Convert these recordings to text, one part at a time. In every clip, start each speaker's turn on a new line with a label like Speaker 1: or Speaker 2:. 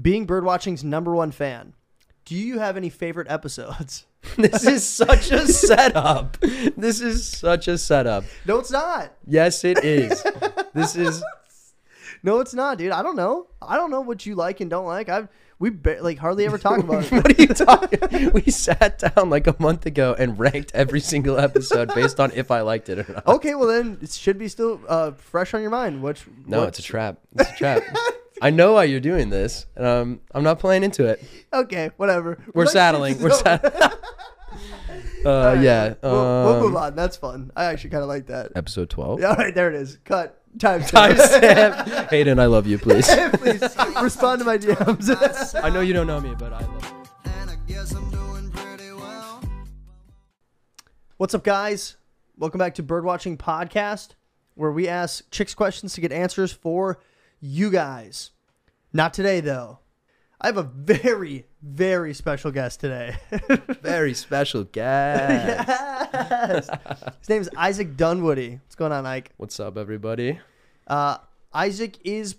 Speaker 1: being Birdwatching's number one fan, do you have any favorite episodes?
Speaker 2: This is such a setup. This is such a setup.
Speaker 1: No, it's not.
Speaker 2: Yes, it is. This is
Speaker 1: No, it's not, dude. I don't know. I don't know what you like and don't like. I've we ba- like hardly ever talk about it.
Speaker 2: what are you talking? We sat down like a month ago and ranked every single episode based on if I liked it or not.
Speaker 1: Okay, well then it should be still uh, fresh on your mind. Which
Speaker 2: No, it's a trap. It's a trap. I know why you're doing this, and um, I'm not playing into it.
Speaker 1: okay, whatever.
Speaker 2: We're saddling. We're saddling. uh, yeah.
Speaker 1: We'll, we'll move
Speaker 2: um,
Speaker 1: on. That's fun. I actually kind of like that.
Speaker 2: Episode 12.
Speaker 1: Yeah, All right, there it is. Cut. Time.
Speaker 2: Time stamp. Hayden, I love you, please.
Speaker 1: Please respond to my DMs.
Speaker 2: I know you don't know me, but I love
Speaker 3: And I guess I'm doing pretty well.
Speaker 1: What's up, guys? Welcome back to Birdwatching Podcast, where we ask chicks questions to get answers for you guys. Not today, though. I have a very, very special guest today.
Speaker 2: Very special guest.
Speaker 1: His name is Isaac Dunwoody. What's going on, Ike?
Speaker 2: What's up, everybody?
Speaker 1: Uh, Isaac is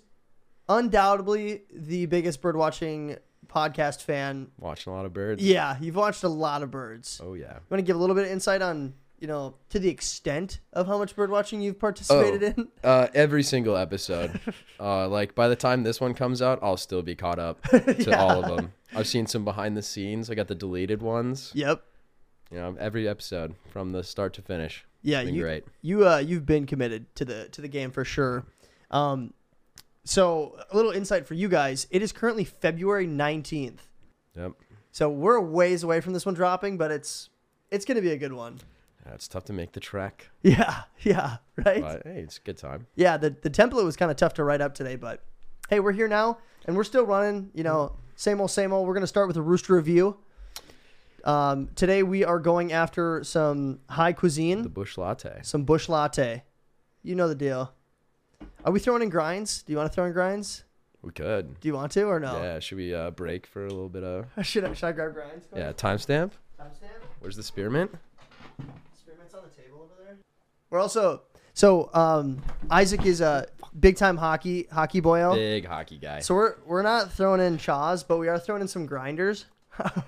Speaker 1: undoubtedly the biggest birdwatching podcast fan.
Speaker 2: Watching a lot of birds.
Speaker 1: Yeah, you've watched a lot of birds.
Speaker 2: Oh, yeah.
Speaker 1: You want to give a little bit of insight on, you know, to the extent of how much birdwatching you've participated in?
Speaker 2: Uh, every single episode. uh, like by the time this one comes out, I'll still be caught up to all of them. I've seen some behind the scenes. I got the deleted ones.
Speaker 1: Yep.
Speaker 2: You know, every episode from the start to finish.
Speaker 1: Yeah,
Speaker 2: It's been
Speaker 1: you,
Speaker 2: great.
Speaker 1: you uh you've been committed to the to the game for sure. Um so a little insight for you guys. It is currently February 19th.
Speaker 2: Yep.
Speaker 1: So we're a ways away from this one dropping, but it's it's going to be a good one.
Speaker 2: Yeah, it's tough to make the trek,
Speaker 1: Yeah. Yeah, right?
Speaker 2: but hey, it's a good time.
Speaker 1: Yeah, the the template was kind of tough to write up today, but hey, we're here now and we're still running, you know, same old same old. We're going to start with a rooster review. Um, today we are going after some high cuisine.
Speaker 2: The bush latte.
Speaker 1: some bush latte. You know the deal. Are we throwing in grinds? Do you want to throw in grinds?
Speaker 2: We could.
Speaker 1: Do you want to or no?
Speaker 2: Yeah, should we uh, break for a little bit of
Speaker 1: Should, I, should I grab grinds?
Speaker 2: yeah timestamp?
Speaker 1: Timestamp?
Speaker 2: Where's the spearmint?
Speaker 1: Spearmint's on the table over there. We're also so um, Isaac is a big time hockey hockey boyo.
Speaker 2: Big hockey guy.
Speaker 1: So we're we're not throwing in chaws, but we are throwing in some grinders,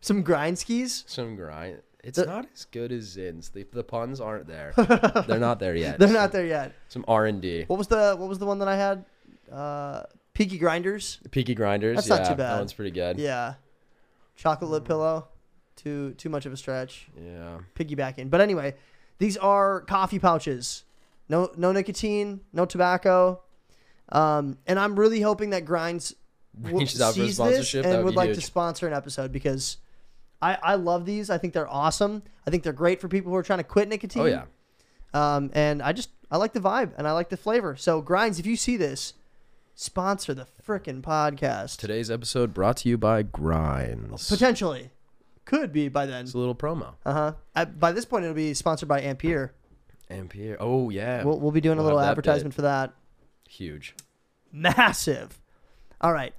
Speaker 1: some grind skis.
Speaker 2: Some grind. It's
Speaker 1: The-
Speaker 2: not as good as Zins. The, the puns aren't there. They're not there yet.
Speaker 1: They're not there yet.
Speaker 2: Some R and D.
Speaker 1: What was the what was the one that I had? Uh, Peaky grinders.
Speaker 2: Peaky Grinders.
Speaker 1: That's
Speaker 2: yeah,
Speaker 1: not too bad.
Speaker 2: That one's pretty good.
Speaker 1: Yeah, chocolate lip pillow. Too too much of a stretch.
Speaker 2: Yeah.
Speaker 1: Piggybacking. But anyway, these are coffee pouches. No no nicotine, no tobacco. Um, and I'm really hoping that grinds w-
Speaker 2: Reaches out for
Speaker 1: sees this
Speaker 2: sponsorship, that
Speaker 1: and
Speaker 2: would
Speaker 1: would
Speaker 2: be
Speaker 1: like to
Speaker 2: huge.
Speaker 1: sponsor an episode because I, I love these. I think they're awesome. I think they're great for people who are trying to quit nicotine.
Speaker 2: Oh yeah.
Speaker 1: Um, and I just I like the vibe and I like the flavor. So grinds, if you see this, sponsor the frickin' podcast.
Speaker 2: Today's episode brought to you by Grinds.
Speaker 1: Potentially, could be by then.
Speaker 2: It's a little promo.
Speaker 1: Uh huh. By this point, it'll be sponsored by Ampere.
Speaker 2: Ampere. Oh yeah.
Speaker 1: We'll, we'll be doing a
Speaker 2: We'll
Speaker 1: little
Speaker 2: have that
Speaker 1: advertisement for that.
Speaker 2: Huge.
Speaker 1: Massive. All right.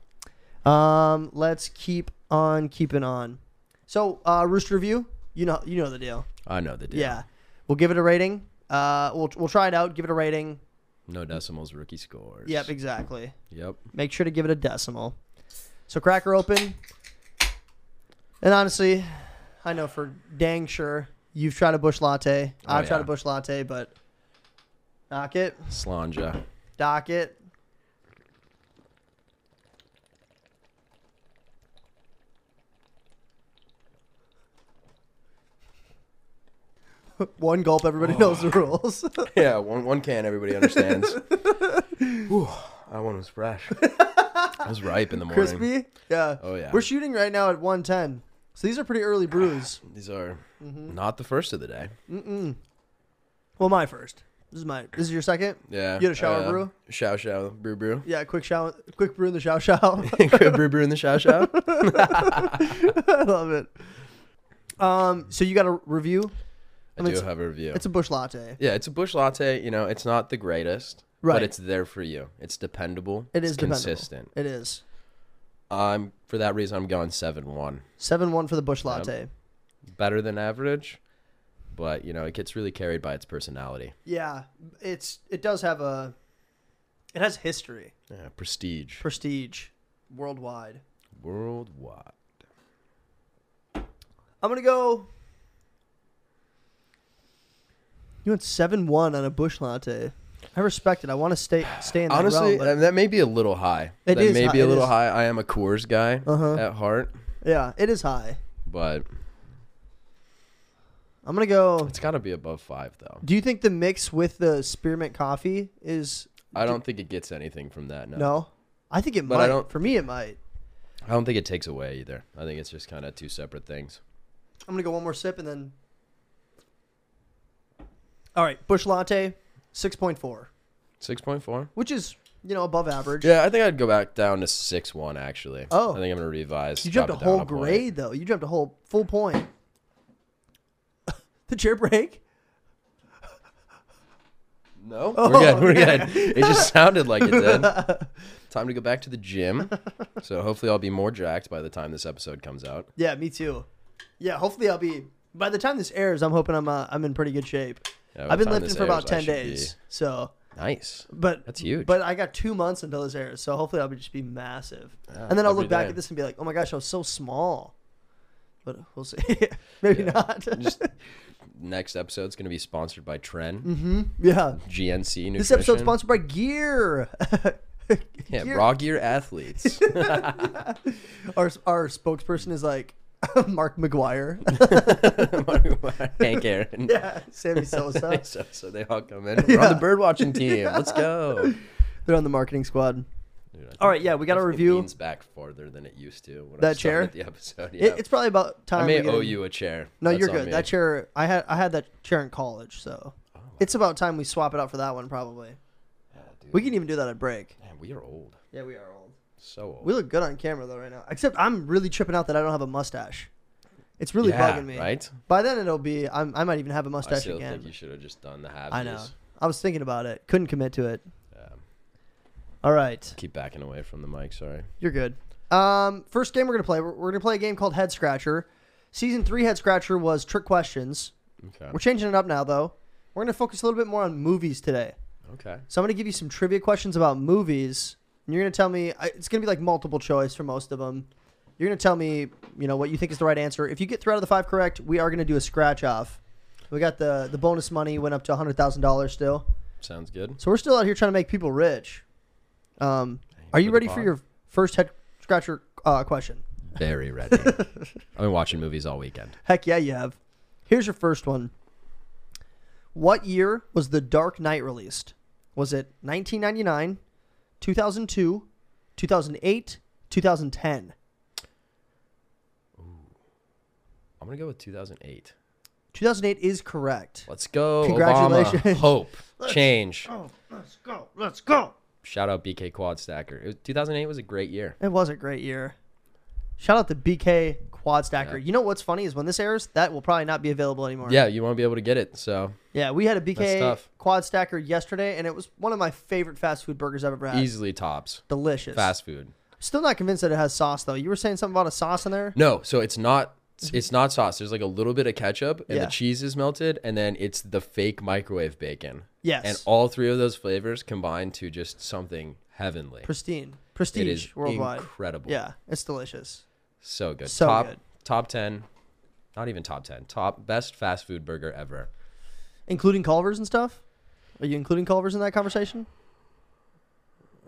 Speaker 1: Um, let's keep on keeping on. So, uh, Rooster Review, you know, you know the deal.
Speaker 2: I know the
Speaker 1: Yeah.
Speaker 2: deal.
Speaker 1: We'll give it a rating. Uh, we'll we'll try it out. Give it a rating.
Speaker 2: No decimals. Rookie scores.
Speaker 1: Yep, exactly.
Speaker 2: Yep.
Speaker 1: Make sure to give it a decimal. So, cracker open. And honestly, I know for dang sure you've tried a bush latte.
Speaker 2: Oh,
Speaker 1: I've tried
Speaker 2: yeah.
Speaker 1: a bush latte, but knock it,
Speaker 2: Slanja.
Speaker 1: dock it. One gulp, everybody knows
Speaker 2: Oh.
Speaker 1: the rules.
Speaker 2: Yeah. One one can. Everybody understands. Whew, that one was fresh. it was ripe in the morning.
Speaker 1: Crispy? Yeah.
Speaker 2: Oh, yeah.
Speaker 1: We're shooting right now at 110. So these are pretty early brews.
Speaker 2: These are
Speaker 1: Mm-hmm.
Speaker 2: not the first of the day.
Speaker 1: Well, my first. This is my this is your second?
Speaker 2: Yeah.
Speaker 1: You had a shower
Speaker 2: uh,
Speaker 1: brew?
Speaker 2: Show show brew brew.
Speaker 1: Yeah, quick shower quick brew in the show show.
Speaker 2: brew brew in the show show.
Speaker 1: I love it. Um, so you got a review?
Speaker 2: I
Speaker 1: mean,
Speaker 2: do
Speaker 1: it's-
Speaker 2: have a review.
Speaker 1: It's a bush latte.
Speaker 2: Yeah, it's a bush latte. You know, it's not the greatest,
Speaker 1: Right.
Speaker 2: but it's there for you. It's dependable.
Speaker 1: It
Speaker 2: it's
Speaker 1: is dependable.
Speaker 2: consistent.
Speaker 1: It is.
Speaker 2: I'm for that reason. I'm going seven one.
Speaker 1: Seven one for the bush latte.
Speaker 2: Better than average, but you know, it gets really carried by its personality.
Speaker 1: Yeah, it's it does have a, it has history,
Speaker 2: Yeah, prestige.
Speaker 1: prestige. worldwide.
Speaker 2: Worldwide.
Speaker 1: I'm gonna go. You went seven one on a bush latte. I respect it. I want to stay stay in that
Speaker 2: Honestly,
Speaker 1: realm.
Speaker 2: um, that may be a little high.
Speaker 1: It
Speaker 2: that
Speaker 1: is
Speaker 2: may
Speaker 1: hi-
Speaker 2: be a
Speaker 1: it
Speaker 2: little
Speaker 1: is.
Speaker 2: high. I am a Coors guy
Speaker 1: Uh-huh.
Speaker 2: at heart,
Speaker 1: But yeah, it is high.
Speaker 2: but
Speaker 1: I'm gonna go.
Speaker 2: it's got to be above five though.
Speaker 1: Do you think the mix with the spearmint coffee is
Speaker 2: I don't think it gets anything from that. No.
Speaker 1: no? I think it
Speaker 2: But I
Speaker 1: might.
Speaker 2: don't-
Speaker 1: For me, it might.
Speaker 2: I don't think it takes away either. I think it's just kind of two separate things.
Speaker 1: I'm gonna go one more sip and then. All right, bush latte, six point four,
Speaker 2: Six point four.
Speaker 1: which is you know above average.
Speaker 2: Yeah, I think I'd go back down to six one actually.
Speaker 1: Oh.
Speaker 2: I think I'm gonna revise.
Speaker 1: You jumped a
Speaker 2: drop it down
Speaker 1: whole
Speaker 2: point.
Speaker 1: grade though. You jumped a whole full point. the chair break.
Speaker 2: No, we're good. We're
Speaker 1: Oh.
Speaker 2: good. It just sounded like it did. Time to go back to the gym. So hopefully I'll be more jacked by the time this episode comes out.
Speaker 1: Yeah, me too. Yeah, hopefully I'll be. By the time this airs, I'm hoping I'm uh, I'm in pretty good shape.
Speaker 2: Yeah, by
Speaker 1: I've been
Speaker 2: the time
Speaker 1: lifting
Speaker 2: this
Speaker 1: for about ten
Speaker 2: airs, I should
Speaker 1: days, so
Speaker 2: be- Nice.
Speaker 1: but
Speaker 2: That's huge.
Speaker 1: But I got two months until this airs, so hopefully I'll be, just be massive.
Speaker 2: Yeah,
Speaker 1: and then I'll
Speaker 2: every
Speaker 1: look back
Speaker 2: day.
Speaker 1: at this and be like, oh my gosh, I was so small. But we'll see. Maybe
Speaker 2: Yeah.
Speaker 1: not.
Speaker 2: Just next episode's gonna be sponsored by Tren
Speaker 1: yeah.
Speaker 2: GNC Nutrition.
Speaker 1: Mm-hmm. This episode's sponsored by Gear.
Speaker 2: Yeah,
Speaker 1: Gear-
Speaker 2: raw gear athletes.
Speaker 1: Our our spokesperson is like Mark McGuire.
Speaker 2: Hank Aaron.
Speaker 1: yeah, Sammy Sosa.
Speaker 2: so, so they all come in. We're on
Speaker 1: Yeah.
Speaker 2: the bird watching team. Let's go.
Speaker 1: They're on the marketing squad.
Speaker 2: Dude, I think
Speaker 1: All right, yeah, we got
Speaker 2: it
Speaker 1: a review.
Speaker 2: leans back farther than it used to. When I
Speaker 1: That
Speaker 2: started
Speaker 1: chair?
Speaker 2: at The episode. Yeah.
Speaker 1: It, it's probably about time.
Speaker 2: I may
Speaker 1: we get
Speaker 2: owe
Speaker 1: in-
Speaker 2: you a chair.
Speaker 1: No,
Speaker 2: That's
Speaker 1: you're
Speaker 2: on
Speaker 1: good.
Speaker 2: me. Oh,
Speaker 1: That chair, I had I had that chair in college, so it's about time we swap it out for that one. Probably.
Speaker 2: Yeah, dude.
Speaker 1: We can even do that at break.
Speaker 2: Man, we are old.
Speaker 1: Yeah, we are old.
Speaker 2: So old.
Speaker 1: We look good on camera though right now. Except I'm really tripping out that I don't have a mustache. It's really
Speaker 2: Yeah,
Speaker 1: bugging me.
Speaker 2: Right?
Speaker 1: By then it'll be I'm, I might even have a
Speaker 2: I
Speaker 1: mustache
Speaker 2: still
Speaker 1: again.
Speaker 2: think you should have just done the half.
Speaker 1: I know. I was thinking about it. Couldn't commit to it.
Speaker 2: Yeah.
Speaker 1: All right.
Speaker 2: Keep backing away from the mic. Sorry.
Speaker 1: You're good. Um, first game we're gonna play. We're, we're gonna play a game called Head Scratcher. Season three Head Scratcher was trick questions.
Speaker 2: Okay.
Speaker 1: We're changing it up now though. We're gonna focus a little bit more on movies today.
Speaker 2: okay.
Speaker 1: So I'm gonna give you some trivia questions about movies, and you're gonna tell me I- it's gonna be like multiple choice for most of them. You're gonna tell me, you know, what you think is the right answer. If you get three out of the five correct, we are gonna do a scratch off. We got the the bonus money went up to hundred thousand dollars still.
Speaker 2: Sounds good.
Speaker 1: So we're still out here trying to make people rich. Um, are you
Speaker 2: the
Speaker 1: ready for
Speaker 2: bar.
Speaker 1: your first head scratcher uh, question?
Speaker 2: Very ready. I've been watching movies all weekend.
Speaker 1: Heck yeah, you have. Here's your first one. What year was The Dark Knight released? Was it 1999, 2002, 2008, 2010?
Speaker 2: I'm gonna go with 2008.
Speaker 1: 2008 is correct.
Speaker 2: Let's go.
Speaker 1: Congratulations.
Speaker 2: Obama. Hope. Change.
Speaker 1: Oh, let's go. Let's go.
Speaker 2: Shout out BK Quad Stacker. It was- 2008 was a great year.
Speaker 1: It was a great year. Shout out to BK Quad Stacker.
Speaker 2: Yeah.
Speaker 1: You know what's funny is when this airs, that will probably not be available anymore.
Speaker 2: Yeah, you won't be able to get it. So
Speaker 1: Yeah, we had a
Speaker 2: That's
Speaker 1: BK
Speaker 2: tough.
Speaker 1: Quad Stacker yesterday, and it was one of my favorite fast food burgers I've ever had.
Speaker 2: easily tops
Speaker 1: Delicious.
Speaker 2: fast food.
Speaker 1: Still not convinced that it has sauce though. You were saying something about a sauce in there.
Speaker 2: No, so it's not. It's not sauce. There's like a little bit of ketchup, and
Speaker 1: Mm-hmm. Yeah.
Speaker 2: the cheese is melted, and then it's the fake microwave bacon.
Speaker 1: Yes.
Speaker 2: And all three of those flavors combine to just something heavenly.
Speaker 1: Pristine,
Speaker 2: It
Speaker 1: prestige
Speaker 2: is
Speaker 1: worldwide.
Speaker 2: incredible.
Speaker 1: Yeah, it's delicious.
Speaker 2: So good.
Speaker 1: So
Speaker 2: top
Speaker 1: good.
Speaker 2: top ten. Not even top ten. Top best fast food burger ever.
Speaker 1: Including Culver's and stuff. Are you including Culver's in that conversation?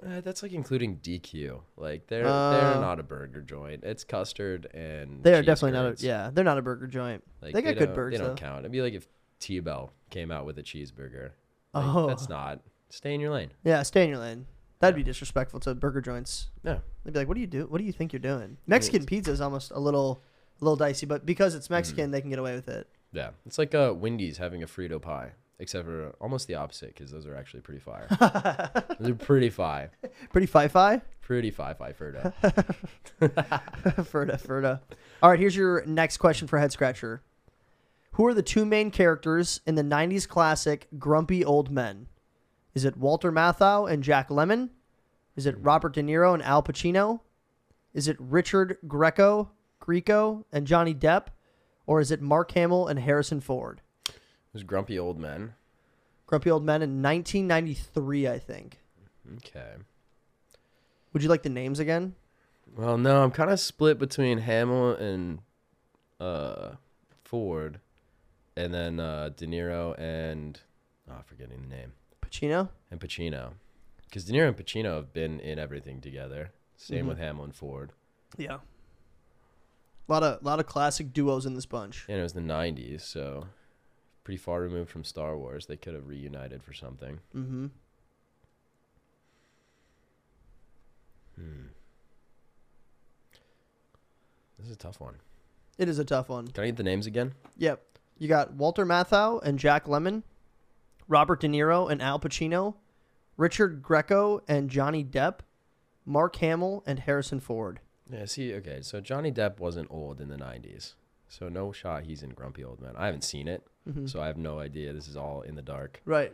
Speaker 2: Eh, that's like including DQ. Like they're
Speaker 1: Uh,
Speaker 2: they're not a burger joint. It's custard and
Speaker 1: They are
Speaker 2: cheese
Speaker 1: definitely not.
Speaker 2: curds.
Speaker 1: A, yeah, they're not a burger joint.
Speaker 2: Like,
Speaker 1: they got
Speaker 2: don't-
Speaker 1: good burgers
Speaker 2: They don't
Speaker 1: though.
Speaker 2: count. It'd be like if T Bell came out with a cheeseburger. Like,
Speaker 1: Oh.
Speaker 2: that's not stay in your lane.
Speaker 1: Yeah, stay in your lane. That'd be disrespectful to burger joints.
Speaker 2: No.
Speaker 1: They'd be like, "What do you do? What do you think you're doing?" Mexican pizza is almost a little, a little dicey, but because
Speaker 2: Mm-hmm.
Speaker 1: it's Mexican, they can get away with it.
Speaker 2: Yeah. It's like uh, Wendy's having a Frito pie, except for almost the opposite because those are actually pretty fire. those are pretty fi,
Speaker 1: Pretty fi fi.
Speaker 2: pretty fi fi Frito.
Speaker 1: Ferda, Ferda. All right, here's your next question for Head Scratcher. Who are the two main characters in the 90s classic Grumpy Old Men? Is it Walter Matthau and Jack Lemon? Is it Robert De Niro and Al Pacino? Is it Richard Greco, Greco and Johnny Depp? Or is it Mark Hamill and Harrison Ford?
Speaker 2: There's grumpy old men.
Speaker 1: Grumpy Old Men in 1993, I think.
Speaker 2: Okay.
Speaker 1: Would you like the names again?
Speaker 2: Well, no, I'm kind of split between Hamill and uh, Ford, and then uh, De Niro and oh, I'm forgetting the name
Speaker 1: Pacino.
Speaker 2: and Pacino, because De Niro and Pacino have been in everything together. Same with Hamill and Ford,
Speaker 1: Yeah. A lot of lot of classic duos in this bunch.
Speaker 2: and it was the '90s, so pretty far removed from Star Wars. They could have reunited for something.
Speaker 1: Mm-hmm.
Speaker 2: Hmm. This is a tough one.
Speaker 1: It is a tough one.
Speaker 2: Can I get the names again?
Speaker 1: Yep. You got Walter Matthau and Jack Lemon, Robert De Niro and Al Pacino, Richard Greco and Johnny Depp, Mark Hamill and Harrison Ford.
Speaker 2: Yeah, see, okay, so Johnny Depp wasn't old in the 90s. So no shot he's in Grumpy Old Man. I haven't seen it, so I have no idea. This is all in the dark.
Speaker 1: Right.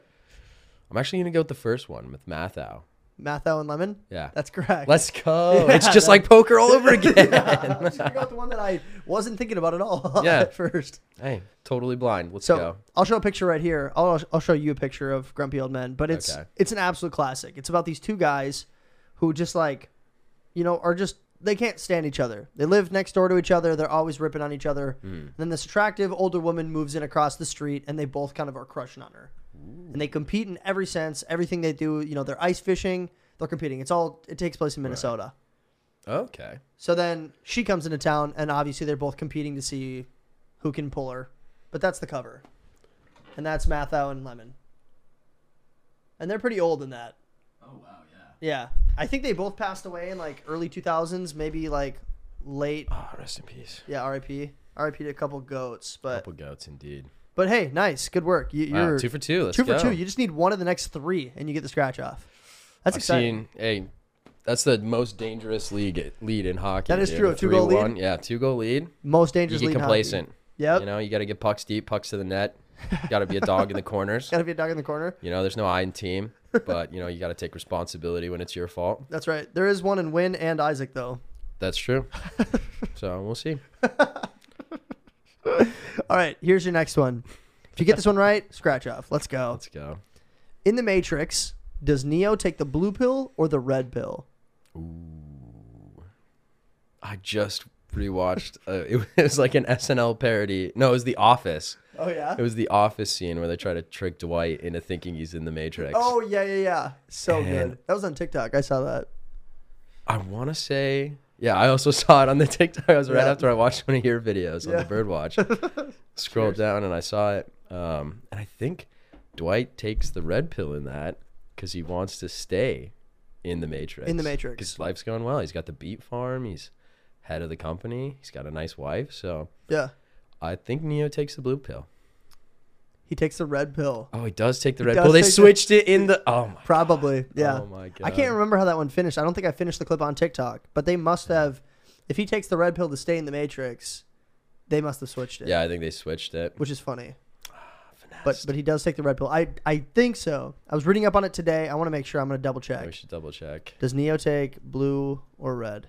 Speaker 2: I'm actually going to go with the first one with Mathau.
Speaker 1: Matthau and Lemon?
Speaker 2: Yeah.
Speaker 1: That's correct.
Speaker 2: Let's go. it's
Speaker 1: Yeah,
Speaker 2: just
Speaker 1: that-
Speaker 2: like poker all over again.
Speaker 1: I was gonna go with the one that I wasn't thinking about at all
Speaker 2: Yeah.
Speaker 1: at first.
Speaker 2: Hey, totally blind. Let's
Speaker 1: So
Speaker 2: go.
Speaker 1: I'll show a picture right here. I'll, I'll show you a picture of Grumpy Old Men, but it's
Speaker 2: Okay.
Speaker 1: it's an absolute classic. It's about these two guys who just like, you know, are just they can't stand each other. They live next door to each other. They're always ripping on each other.
Speaker 2: Hmm.
Speaker 1: And then this attractive older woman moves in across the street, and they both kind of are crushing on her. And they compete in every sense. Everything they do, you know, they're ice fishing. They're competing. It's all. It takes place in Minnesota.
Speaker 2: Okay.
Speaker 1: So then she comes into town, and obviously they're both competing to see who can pull her. But that's the cover, and that's Mathau and Lemon, and they're pretty old in that. Oh wow, yeah. Yeah, I think they both passed away in like early two thousands, maybe like late.
Speaker 2: Oh, rest in peace.
Speaker 1: Yeah, R.I.P. R.I.P. to a couple goats, but
Speaker 2: Couple goats, indeed.
Speaker 1: but hey, nice, good work. You,
Speaker 2: Wow,
Speaker 1: you're
Speaker 2: two for two. Let's
Speaker 1: two
Speaker 2: go.
Speaker 1: for two. You just need one of the next three, and you get the scratch off. That's
Speaker 2: I've
Speaker 1: exciting.
Speaker 2: seen, hey, that's the most dangerous league lead in hockey.
Speaker 1: That is
Speaker 2: dude.
Speaker 1: true,
Speaker 2: A
Speaker 1: a two-goal lead.
Speaker 2: 3-1. Yeah, two goal lead.
Speaker 1: Most
Speaker 2: You
Speaker 1: dangerous
Speaker 2: get
Speaker 1: league in hockey.
Speaker 2: complacent.
Speaker 1: Yep.
Speaker 2: You know, you got to get pucks deep, pucks to the net. Got to be a dog in the corners.
Speaker 1: Gotta be a dog in the corner.
Speaker 2: You know, there's no I in team, but you know, you got to take responsibility when it's your fault.
Speaker 1: That's right. There is one in Win and Isaac though.
Speaker 2: That's true. So we'll see.
Speaker 1: All right, here's your next one. If you get this one right, scratch off. Let's go.
Speaker 2: Let's go.
Speaker 1: In the Matrix, does Neo take the blue pill or the red pill?
Speaker 2: I just rewatched. Uh, it was like an SNL parody. No, it was The Office.
Speaker 1: Oh yeah.
Speaker 2: It was The Office scene where they try to trick Dwight into thinking he's in the Matrix.
Speaker 1: Oh yeah, yeah, yeah. So
Speaker 2: Man.
Speaker 1: good. That was on TikTok. I saw that.
Speaker 2: I want to say, yeah, I also saw it on the TikTok. I was right
Speaker 1: Yeah.
Speaker 2: after I watched one of your videos on
Speaker 1: Yeah.
Speaker 2: the Birdwatch. Scrolled down and I saw it. Um, and I think Dwight takes the red pill in that because he wants to stay in the Matrix.
Speaker 1: In the Matrix.
Speaker 2: Because life's going well. He's got the beet farm. He's head of the company. He's got a nice wife. So
Speaker 1: Yeah.
Speaker 2: I think Neo takes the blue pill.
Speaker 1: He takes the red pill.
Speaker 2: Oh, he does take the red
Speaker 1: does
Speaker 2: pill. They
Speaker 1: take the-
Speaker 2: switched it in the. Oh, my.
Speaker 1: Probably. Yeah.
Speaker 2: Oh my
Speaker 1: I can't
Speaker 2: God.
Speaker 1: remember how that one finished. I don't think I finished the clip on TikTok, but they must have if he takes the red pill to stay in the Matrix, they must have switched it.
Speaker 2: Yeah, I think they switched it.
Speaker 1: Which is funny. But but he does take the red pill. I I think so. I was reading up on it today. I want to make sure I'm going to double check.
Speaker 2: We should double check.
Speaker 1: Does Neo take blue or red?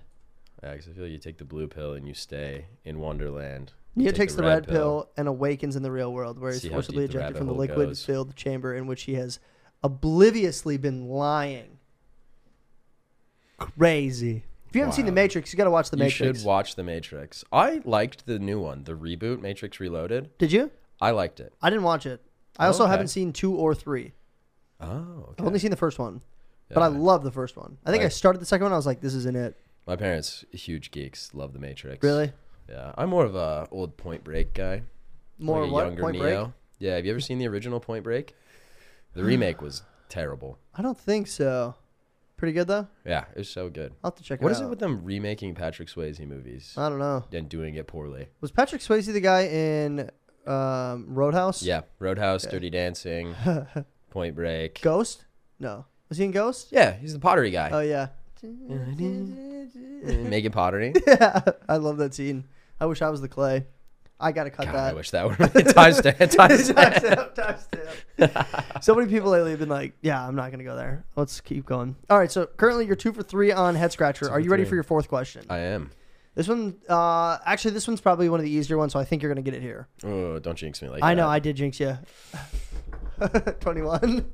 Speaker 2: Yeah, 'cause I feel like you take the blue pill and you stay in Wonderland. You
Speaker 1: Neo
Speaker 2: take
Speaker 1: takes the, red pill. and awakens in the real world, where he's
Speaker 2: See how
Speaker 1: forcibly
Speaker 2: deep the
Speaker 1: ejected
Speaker 2: rabbit
Speaker 1: from the
Speaker 2: hole
Speaker 1: liquid
Speaker 2: goes.
Speaker 1: filled chamber in which he has obliviously been lying. Crazy. If you haven't seen The
Speaker 2: Wow.
Speaker 1: Matrix, you got to watch The
Speaker 2: You
Speaker 1: Matrix.
Speaker 2: should watch The Matrix. I liked the new one, the reboot, Matrix Reloaded.
Speaker 1: Did you?
Speaker 2: I liked it.
Speaker 1: I didn't watch it. I also
Speaker 2: Okay.
Speaker 1: haven't seen two or three.
Speaker 2: Oh,
Speaker 1: I've
Speaker 2: okay.
Speaker 1: only seen the first one, but I
Speaker 2: Yeah.
Speaker 1: love the first one. I think I
Speaker 2: Right.
Speaker 1: started the second one. I was like, "This isn't it."
Speaker 2: My parents, huge geeks, love The Matrix.
Speaker 1: Really?
Speaker 2: Yeah. I'm more of a old Point Break guy.
Speaker 1: More
Speaker 2: like a
Speaker 1: what?
Speaker 2: younger
Speaker 1: Point
Speaker 2: Neo.
Speaker 1: Break?
Speaker 2: Yeah. Have you ever seen the original Point Break? The remake was terrible.
Speaker 1: I don't think so. Pretty good though.
Speaker 2: Yeah, it was so good.
Speaker 1: I'll have to check
Speaker 2: What
Speaker 1: it
Speaker 2: is
Speaker 1: out. Uh,
Speaker 2: it with them remaking Patrick Swayze movies
Speaker 1: I don't know.
Speaker 2: and doing it poorly?
Speaker 1: Was Patrick Swayze the guy in um, Roadhouse?
Speaker 2: Yeah, Roadhouse, Dirty Dancing, Point Break.
Speaker 1: Ghost? No. Was he in Ghost?
Speaker 2: Yeah, he's the pottery guy.
Speaker 1: Oh yeah.
Speaker 2: Making pottery.
Speaker 1: I love that scene. I wish I was the clay. I gotta cut
Speaker 2: God, I
Speaker 1: that.
Speaker 2: wish that were timestamp. timestamp.
Speaker 1: Timestamp, timestamp. so many people lately have been like, "Yeah, I'm not gonna go there. Let's keep going." All right, so currently you're two for three on head scratcher. Are you ready
Speaker 2: three.
Speaker 1: for your fourth question?
Speaker 2: I am.
Speaker 1: This one, uh, actually, this one's probably one of the easier ones, so I think you're gonna get it here.
Speaker 2: Oh, don't jinx me like
Speaker 1: I
Speaker 2: that.
Speaker 1: know I did jinx you. 21.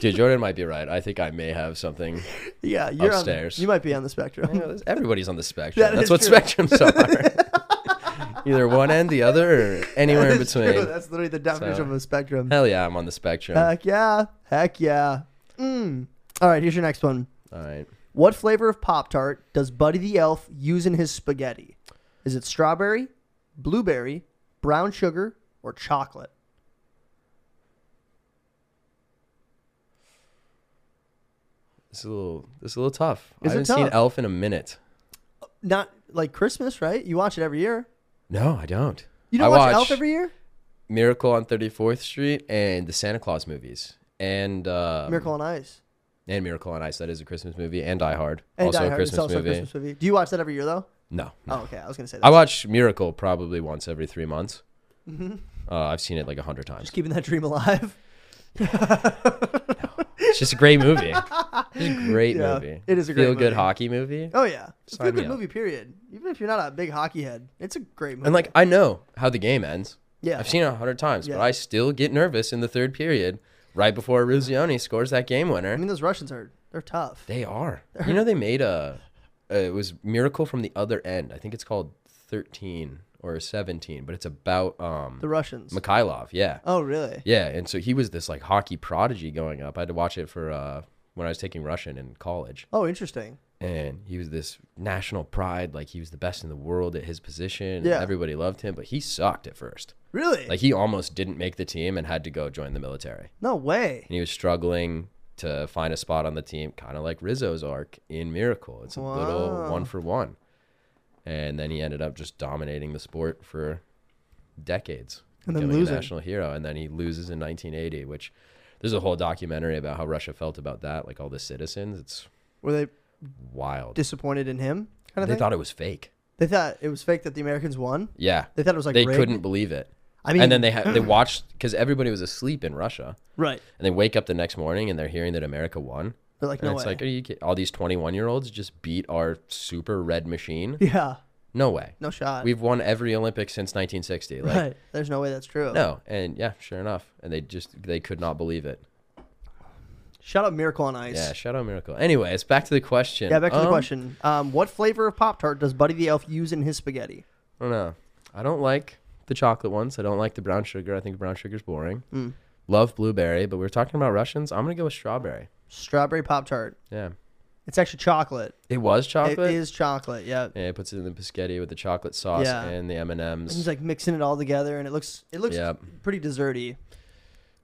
Speaker 2: Dude, Jordan might be right. I think I may have something.
Speaker 1: yeah, you're
Speaker 2: Upstairs.
Speaker 1: On, you might be on the
Speaker 2: You
Speaker 1: spectrum.
Speaker 2: know, everybody's on the spectrum.
Speaker 1: That is
Speaker 2: That's what
Speaker 1: true.
Speaker 2: spectrums are. Either one end, the other, or anywhere in
Speaker 1: That's true.
Speaker 2: between.
Speaker 1: That's literally the definition
Speaker 2: So-
Speaker 1: of a spectrum.
Speaker 2: Hell yeah, I'm on the spectrum.
Speaker 1: Heck yeah. Heck yeah. Mm. All right, here's your next one.
Speaker 2: All right.
Speaker 1: What flavor of Pop Tart does Buddy the Elf use in his spaghetti? Is it strawberry, blueberry, brown sugar, or chocolate?
Speaker 2: This is a little this is a little tough.
Speaker 1: Is
Speaker 2: I
Speaker 1: it
Speaker 2: haven't seen
Speaker 1: tough?
Speaker 2: Elf in a minute.
Speaker 1: Not like Christmas, right? You watch it every year.
Speaker 2: No, I don't.
Speaker 1: You don't
Speaker 2: I
Speaker 1: watch, Elf every year?
Speaker 2: Miracle on 34th Street and the Santa Claus movies. And um,
Speaker 1: Miracle on Ice.
Speaker 2: and Miracle on Ice. That is a Christmas movie. And Die Hard.
Speaker 1: And
Speaker 2: also
Speaker 1: Die
Speaker 2: a
Speaker 1: Hard.
Speaker 2: Christmas
Speaker 1: it's also
Speaker 2: movie.
Speaker 1: a Christmas movie. Do you watch that every year though?
Speaker 2: No. no.
Speaker 1: Oh, okay. I was gonna say that.
Speaker 2: I watch Miracle probably once every three months.
Speaker 1: Mm-hmm.
Speaker 2: Uh, I've seen it like a hundred times.
Speaker 1: Just keeping that dream alive.
Speaker 2: It's just a great movie. It's a great
Speaker 1: Yeah,
Speaker 2: movie.
Speaker 1: it is a great
Speaker 2: feel good
Speaker 1: movie.
Speaker 2: hockey movie.
Speaker 1: Oh yeah, it's a
Speaker 2: Sign me
Speaker 1: good
Speaker 2: up.
Speaker 1: movie. Period. Even if you're not a big hockey head, it's a great movie.
Speaker 2: And like I know how the game ends.
Speaker 1: yeah,
Speaker 2: I've seen it a hundred times,
Speaker 1: Yeah.
Speaker 2: but I still get nervous in the third period, right before Ruzioni scores that game
Speaker 1: I
Speaker 2: winner.
Speaker 1: mean those Russians are they're tough.
Speaker 2: They are. You know, they made a. Uh, it was Miracle from the Other End. I think it's called thirteen or seventeen, but it's about um
Speaker 1: the Russians.
Speaker 2: Mikhailov. Yeah.
Speaker 1: oh really?
Speaker 2: Yeah, and so he was this like hockey prodigy going up. I had to watch it for uh, when I was taking Russian in college,
Speaker 1: Oh interesting.
Speaker 2: and he was this national pride, like he was the best in the world at his position. and
Speaker 1: Yeah.
Speaker 2: everybody loved him, but he sucked at first.
Speaker 1: Really?
Speaker 2: Like he almost didn't make the team and had to go join the military,
Speaker 1: no way.
Speaker 2: and he was struggling to find a spot on the team, kind of like Rizzo's arc in Miracle. It's a
Speaker 1: Wow.
Speaker 2: little one for one, and then he ended up just dominating the sport for decades
Speaker 1: And then
Speaker 2: becoming
Speaker 1: losing.
Speaker 2: a national hero and then he loses in 1980 which there's a whole documentary about how russia felt about that like all the citizens it's
Speaker 1: Were they
Speaker 2: wild
Speaker 1: disappointed in him? Kind of
Speaker 2: they
Speaker 1: thing.
Speaker 2: thought it was fake
Speaker 1: they thought it was fake that the Americans won.
Speaker 2: yeah
Speaker 1: They thought it was like
Speaker 2: they
Speaker 1: rigged.
Speaker 2: couldn't believe it
Speaker 1: I mean,
Speaker 2: and then they ha- they watched because everybody was asleep in russia
Speaker 1: right.
Speaker 2: and they wake up the next morning and they're hearing that america won
Speaker 1: They're like,
Speaker 2: and
Speaker 1: no
Speaker 2: it's
Speaker 1: way.
Speaker 2: like are you kid- all these 21 year olds just beat our super red machine
Speaker 1: yeah,
Speaker 2: no way
Speaker 1: no shot.
Speaker 2: we've won every olympic since 1960 like
Speaker 1: right. There's no way that's true.
Speaker 2: no and yeah sure enough and they just they could not believe it
Speaker 1: Shout out Miracle on Ice.
Speaker 2: Yeah, shout out Miracle. Anyways, back to the question.
Speaker 1: Yeah, back to the
Speaker 2: Um,
Speaker 1: question. Um, what flavor of Pop Tart does Buddy the Elf use in his spaghetti?
Speaker 2: I don't know. I don't like the chocolate ones. I don't like the brown sugar. I think brown sugar's boring.
Speaker 1: Mm.
Speaker 2: Love blueberry, but we are talking about Russians. I'm gonna go with strawberry.
Speaker 1: Strawberry Pop Tart.
Speaker 2: Yeah,
Speaker 1: It's actually chocolate.
Speaker 2: it was
Speaker 1: It
Speaker 2: chocolate.
Speaker 1: is chocolate. Yeah.
Speaker 2: Yeah, it puts it in the biscotti with the chocolate sauce
Speaker 1: Yeah.
Speaker 2: and the M and
Speaker 1: He's
Speaker 2: M's. It
Speaker 1: like mixing it all together, and it looks it looks
Speaker 2: Yep.
Speaker 1: pretty desserty.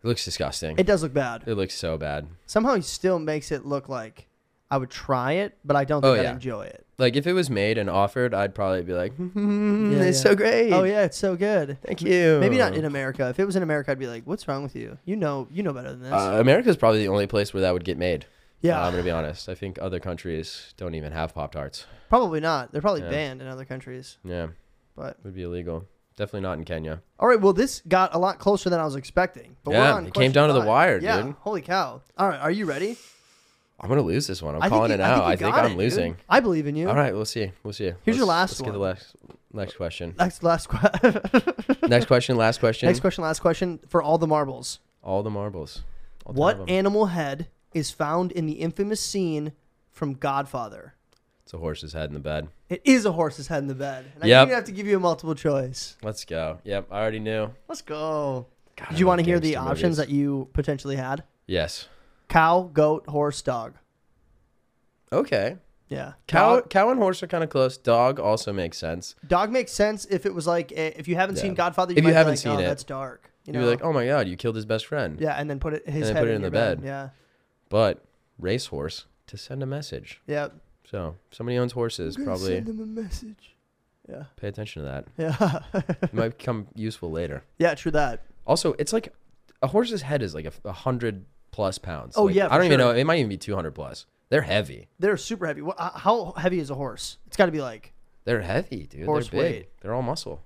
Speaker 2: looks disgusting.
Speaker 1: It
Speaker 2: It,
Speaker 1: does look bad.
Speaker 2: looks so bad.
Speaker 1: Somehow he still makes it look like I would try it, but I don't think
Speaker 2: Oh,
Speaker 1: I'd
Speaker 2: yeah.
Speaker 1: enjoy it.
Speaker 2: Like if it was made and offered, I'd probably be like, mm,
Speaker 1: Yeah,
Speaker 2: "It's
Speaker 1: yeah.
Speaker 2: so great.
Speaker 1: Oh yeah, it's so good.
Speaker 2: thank you."
Speaker 1: Maybe not in America. If it was in America, I'd be like, "What's wrong with you? You know, you know better than this."
Speaker 2: Uh, America's probably the only place where that would get made.
Speaker 1: yeah,
Speaker 2: Uh, I'm gonna be honest. I think other countries don't even have Pop Tarts.
Speaker 1: probably not. They're probably
Speaker 2: yeah.
Speaker 1: banned in other countries.
Speaker 2: Yeah.
Speaker 1: But
Speaker 2: would be illegal. Definitely not in Kenya.
Speaker 1: all right, well, this got a lot closer than I was expecting. But
Speaker 2: Yeah,
Speaker 1: we're on
Speaker 2: it came
Speaker 1: question
Speaker 2: down to the
Speaker 1: five.
Speaker 2: wire,
Speaker 1: yeah,
Speaker 2: dude.
Speaker 1: Holy cow! All right, are you ready?
Speaker 2: I'm gonna lose this one. I'm
Speaker 1: I think
Speaker 2: calling
Speaker 1: you-
Speaker 2: it out. I
Speaker 1: you
Speaker 2: think,
Speaker 1: got
Speaker 2: I'm
Speaker 1: it, dude.
Speaker 2: losing.
Speaker 1: I believe in you.
Speaker 2: All right, we'll see. We'll see.
Speaker 1: Here's your
Speaker 2: Let's-
Speaker 1: last
Speaker 2: Let's get the
Speaker 1: one.
Speaker 2: last next question.
Speaker 1: Next, last question.
Speaker 2: next question. Last question.
Speaker 1: Next question, last question for all the marbles.
Speaker 2: All the marbles. All ten
Speaker 1: what
Speaker 2: of 'em.
Speaker 1: animal head is found in the infamous scene from Godfather?
Speaker 2: it's a horse's head in the bed.
Speaker 1: It is a horse's head in the bed. And I
Speaker 2: Yep.
Speaker 1: didn't even have to give you a multiple choice.
Speaker 2: Let's go. Yep, I already knew.
Speaker 1: Let's go.
Speaker 2: God,
Speaker 1: Do
Speaker 2: I
Speaker 1: you
Speaker 2: love
Speaker 1: want to hear the
Speaker 2: gangster
Speaker 1: options
Speaker 2: movies.
Speaker 1: that you potentially had?
Speaker 2: Yes.
Speaker 1: Cow, goat, horse, dog.
Speaker 2: Okay.
Speaker 1: Yeah.
Speaker 2: Cow,
Speaker 1: Dog,
Speaker 2: cow and horse are kind of close. Dog also makes sense.
Speaker 1: dog makes sense if it was like eh, if you haven't
Speaker 2: Yeah.
Speaker 1: seen Godfather, you
Speaker 2: If
Speaker 1: might
Speaker 2: you
Speaker 1: be
Speaker 2: haven't
Speaker 1: like,
Speaker 2: seen
Speaker 1: oh,
Speaker 2: it,
Speaker 1: that's dark. You
Speaker 2: You'd
Speaker 1: know,
Speaker 2: be like, oh my god, you killed his best friend.
Speaker 1: yeah, and then put it his
Speaker 2: then
Speaker 1: head
Speaker 2: put it
Speaker 1: in,
Speaker 2: in
Speaker 1: your
Speaker 2: the
Speaker 1: bed.
Speaker 2: bed.
Speaker 1: Yeah.
Speaker 2: But racehorse to send a message.
Speaker 1: Yeah.
Speaker 2: So somebody owns horses. Probably
Speaker 1: send them a message. Yeah.
Speaker 2: pay attention to that.
Speaker 1: Yeah.
Speaker 2: It might become useful later.
Speaker 1: yeah. True that.
Speaker 2: Also, it's like a horse's head is like a, a hundred plus pounds.
Speaker 1: Oh,
Speaker 2: Like,
Speaker 1: yeah,
Speaker 2: I
Speaker 1: for
Speaker 2: don't even know.
Speaker 1: sure.
Speaker 2: It might even be two hundred plus. They're heavy.
Speaker 1: They're super heavy. Wha- uh, How heavy is a horse? It's got to be like
Speaker 2: They're heavy, dude.
Speaker 1: Horse
Speaker 2: They're big.
Speaker 1: weight.
Speaker 2: They're all muscle.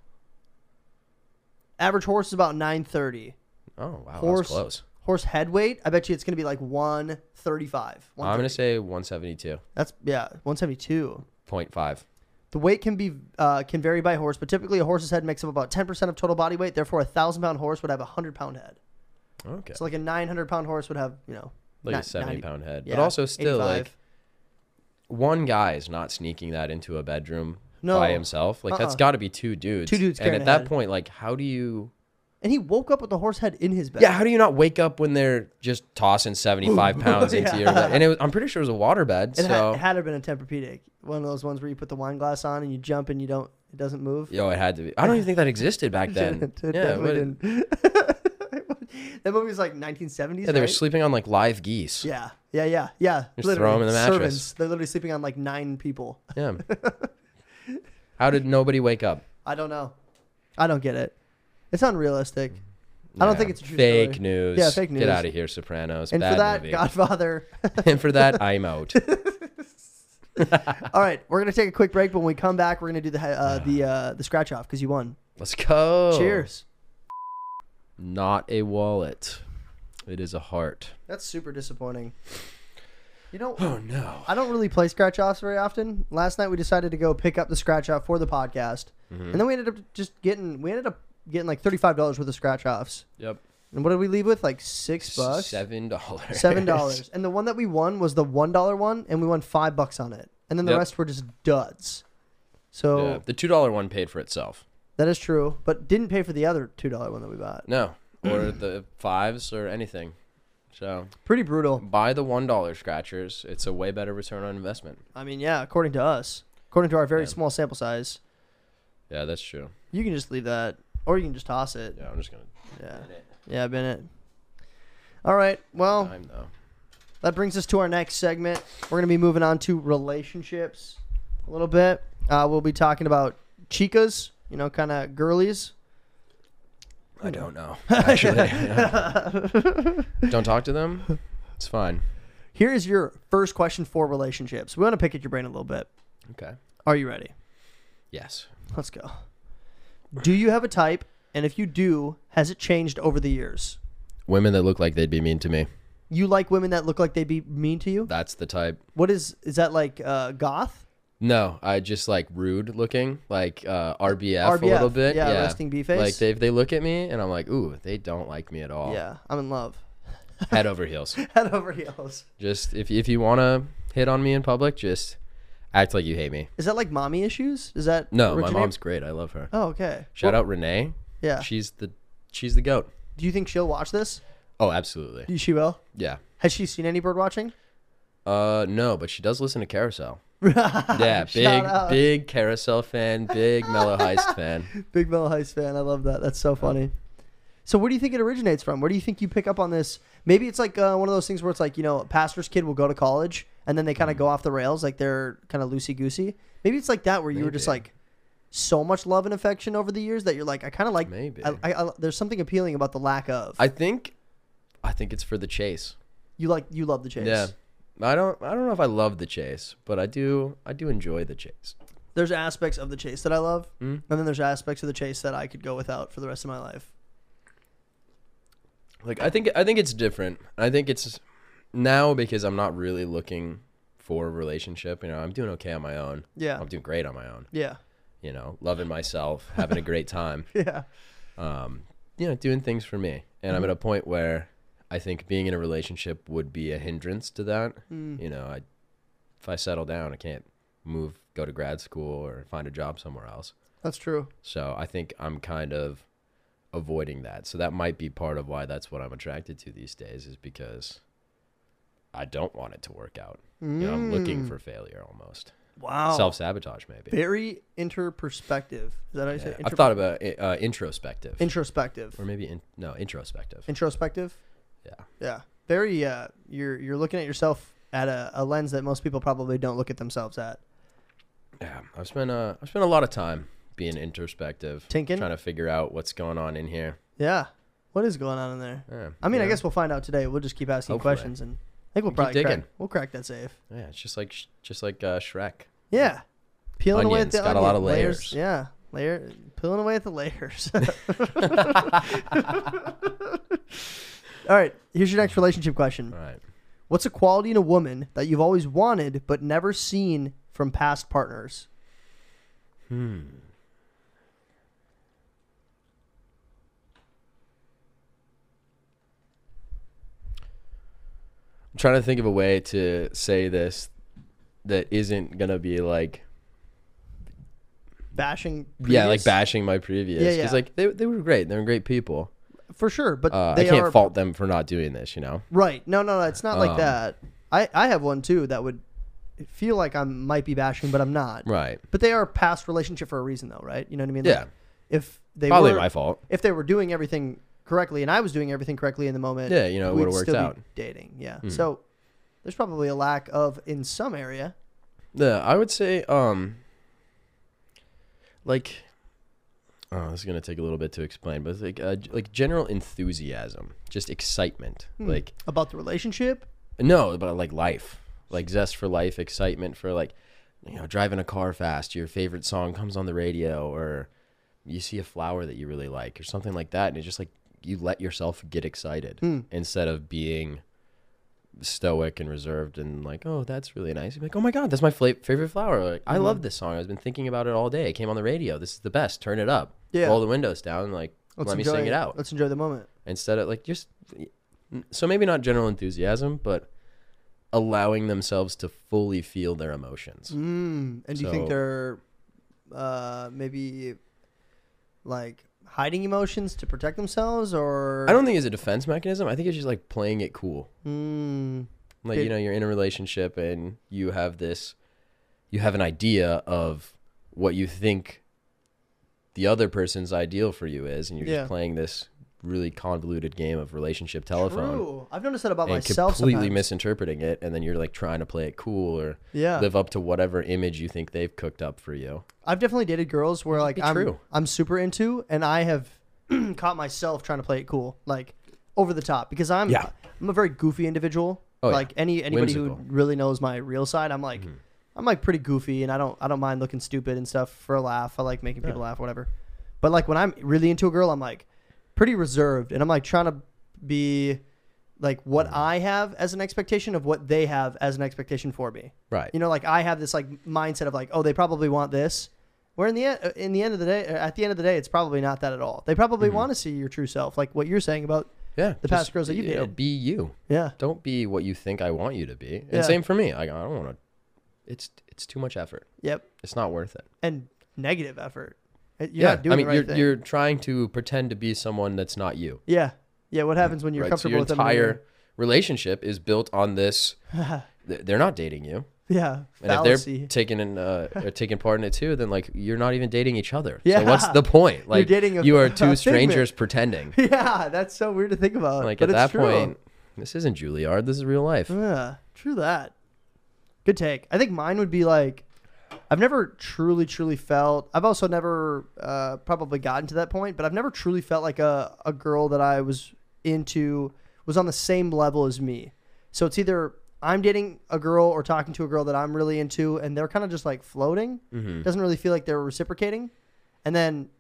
Speaker 1: average horse is about nine thirty.
Speaker 2: Oh wow,
Speaker 1: Horse-
Speaker 2: that's close.
Speaker 1: Horse head weight. I bet you it's gonna be like one thirty five.
Speaker 2: I'm gonna say one seventy two
Speaker 1: that's yeah one seventy two.
Speaker 2: point five.
Speaker 1: The weight can be uh, can vary by horse, but typically a horse's head makes up about 10% of total body weight. Therefore, a thousand pound horse would have a hundred pound head.
Speaker 2: Okay.
Speaker 1: So like a 900 pound horse would have you know
Speaker 2: Like
Speaker 1: ni-
Speaker 2: a 70
Speaker 1: 90
Speaker 2: pound head.
Speaker 1: yeah,
Speaker 2: but also still
Speaker 1: 85.
Speaker 2: like one guy is not sneaking that into a bedroom
Speaker 1: No.
Speaker 2: by himself. Like that's
Speaker 1: Uh-uh.
Speaker 2: got to be two dudes.
Speaker 1: Two dudes
Speaker 2: And
Speaker 1: carrying
Speaker 2: at
Speaker 1: a
Speaker 2: that
Speaker 1: head.
Speaker 2: point, like, how do you?
Speaker 1: And he woke up with the horse head in his bed.
Speaker 2: Yeah, how do you not wake up when they're just tossing seventy five pounds into your bed? And it was, I'm pretty sure it was a water bed.
Speaker 1: It
Speaker 2: so
Speaker 1: had, had it been a Tempur-Pedic, one of those ones where you put the wine glass on and you jump and you don't, it doesn't move.
Speaker 2: yo, it had to be. I don't even think that existed back then.
Speaker 1: It
Speaker 2: yeah,
Speaker 1: definitely
Speaker 2: what-
Speaker 1: didn't. that movie was like 1970s.
Speaker 2: yeah, they were
Speaker 1: right?
Speaker 2: sleeping on like live geese. Yeah.
Speaker 1: Yeah, yeah, yeah, yeah.
Speaker 2: Just throw 'em in the mattress.
Speaker 1: Servants. They're literally sleeping on like nine people.
Speaker 2: how did nobody wake up?
Speaker 1: I don't know. I don't get it. It's unrealistic. I don't
Speaker 2: Yeah,
Speaker 1: think it's a true
Speaker 2: fake
Speaker 1: story.
Speaker 2: news.
Speaker 1: Yeah, fake news.
Speaker 2: Get out of here, Sopranos.
Speaker 1: And
Speaker 2: Bad
Speaker 1: for that,
Speaker 2: movie.
Speaker 1: Godfather.
Speaker 2: and for that, I'm out.
Speaker 1: All right, we're gonna take a quick break, but when we come back, we're gonna do the he- uh, the uh, the scratch off because you won.
Speaker 2: Let's go.
Speaker 1: Cheers.
Speaker 2: Not a wallet. It is a heart.
Speaker 1: That's super disappointing. You know,
Speaker 2: Oh no.
Speaker 1: I don't really play scratch offs very often. Last night we decided to go pick up the scratch off for the podcast,
Speaker 2: Mm-hmm.
Speaker 1: and then we ended up just getting we ended up getting like thirty five dollars worth of scratch offs.
Speaker 2: Yep.
Speaker 1: And what did we leave with? Like six bucks,
Speaker 2: Seven dollars.
Speaker 1: seven dollars. And the one that we won was the one dollar one, and we won five bucks on it. And then the
Speaker 2: Yep.
Speaker 1: rest were just duds. So
Speaker 2: Yeah, the two dollar one paid for itself.
Speaker 1: that is true, but didn't pay for the other two dollar one that we bought.
Speaker 2: No, or the fives or anything. So
Speaker 1: Pretty brutal.
Speaker 2: buy the one dollar scratchers. It's a way better return on investment.
Speaker 1: I mean, yeah, according to us, according to our very small sample size,
Speaker 2: Yeah, that's true.
Speaker 1: you can just leave that, or you can just toss it.
Speaker 2: Yeah, I'm just gonna
Speaker 1: Yeah.
Speaker 2: it.
Speaker 1: Yeah, Bennett. All right. Well,
Speaker 2: time though.
Speaker 1: that brings us to our next segment. We're going to be moving on to relationships a little bit. Uh, we'll be talking about chicas, you know, kind of girlies.
Speaker 2: I don't know. Actually, I don't- don't talk to them. It's fine.
Speaker 1: Here is your first question for relationships. We want to pick at your brain a little bit.
Speaker 2: Okay.
Speaker 1: Are you ready?
Speaker 2: Yes.
Speaker 1: Let's go. Do you have a type? And if you do, has it changed over the years?
Speaker 2: Women that look like they'd be mean to me.
Speaker 1: You like women that look like they be mean to you?
Speaker 2: That's the type.
Speaker 1: What is is that like uh, goth?
Speaker 2: No, I just like rude looking, like uh, RBF, a
Speaker 1: RBF,
Speaker 2: little bit.
Speaker 1: yeah,
Speaker 2: Yeah,
Speaker 1: resting B-face.
Speaker 2: Like they, they look at me and I'm like, ooh, they don't like me at all.
Speaker 1: Yeah, I'm in love.
Speaker 2: Head over heels.
Speaker 1: Oh. Head over heels.
Speaker 2: Just if if you wanna hit on me in public, just act like you hate me.
Speaker 1: Is that like mommy issues? Is that
Speaker 2: No,
Speaker 1: originate-
Speaker 2: my mom's great. I love her.
Speaker 1: Oh, okay.
Speaker 2: Shout out Renee.
Speaker 1: Yeah.
Speaker 2: She's the she's the goat.
Speaker 1: Do you think she'll watch this?
Speaker 2: Oh, absolutely.
Speaker 1: Do you- She will.
Speaker 2: Yeah.
Speaker 1: Has she seen any bird watching?
Speaker 2: Uh, no, but she does listen to Carousel. yeah, big
Speaker 1: out.
Speaker 2: big Carousel fan, big Mellow Heist fan.
Speaker 1: Big Mel Heist fan. I love that. That's so funny. Oh. So where do you think it originates from? Where do you think you pick up on this? Maybe it's like uh, one of those things where it's like you know, a pastor's kid will go to college and then they
Speaker 2: Mm-hmm.
Speaker 1: kind of go off the rails, like they're kind of loosey goosey. Maybe it's like that where you were just
Speaker 2: Maybe.
Speaker 1: like so much love and affection over the years that you're like, I kind of like.
Speaker 2: Maybe.
Speaker 1: I, I, I, there's something appealing about the lack of.
Speaker 2: I think I think it's for the chase.
Speaker 1: you like you love the chase.
Speaker 2: Yeah. I don't I don't know if I love the chase, but I do I do enjoy the chase.
Speaker 1: there's aspects of the chase that I love,
Speaker 2: Mm-hmm.
Speaker 1: and then there's aspects of the chase that I could go without for the rest of my life.
Speaker 2: Like I think I think it's different. I think it's now because I'm not really looking for a relationship, you know, I'm doing okay on my own.
Speaker 1: Yeah.
Speaker 2: I'm doing great on my own,
Speaker 1: Yeah,
Speaker 2: you know, loving myself, having a great time.
Speaker 1: yeah,
Speaker 2: Um, you know, doing things for me. And I'm at a point where I think being in a relationship would be a hindrance to that. You know, I if I settle down, I can't move, go to grad school or find a job somewhere else.
Speaker 1: that's true.
Speaker 2: So I think I'm kind of avoiding that. So that might be part of why that's what I'm attracted to these days is because I don't want it to work out. You know, I'm looking for failure almost.
Speaker 1: Mm. Wow,
Speaker 2: Self sabotage, maybe.
Speaker 1: very interperspective. Is that how you say?
Speaker 2: Yeah.
Speaker 1: it?
Speaker 2: I've
Speaker 1: Inter-
Speaker 2: thought about i- uh, introspective,
Speaker 1: introspective,
Speaker 2: or maybe in, no introspective.
Speaker 1: introspective.
Speaker 2: yeah,
Speaker 1: Yeah, very. Uh, you're you're looking at yourself at a, a lens that most people probably don't look at themselves at.
Speaker 2: yeah. I've spent uh, I've spent a lot of time being introspective,
Speaker 1: Tinkin'?
Speaker 2: trying to figure out what's going on in here.
Speaker 1: Yeah, what is going on in there?
Speaker 2: Yeah,
Speaker 1: I mean, I
Speaker 2: yeah.
Speaker 1: guess we'll find out today. We'll just keep asking
Speaker 2: Hopefully.
Speaker 1: questions, and I think we'll probably
Speaker 2: digging.
Speaker 1: crack, we'll crack that safe.
Speaker 2: Yeah, it's just like sh- just like uh, Shrek.
Speaker 1: Yeah. Peeling away at
Speaker 2: Onions,
Speaker 1: the
Speaker 2: got a lot
Speaker 1: onion
Speaker 2: of layers.
Speaker 1: Yeah. Layer peeling away at the layers. All right, here's your next relationship question.
Speaker 2: All right.
Speaker 1: What's a quality in a woman that you've always wanted but never seen from past partners?
Speaker 2: I'm trying to think of a way to say this that isn't gonna be like
Speaker 1: Bashing.
Speaker 2: yeah, like
Speaker 1: previous-
Speaker 2: bashing my previous.
Speaker 1: Yeah,
Speaker 2: Because
Speaker 1: yeah.
Speaker 2: like they they were great. They were great people.
Speaker 1: for sure, but
Speaker 2: Uh, I
Speaker 1: they
Speaker 2: can't
Speaker 1: are
Speaker 2: fault them for not doing this. You know.
Speaker 1: right. No, no, no. It's not like
Speaker 2: Um,
Speaker 1: that. I I have one too that would feel like I might be bashing, but I'm not.
Speaker 2: Right.
Speaker 1: But they are past relationship for a reason, though, right? You know what I mean?
Speaker 2: Yeah.
Speaker 1: Like, if they
Speaker 2: Probably
Speaker 1: were,
Speaker 2: my fault.
Speaker 1: if they were doing everything correctly and I was doing everything correctly in the moment,
Speaker 2: Yeah, you know, it
Speaker 1: we'd
Speaker 2: would've worked
Speaker 1: still be
Speaker 2: out. Hmm.
Speaker 1: Dating, yeah. So there's probably a lack of in some area.
Speaker 2: Yeah, I would say, um, like, oh, this is gonna take a little bit to explain, but it's like, uh, g- like general enthusiasm, just excitement, like
Speaker 1: about the relationship.
Speaker 2: no, but like life, like zest for life, excitement for like, you know, driving a car fast. Your favorite song comes on the radio, or you see a flower that you really like, or something like that, and it's just like you let yourself get excited
Speaker 1: Hmm.
Speaker 2: instead of being stoic and reserved and like, oh, that's really nice. You're like, oh my god, that's my fla- favorite flower. Like,
Speaker 1: Mm-hmm.
Speaker 2: I love this song. I've been thinking about it all day. It came on the radio. This is the best. Turn it up.
Speaker 1: Yeah.
Speaker 2: Roll the windows down. And like,
Speaker 1: Let's
Speaker 2: let me
Speaker 1: enjoy
Speaker 2: sing it out
Speaker 1: Let's enjoy the moment.
Speaker 2: instead of like just so maybe not general enthusiasm but allowing themselves to fully feel their emotions
Speaker 1: Mm. And do you think
Speaker 2: So-
Speaker 1: they're uh, maybe like hiding emotions to protect themselves, or
Speaker 2: i don't think it's a defense mechanism i think it's just like playing it cool
Speaker 1: Mm.
Speaker 2: like
Speaker 1: Did-
Speaker 2: you know you're in a relationship and you have this you have an idea of what you think the other person's ideal for you is and you're
Speaker 1: Yeah.
Speaker 2: just playing this really convoluted game of relationship telephone
Speaker 1: True. I've noticed that about
Speaker 2: and
Speaker 1: myself.
Speaker 2: completely
Speaker 1: sometimes.
Speaker 2: misinterpreting it and then you're like trying to play it cool or
Speaker 1: Yeah.
Speaker 2: live up to whatever image you think they've cooked up for you
Speaker 1: I've definitely dated girls where like
Speaker 2: be
Speaker 1: I'm
Speaker 2: true.
Speaker 1: I'm super into, and I have caught myself trying to play it cool, like over the top, because I'm
Speaker 2: Yeah.
Speaker 1: I'm a very goofy individual.
Speaker 2: Oh, yeah.
Speaker 1: like any anybody who
Speaker 2: Whimsical. Mm-hmm.
Speaker 1: really knows my real side, I'm like I'm like pretty goofy, and I don't I don't mind looking stupid and stuff for a laugh. I like making people laugh, whatever. But like when I'm really into a girl, I'm like pretty reserved, and I'm like trying to be like what
Speaker 2: Mm-hmm.
Speaker 1: I have as an expectation of what they have as an expectation for me.
Speaker 2: Right.
Speaker 1: You know, like I have this like mindset of like, oh, they probably want this. Where in the end, uh, in the end of the day, at the end of the day, it's probably not that at all. They probably
Speaker 2: Mm-hmm.
Speaker 1: want to see your true self, like what you're saying about.
Speaker 2: yeah.
Speaker 1: the past girls that you've
Speaker 2: you know,
Speaker 1: dated.
Speaker 2: be you.
Speaker 1: Yeah,
Speaker 2: Don't be what you think I want you to be. And
Speaker 1: Yeah.
Speaker 2: same for me. I, I don't want to. It's it's too much effort.
Speaker 1: yep,
Speaker 2: It's not worth it.
Speaker 1: and negative effort. You're not doing
Speaker 2: I mean,
Speaker 1: the right
Speaker 2: you're
Speaker 1: thing.
Speaker 2: you're trying to pretend to be someone that's not you.
Speaker 1: yeah, yeah. What happens when you're
Speaker 2: right. So
Speaker 1: comfortable
Speaker 2: your
Speaker 1: with them and you're-
Speaker 2: entire relationship is built on this. th- they're not dating you,
Speaker 1: Yeah,
Speaker 2: and if
Speaker 1: fallacy.
Speaker 2: they're taking in uh, are taking part in it too, then like you're not even dating each other.
Speaker 1: Yeah.
Speaker 2: So what's the point? Like
Speaker 1: dating a-
Speaker 2: you
Speaker 1: a
Speaker 2: are
Speaker 1: figment.
Speaker 2: two strangers pretending.
Speaker 1: yeah, that's so weird to think about.
Speaker 2: Like
Speaker 1: but
Speaker 2: at
Speaker 1: it's
Speaker 2: that
Speaker 1: true.
Speaker 2: point, this isn't Juilliard. This is real life.
Speaker 1: Yeah, true that. Good take. I think mine would be like, I've never truly, truly felt. I've also never uh, probably gotten to that point, but I've never truly felt like a, a girl that I was into was on the same level as me. So it's either I'm dating a girl or talking to a girl that I'm really into, and they're kind of just like floating.
Speaker 2: Mm-hmm.
Speaker 1: Doesn't really feel like they're reciprocating. And then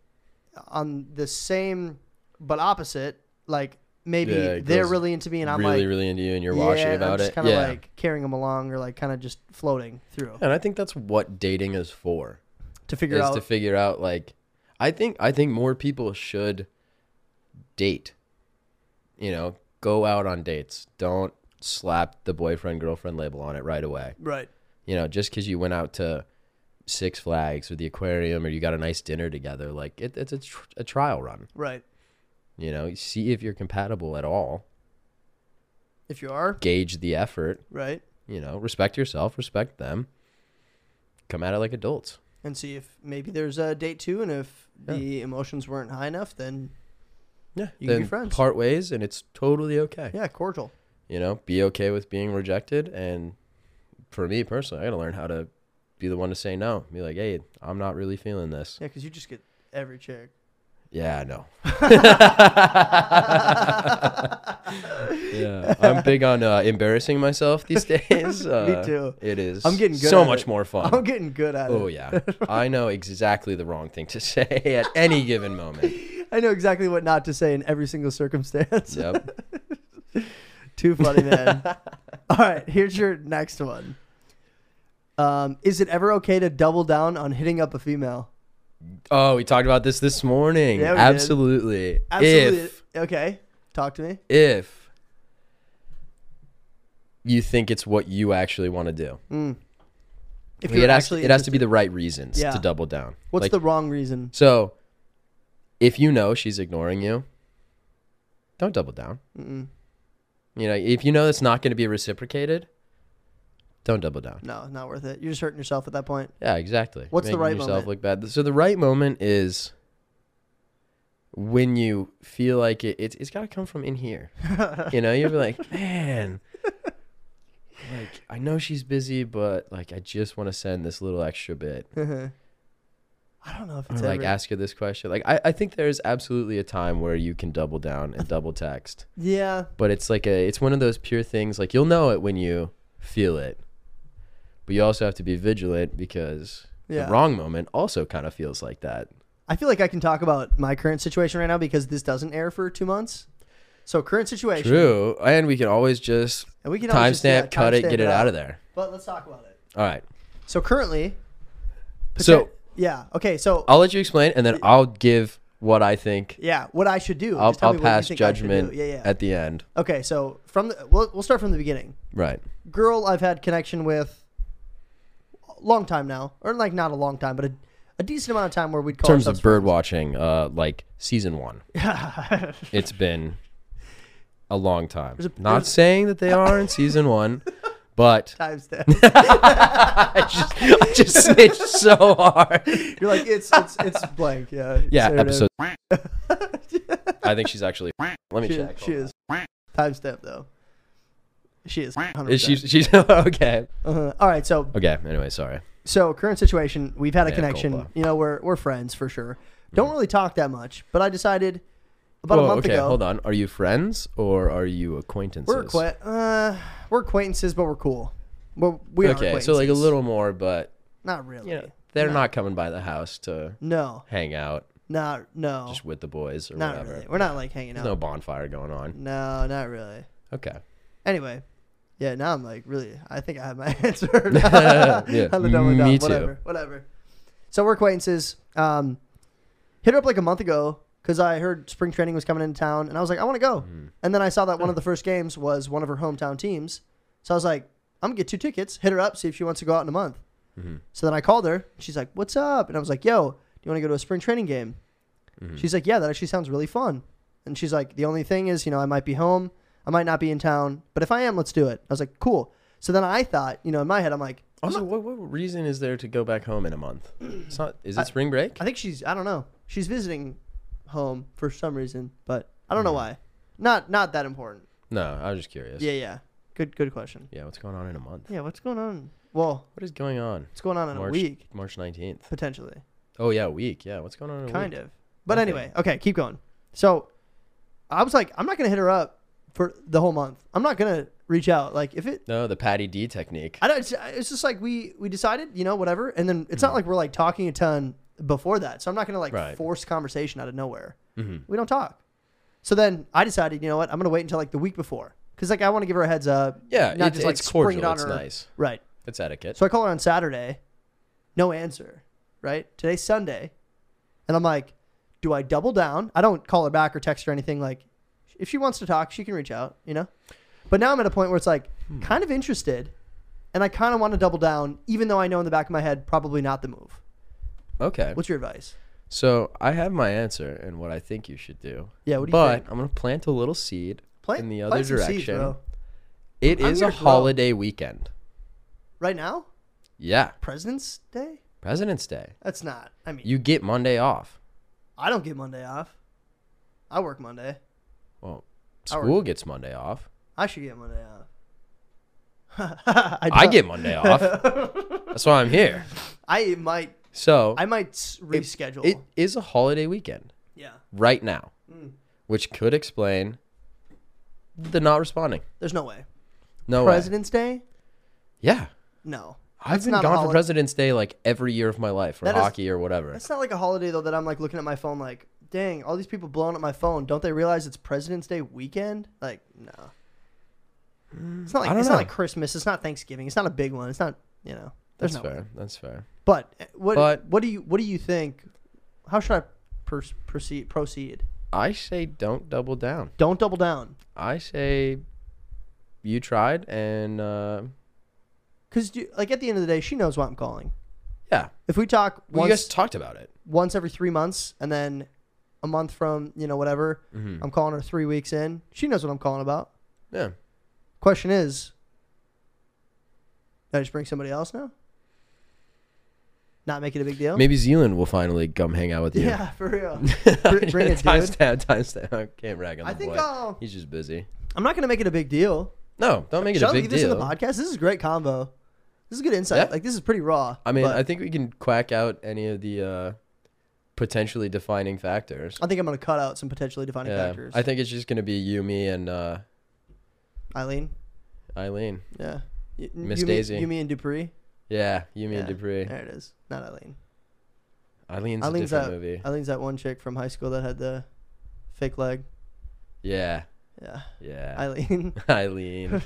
Speaker 1: on the same but opposite, like maybe
Speaker 2: Yeah, it
Speaker 1: they're
Speaker 2: goes
Speaker 1: really into me, and I'm
Speaker 2: really,
Speaker 1: like,
Speaker 2: really into you, and you're watching
Speaker 1: yeah,
Speaker 2: about
Speaker 1: I'm just
Speaker 2: it.
Speaker 1: Kind of
Speaker 2: yeah,
Speaker 1: like carrying them along, or like kind of just floating through
Speaker 2: and I think that's what dating is for,
Speaker 1: to figure
Speaker 2: is
Speaker 1: out.
Speaker 2: to figure out like, I think I think more people should date. You know, go out on dates. Don't slap the boyfriend girlfriend label on it right away.
Speaker 1: right.
Speaker 2: You know, just because you went out to Six Flags or the aquarium or you got a nice dinner together, like it, it's a, tr- a trial run.
Speaker 1: Right.
Speaker 2: You know, see if you're compatible at all.
Speaker 1: If you are
Speaker 2: Gauge the effort.
Speaker 1: right,
Speaker 2: You know, respect yourself, respect them. Come at it like adults.
Speaker 1: and see if maybe there's a date two, and if the emotions weren't high enough, then
Speaker 2: Yeah,
Speaker 1: You can be friends.
Speaker 2: Part ways, and it's totally okay.
Speaker 1: yeah, cordial.
Speaker 2: You know, be okay with being rejected. And for me personally, I got to learn how to be the one to say no. Be like, hey, I'm not really feeling this.
Speaker 1: Yeah, because you just get every chick.
Speaker 2: Yeah, no. yeah, I'm big on uh, embarrassing myself these days. Uh,
Speaker 1: too.
Speaker 2: It is.
Speaker 1: I'm getting good
Speaker 2: so
Speaker 1: at
Speaker 2: much
Speaker 1: it.
Speaker 2: more fun.
Speaker 1: I'm getting good at
Speaker 2: oh
Speaker 1: it.
Speaker 2: yeah, I know exactly the wrong thing to say at any given moment.
Speaker 1: I know exactly what not to say in every single circumstance.
Speaker 2: Yep.
Speaker 1: Too funny, man. All right, here's your next one. Um, is it ever okay to double down on hitting up a female?
Speaker 2: Oh, we talked about this this morning.
Speaker 1: Yeah, we did.
Speaker 2: Absolutely.
Speaker 1: Absolutely.
Speaker 2: If
Speaker 1: Okay. Talk to me.
Speaker 2: if you think it's what you actually want to do,
Speaker 1: Mm-hmm. If
Speaker 2: it has, it has to be the right reasons
Speaker 1: Yeah.
Speaker 2: to double down.
Speaker 1: What's
Speaker 2: Like,
Speaker 1: the wrong reason?
Speaker 2: so? If you know she's ignoring you, don't double down. You know, if you know it's not going to be reciprocated, don't double down.
Speaker 1: No, not worth it. You're just hurting yourself at that point.
Speaker 2: Yeah, exactly.
Speaker 1: What's the
Speaker 2: Making
Speaker 1: right
Speaker 2: yourself
Speaker 1: moment?
Speaker 2: Look bad. So the right moment is when you feel like it. It's, it's got to come from in here. you know, you'll be like, man, like I know she's busy, but like I just want to send this little extra bit.
Speaker 1: I don't know if
Speaker 2: Or
Speaker 1: it's
Speaker 2: like
Speaker 1: ever-
Speaker 2: ask her this question. Like I, I think there is absolutely a time where you can double down and double text.
Speaker 1: Yeah.
Speaker 2: But it's like a it's one of those pure things like you'll know it when you feel it. But you also have to be vigilant because
Speaker 1: Yeah.
Speaker 2: the wrong moment also kind of feels like that.
Speaker 1: I feel like I can talk about my current situation right now because this doesn't air for two months. So current situation.
Speaker 2: True. And we can always just
Speaker 1: And we can always just,
Speaker 2: timestamp,
Speaker 1: yeah,
Speaker 2: cut it,
Speaker 1: timestamp it
Speaker 2: get it out
Speaker 1: out.
Speaker 2: of there.
Speaker 1: But let's talk about it.
Speaker 2: All right.
Speaker 1: So currently.
Speaker 2: So-
Speaker 1: yeah. Okay. So
Speaker 2: I'll let you explain and then I'll give what I think.
Speaker 1: yeah, what I should do.
Speaker 2: I'll,
Speaker 1: Just tell
Speaker 2: I'll
Speaker 1: me what you
Speaker 2: pass
Speaker 1: think I should do.
Speaker 2: judgment
Speaker 1: Yeah, yeah.
Speaker 2: at the end.
Speaker 1: okay. So from the we'll, we'll start from the beginning.
Speaker 2: Right.
Speaker 1: girl I've had connection with a long time now, or like not a long time, but a, a decent amount of time where we'd
Speaker 2: In
Speaker 1: call
Speaker 2: terms of
Speaker 1: ourselves
Speaker 2: bird watching, uh, like season one, it's been a long time.
Speaker 1: a-
Speaker 2: Not
Speaker 1: there's-
Speaker 2: saying that they are in season one, but
Speaker 1: friends timestamp.
Speaker 2: I just, I just snitched so hard.
Speaker 1: You're like it's it's it's blank. Yeah.
Speaker 2: Yeah,
Speaker 1: Sarah
Speaker 2: episode. I think she's actually. Let me
Speaker 1: She,
Speaker 2: check.
Speaker 1: she is timestamp though. She is. 100%.
Speaker 2: Is she? She's okay.
Speaker 1: Uh-huh. All right. So
Speaker 2: Okay. Anyway, sorry.
Speaker 1: so current situation, we've had a
Speaker 2: Yeah,
Speaker 1: connection.
Speaker 2: culpa.
Speaker 1: You know, we're we're friends for sure. Don't really talk that much, but I decided about a
Speaker 2: Whoa,
Speaker 1: month
Speaker 2: okay,
Speaker 1: ago.
Speaker 2: hold on. Are you friends or are you acquaintances?
Speaker 1: We're acquaint- uh, we're acquaintances, but we're cool. Well, we are
Speaker 2: Okay, so like a
Speaker 1: acquaintances.
Speaker 2: little more, but
Speaker 1: Not really.
Speaker 2: you know they're not coming by the house to
Speaker 1: No,
Speaker 2: hang out
Speaker 1: not no,
Speaker 2: just with the boys or
Speaker 1: not
Speaker 2: whatever.
Speaker 1: really. We're not Mm. like hanging out.
Speaker 2: There's no bonfire going on.
Speaker 1: No, not really.
Speaker 2: Okay.
Speaker 1: Anyway, yeah. Now I'm like really. I think I have my answer.
Speaker 2: Yeah,
Speaker 1: On the double down.
Speaker 2: me too.
Speaker 1: Whatever. Whatever. So we're acquaintances. Um, hit her up like a month ago because I heard spring training was coming into town, and I was like, I want to go.
Speaker 2: Hmm.
Speaker 1: And then I saw that one of the first games was one of her hometown teams, so I was like, I'm gonna get two tickets. Hit her up, see if she wants to go out in a month.
Speaker 2: Mm-hmm.
Speaker 1: So then I called her. She's like, "What's up?" And I was like, "Yo, do you want to go to a spring training game?" She's like, "Yeah, that actually sounds really fun." And she's like, "The only thing is, you know, I might be home. I might not be in town, but if I am, let's do it." I was like, "Cool." So then I thought, you know, in my head, I'm like,
Speaker 2: Also, what, what reason is there to go back home in a month? It's not. Is it spring break?
Speaker 1: I think she's I don't know. She's visiting home for some reason, but I don't know why. Not not that important.
Speaker 2: No, I was just curious.
Speaker 1: Yeah, yeah. Good good question.
Speaker 2: Yeah, what's going on in a month?
Speaker 1: Yeah, what's going on? Well,
Speaker 2: What is going on?
Speaker 1: what's going on in
Speaker 2: March,
Speaker 1: a week
Speaker 2: March 19th.
Speaker 1: potentially?
Speaker 2: Oh, yeah, a week. Yeah, what's going on in a
Speaker 1: Kind
Speaker 2: week?
Speaker 1: of. But
Speaker 2: Okay.
Speaker 1: anyway, okay, keep going. So I was like, I'm not gonna hit her up for the whole month. I'm not gonna reach out. Like if it
Speaker 2: No, the Patty D technique.
Speaker 1: I don't it's, it's just like we we decided, you know, whatever, and then it's not like we're like talking a ton before that. So I'm not gonna like
Speaker 2: Mm-hmm. Right.
Speaker 1: force conversation out of nowhere.
Speaker 2: Mm-hmm.
Speaker 1: We don't talk. So then I decided, you know what, I'm gonna wait until like the week before. Cause like I want to give her a heads up.
Speaker 2: Yeah,
Speaker 1: not
Speaker 2: it-
Speaker 1: just like
Speaker 2: it's
Speaker 1: spring
Speaker 2: cordial,
Speaker 1: It on
Speaker 2: it's
Speaker 1: her.
Speaker 2: nice.
Speaker 1: Right.
Speaker 2: It's etiquette.
Speaker 1: So I call her on Saturday, no answer, right? Today's Sunday. And I'm like, do I double down? I don't call her back or text her anything. Like, if she wants to talk, she can reach out, you know? But now I'm at a point where it's like,
Speaker 2: Hmm.
Speaker 1: kind of interested, and I kind of want to double down, even though I know in the back of my head, probably not the move.
Speaker 2: okay.
Speaker 1: What's your advice?
Speaker 2: So I have my answer and what I think you should do.
Speaker 1: Yeah, what do you
Speaker 2: but
Speaker 1: think?
Speaker 2: I'm gonna plant a little seed
Speaker 1: Plant-
Speaker 2: in the other
Speaker 1: plant some
Speaker 2: direction.
Speaker 1: seeds, bro.
Speaker 2: It
Speaker 1: I'm
Speaker 2: is a
Speaker 1: here to grow.
Speaker 2: holiday weekend.
Speaker 1: Right now?
Speaker 2: Yeah,
Speaker 1: President's Day?
Speaker 2: President's Day.
Speaker 1: That's not. I mean,
Speaker 2: You get Monday off.
Speaker 1: I don't get Monday off. I work Monday.
Speaker 2: Well,
Speaker 1: Our-
Speaker 2: school gets Monday off.
Speaker 1: I should get Monday off. I,
Speaker 2: I
Speaker 1: don't-
Speaker 2: get Monday off. That's why I'm here.
Speaker 1: I might
Speaker 2: So
Speaker 1: I might s- reschedule.
Speaker 2: it is a holiday weekend
Speaker 1: yeah.
Speaker 2: right now,
Speaker 1: Hmm.
Speaker 2: which could explain the not responding.
Speaker 1: There's no way.
Speaker 2: No way.
Speaker 1: President's Day?
Speaker 2: Yeah.
Speaker 1: No.
Speaker 2: I've
Speaker 1: That's
Speaker 2: been
Speaker 1: not a
Speaker 2: gone for
Speaker 1: holi-
Speaker 2: President's Day like every year of my life, or
Speaker 1: That is-
Speaker 2: hockey, or whatever.
Speaker 1: That's not like a holiday though that I'm like looking at my phone like, dang, all these people blowing up my phone. Don't they realize it's President's Day weekend? Like, no. It's not
Speaker 2: I
Speaker 1: like
Speaker 2: don't
Speaker 1: it's not
Speaker 2: know.
Speaker 1: like Christmas. It's not Thanksgiving. It's not a big one. It's not you know. There's
Speaker 2: That's
Speaker 1: no way.
Speaker 2: fair. That's fair.
Speaker 1: But uh, what
Speaker 2: But-
Speaker 1: what do you what do you think how should I pers- proceed? Proceed.
Speaker 2: I say don't double down.
Speaker 1: Don't double down,
Speaker 2: I say you tried and uh,
Speaker 1: because like at the end of the day, she knows why I'm calling.
Speaker 2: yeah.
Speaker 1: If we talk
Speaker 2: Well,
Speaker 1: once,
Speaker 2: you guys talked about it.
Speaker 1: once every three months, and then a month from you know whatever,
Speaker 2: Mm-hmm.
Speaker 1: I'm calling her three weeks in. She knows what I'm calling about.
Speaker 2: Yeah.
Speaker 1: Question is, did I just bring somebody else now? Not make it a big deal.
Speaker 2: Maybe Zealand will finally come hang out with you.
Speaker 1: Yeah, for real.
Speaker 2: Br-
Speaker 1: bring it, dude.
Speaker 2: timestamp, timestamp. I can't rag on the
Speaker 1: I think
Speaker 2: boy.
Speaker 1: I'll-
Speaker 2: He's just busy.
Speaker 1: I'm not gonna make it a big deal.
Speaker 2: No, don't make it
Speaker 1: Should
Speaker 2: a
Speaker 1: I
Speaker 2: big
Speaker 1: leave this
Speaker 2: deal.
Speaker 1: in the podcast? This is great combo. This is good insight.
Speaker 2: Yeah.
Speaker 1: Like this is pretty raw.
Speaker 2: I mean,
Speaker 1: but
Speaker 2: I think we can quack out any of the uh, potentially defining factors.
Speaker 1: I think I'm gonna cut out some potentially defining
Speaker 2: yeah,
Speaker 1: factors.
Speaker 2: I think it's just gonna be you, me, and uh,
Speaker 1: Eileen.
Speaker 2: Eileen.
Speaker 1: Yeah. Y-
Speaker 2: Miss
Speaker 1: you mean-
Speaker 2: Daisy.
Speaker 1: You mean Dupree?
Speaker 2: Yeah, you, me, and
Speaker 1: Yeah,
Speaker 2: Dupree.
Speaker 1: There it is. Not Eileen.
Speaker 2: Eileen's,
Speaker 1: Eileen's
Speaker 2: a different
Speaker 1: that
Speaker 2: movie.
Speaker 1: Eileen's that one chick from high school that had the fake leg.
Speaker 2: yeah,
Speaker 1: Yeah.
Speaker 2: yeah.
Speaker 1: Eileen.
Speaker 2: Eileen.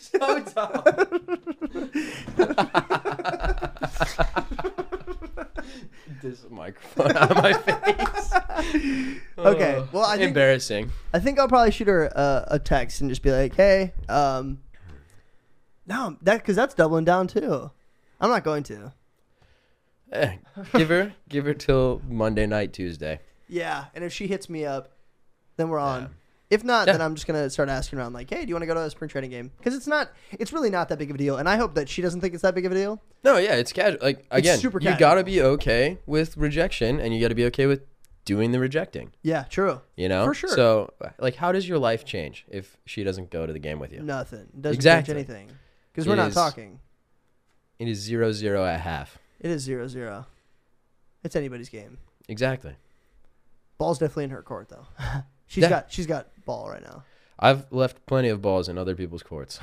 Speaker 2: so dumb. this microphone out of my face.
Speaker 1: Okay, well, I think-
Speaker 2: embarrassing.
Speaker 1: I think I'll probably shoot her a, a text and just be like, "Hey, um, no, that because that's doubling down too. I'm not going to.
Speaker 2: Eh, give her, give her till Monday night, Tuesday.
Speaker 1: Yeah, and if she hits me up, then we're on.
Speaker 2: Yeah.
Speaker 1: If not,
Speaker 2: Yeah.
Speaker 1: then I'm just gonna start asking around, like, "Hey, do you want to go to a spring training game? Because it's not, it's really not that big of a deal, and I hope that she doesn't think it's that big of a deal.
Speaker 2: No, yeah, it's casual. Like again,
Speaker 1: super
Speaker 2: you
Speaker 1: casual.
Speaker 2: gotta be okay with rejection, and you gotta be okay with doing the rejecting.
Speaker 1: Yeah, true.
Speaker 2: You know,
Speaker 1: For sure.
Speaker 2: So, like, how does your life change if she doesn't go to the game with you?
Speaker 1: Nothing It doesn't
Speaker 2: Exactly.
Speaker 1: change anything because
Speaker 2: It
Speaker 1: we're not
Speaker 2: is-
Speaker 1: talking.
Speaker 2: It is zero zero at half.
Speaker 1: It is zero zero. It's anybody's game.
Speaker 2: Exactly.
Speaker 1: Ball's definitely in her court though. She's
Speaker 2: Yeah.
Speaker 1: got she's got ball right now.
Speaker 2: I've left plenty of balls in other people's courts.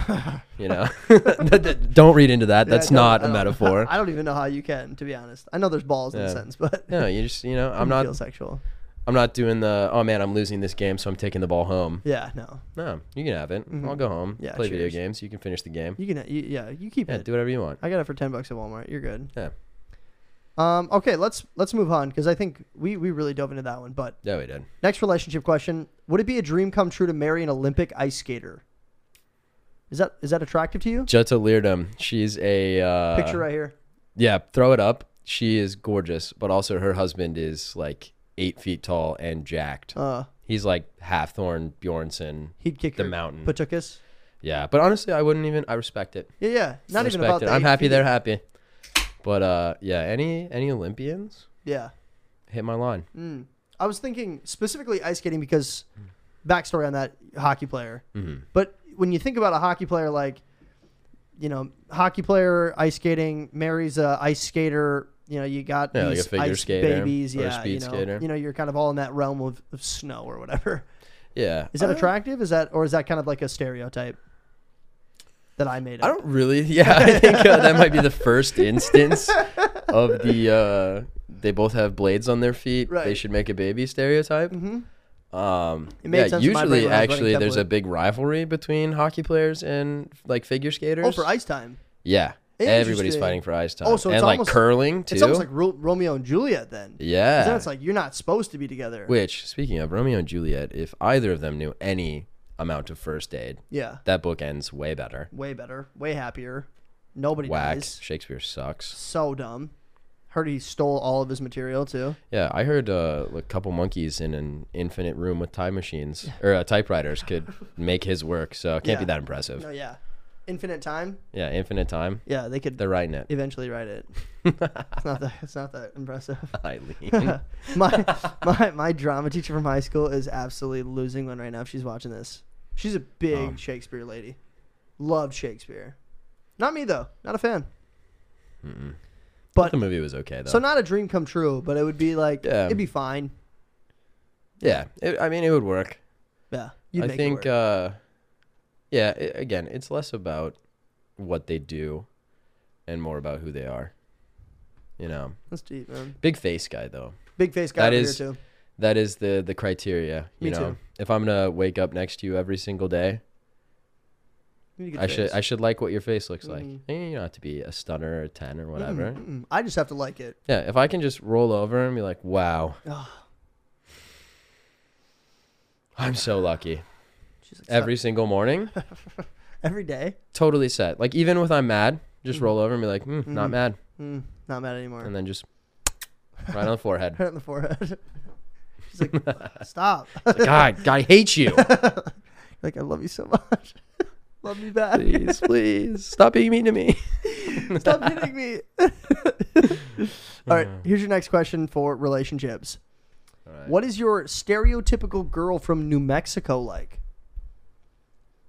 Speaker 2: You know, That- that- don't read into that.
Speaker 1: Yeah,
Speaker 2: That's
Speaker 1: I don't-
Speaker 2: not
Speaker 1: I
Speaker 2: a
Speaker 1: don't-
Speaker 2: metaphor.
Speaker 1: I don't even know how you can, to be honest. I know there's balls in the
Speaker 2: Yeah.
Speaker 1: sentence, but
Speaker 2: No, you just you know, I'm
Speaker 1: feel
Speaker 2: not.
Speaker 1: sexual.
Speaker 2: I'm not doing the. Oh man, I'm losing this game, so I'm taking the ball home.
Speaker 1: Yeah, no,
Speaker 2: No, you can have it. I'll go home.
Speaker 1: Mm-hmm. Yeah,
Speaker 2: play video
Speaker 1: cheers.
Speaker 2: games. You can finish the game.
Speaker 1: you can. You, yeah, you keep
Speaker 2: Yeah,
Speaker 1: it.
Speaker 2: do whatever you want.
Speaker 1: I got it for ten bucks at Walmart. You're good.
Speaker 2: Yeah.
Speaker 1: Um. Okay. Let's let's move on because I think we we really dove into that one. But
Speaker 2: Yeah, we did.
Speaker 1: next relationship question: Would it be a dream come true to marry an Olympic ice skater? Is that is that attractive to you?
Speaker 2: Jutta Leardom. She's a uh,
Speaker 1: Picture right here.
Speaker 2: Yeah, throw it up. She is gorgeous, but also her husband is like eight feet tall and jacked.
Speaker 1: Uh,
Speaker 2: He's like Hathorn Bjornson.
Speaker 1: he'd kick
Speaker 2: the
Speaker 1: your
Speaker 2: mountain.
Speaker 1: Pachukas.
Speaker 2: Yeah, but honestly, I wouldn't even. I respect it.
Speaker 1: Yeah, yeah. Not
Speaker 2: I
Speaker 1: even
Speaker 2: respect
Speaker 1: about
Speaker 2: it.
Speaker 1: that.
Speaker 2: I'm happy they're happy. But uh, yeah, any any Olympians
Speaker 1: Yeah.
Speaker 2: hit my line.
Speaker 1: Mm. I was thinking specifically ice skating because backstory on that hockey player.
Speaker 2: Mm-hmm.
Speaker 1: But when you think about a hockey player, like you know, hockey player ice skating marries a ice skater. You know, you got
Speaker 2: Yeah, like a
Speaker 1: these
Speaker 2: figure
Speaker 1: ice
Speaker 2: skater
Speaker 1: babies,
Speaker 2: or a
Speaker 1: yeah. you
Speaker 2: speed
Speaker 1: know,
Speaker 2: skater.
Speaker 1: you know, you're kind of all in that realm of, of snow or whatever.
Speaker 2: Yeah,
Speaker 1: Is that
Speaker 2: I-
Speaker 1: attractive? Is that or is that kind of like a stereotype that I made? Up?
Speaker 2: I don't really. Yeah, I think uh, that might be the first instance of the. Uh, they both have blades on their feet. They
Speaker 1: Right. Mm-hmm.
Speaker 2: should make a baby stereotype. Um,
Speaker 1: It made
Speaker 2: yeah,
Speaker 1: sense in my brain
Speaker 2: usually
Speaker 1: when I was running
Speaker 2: actually there's a
Speaker 1: template.
Speaker 2: big rivalry between hockey players and like figure skaters.
Speaker 1: Oh, for ice time.
Speaker 2: yeah, everybody's
Speaker 1: Interesting.
Speaker 2: fighting for ice time.
Speaker 1: Oh, so it's
Speaker 2: and like
Speaker 1: almost-
Speaker 2: curling too.
Speaker 1: It's almost like Ro- Romeo and Juliet then. 'Cause
Speaker 2: yeah,
Speaker 1: Then it's like you're not supposed to be together.
Speaker 2: Which, speaking of Romeo and Juliet, if either of them knew any amount of first aid,
Speaker 1: Yeah.
Speaker 2: that book ends way better.
Speaker 1: way better, way happier. Nobody
Speaker 2: Whack.
Speaker 1: dies.
Speaker 2: Shakespeare sucks.
Speaker 1: So dumb. Heard he stole all of his material too.
Speaker 2: Yeah, I heard uh, a couple monkeys in an infinite room with time machines or uh, typewriters could make his work, so it can't be
Speaker 1: Yeah.
Speaker 2: that impressive.
Speaker 1: No, yeah. Infinite time.
Speaker 2: Yeah, infinite time.
Speaker 1: Yeah, they could
Speaker 2: They're writing it.
Speaker 1: eventually write it. it's not that. It's not that impressive.
Speaker 2: Eileen.
Speaker 1: my my my drama teacher from high school is absolutely losing one right now. If she's watching this, she's a big
Speaker 2: Oh.
Speaker 1: Shakespeare lady. Loved Shakespeare. Not me though. Not a fan. But
Speaker 2: the movie was okay though.
Speaker 1: so not a dream come true, but it would be like
Speaker 2: Yeah.
Speaker 1: it'd be fine.
Speaker 2: yeah, it, I mean it would work.
Speaker 1: Yeah, you'd
Speaker 2: I
Speaker 1: make
Speaker 2: think.
Speaker 1: it work.
Speaker 2: Uh, yeah, i again, it's less about what they do, and more about who they are. You know,
Speaker 1: that's deep, man.
Speaker 2: big face guy though.
Speaker 1: Big face guy
Speaker 2: That
Speaker 1: over
Speaker 2: is-
Speaker 1: here too.
Speaker 2: That is the the criteria. You
Speaker 1: Me
Speaker 2: know,
Speaker 1: too.
Speaker 2: if I'm gonna wake up next to you every single day,
Speaker 1: You need a good
Speaker 2: I should
Speaker 1: face. Mm-hmm.
Speaker 2: I should like what your face looks like. Eh, You don't have to be a stunner or a ten or whatever.
Speaker 1: Mm, I just have to like it.
Speaker 2: Yeah, if I can just roll over and be like, "Wow,
Speaker 1: Ugh.
Speaker 2: I'm so lucky."
Speaker 1: She's like,
Speaker 2: Every single morning,
Speaker 1: every day.
Speaker 2: totally set. Like even with I'm mad, just roll over and be like, mm, "Not mad,"
Speaker 1: Mm, not mad anymore.
Speaker 2: and then just right on the forehead.
Speaker 1: Right on the forehead. She's like, stop.
Speaker 2: God, God, I hate you.
Speaker 1: like, I love you so much. love me back.
Speaker 2: Please, please stop being mean to me.
Speaker 1: Stop hitting me. All right, here's your next question for relationships.
Speaker 2: Alright.
Speaker 1: What is your stereotypical girl from New Mexico like?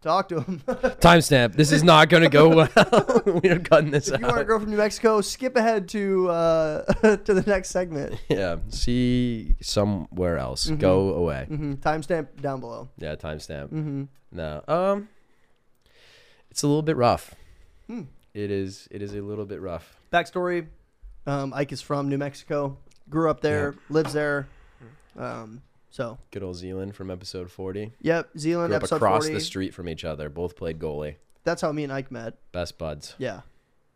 Speaker 1: Talk to him.
Speaker 2: Timestamp. This is not going to go well. we are cutting this
Speaker 1: if you want a
Speaker 2: out.
Speaker 1: girl from New Mexico, skip ahead to uh, to the next segment.
Speaker 2: yeah. See somewhere else. Go away.
Speaker 1: hmm Timestamp down below. Mm-hmm.
Speaker 2: Yeah. Timestamp. No. Um. It's a little bit rough. Hmm. It is. It is a little bit rough.
Speaker 1: Backstory: um, Ike is from New Mexico, grew up there, lives there. Um, so,
Speaker 2: Good old Zealand from episode forty.
Speaker 1: yep, Zealand
Speaker 2: Grew up
Speaker 1: episode
Speaker 2: across
Speaker 1: forty.
Speaker 2: the street from each other. Both played goalie.
Speaker 1: That's how me and Ike met.
Speaker 2: Best buds.
Speaker 1: Yeah,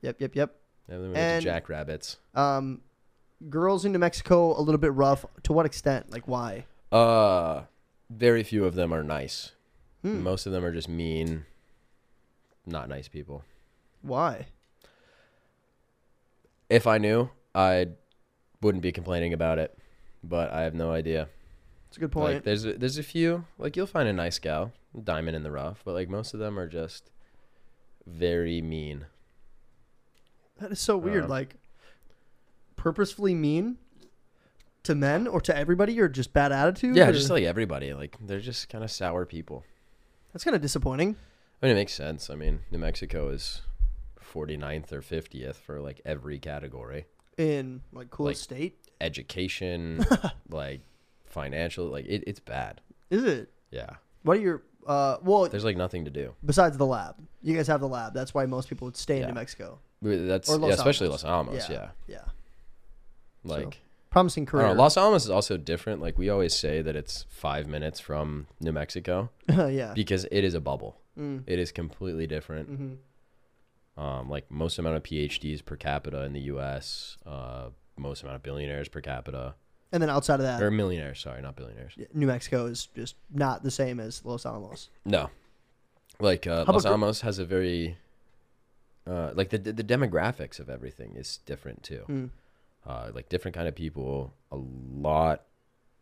Speaker 1: yep, yep, yep.
Speaker 2: And then
Speaker 1: And-
Speaker 2: we went to Jackrabbits.
Speaker 1: Um, girls in New Mexico a little bit rough. To what extent? Like why?
Speaker 2: Uh, very few of them are nice.
Speaker 1: Hmm.
Speaker 2: Most of them are just mean, not nice people.
Speaker 1: Why?
Speaker 2: If I knew, I wouldn't be complaining about it. But I have no idea.
Speaker 1: It's a good
Speaker 2: Like
Speaker 1: point.
Speaker 2: there's a, there's a few like you'll find a nice gal, diamond in the rough, but like most of them are just very mean.
Speaker 1: that is so weird.
Speaker 2: uh,
Speaker 1: like purposefully mean to men or to everybody, or just bad attitude.
Speaker 2: Yeah,
Speaker 1: or-
Speaker 2: just like everybody. Like they're just kind of sour people.
Speaker 1: that's kind of disappointing.
Speaker 2: I mean, it makes sense. I mean, New Mexico is 49th or 50th for like every category.
Speaker 1: In like coolest state,
Speaker 2: Education, like financial, like it, it's bad.
Speaker 1: is it?
Speaker 2: Yeah.
Speaker 1: What are your uh? Well,
Speaker 2: There's like nothing to do.
Speaker 1: besides the lab, you guys have the lab. That's why most people would stay in
Speaker 2: Yeah.
Speaker 1: New Mexico.
Speaker 2: We- That's
Speaker 1: Or Los
Speaker 2: yeah, especially
Speaker 1: Alamos.
Speaker 2: Los Alamos, yeah.
Speaker 1: Yeah.
Speaker 2: Like
Speaker 1: Promising
Speaker 2: I
Speaker 1: career.
Speaker 2: don't know, Los Alamos is also different. Like we always say that it's 5 minutes from New Mexico.
Speaker 1: yeah. Mm-hmm.
Speaker 2: because it is a bubble.
Speaker 1: Mm.
Speaker 2: It is completely different. Um, like most amount of PhDs per capita in the U.S., uh, most amount of billionaires per capita
Speaker 1: And then outside of that,
Speaker 2: or millionaires. Sorry, not billionaires.
Speaker 1: New Mexico is just not the same as Los Alamos.
Speaker 2: No, like uh,
Speaker 1: How
Speaker 2: Los
Speaker 1: about-
Speaker 2: Alamos has a very uh, like the the demographics of everything is different too.
Speaker 1: Mm.
Speaker 2: Uh, like different kind of people, a lot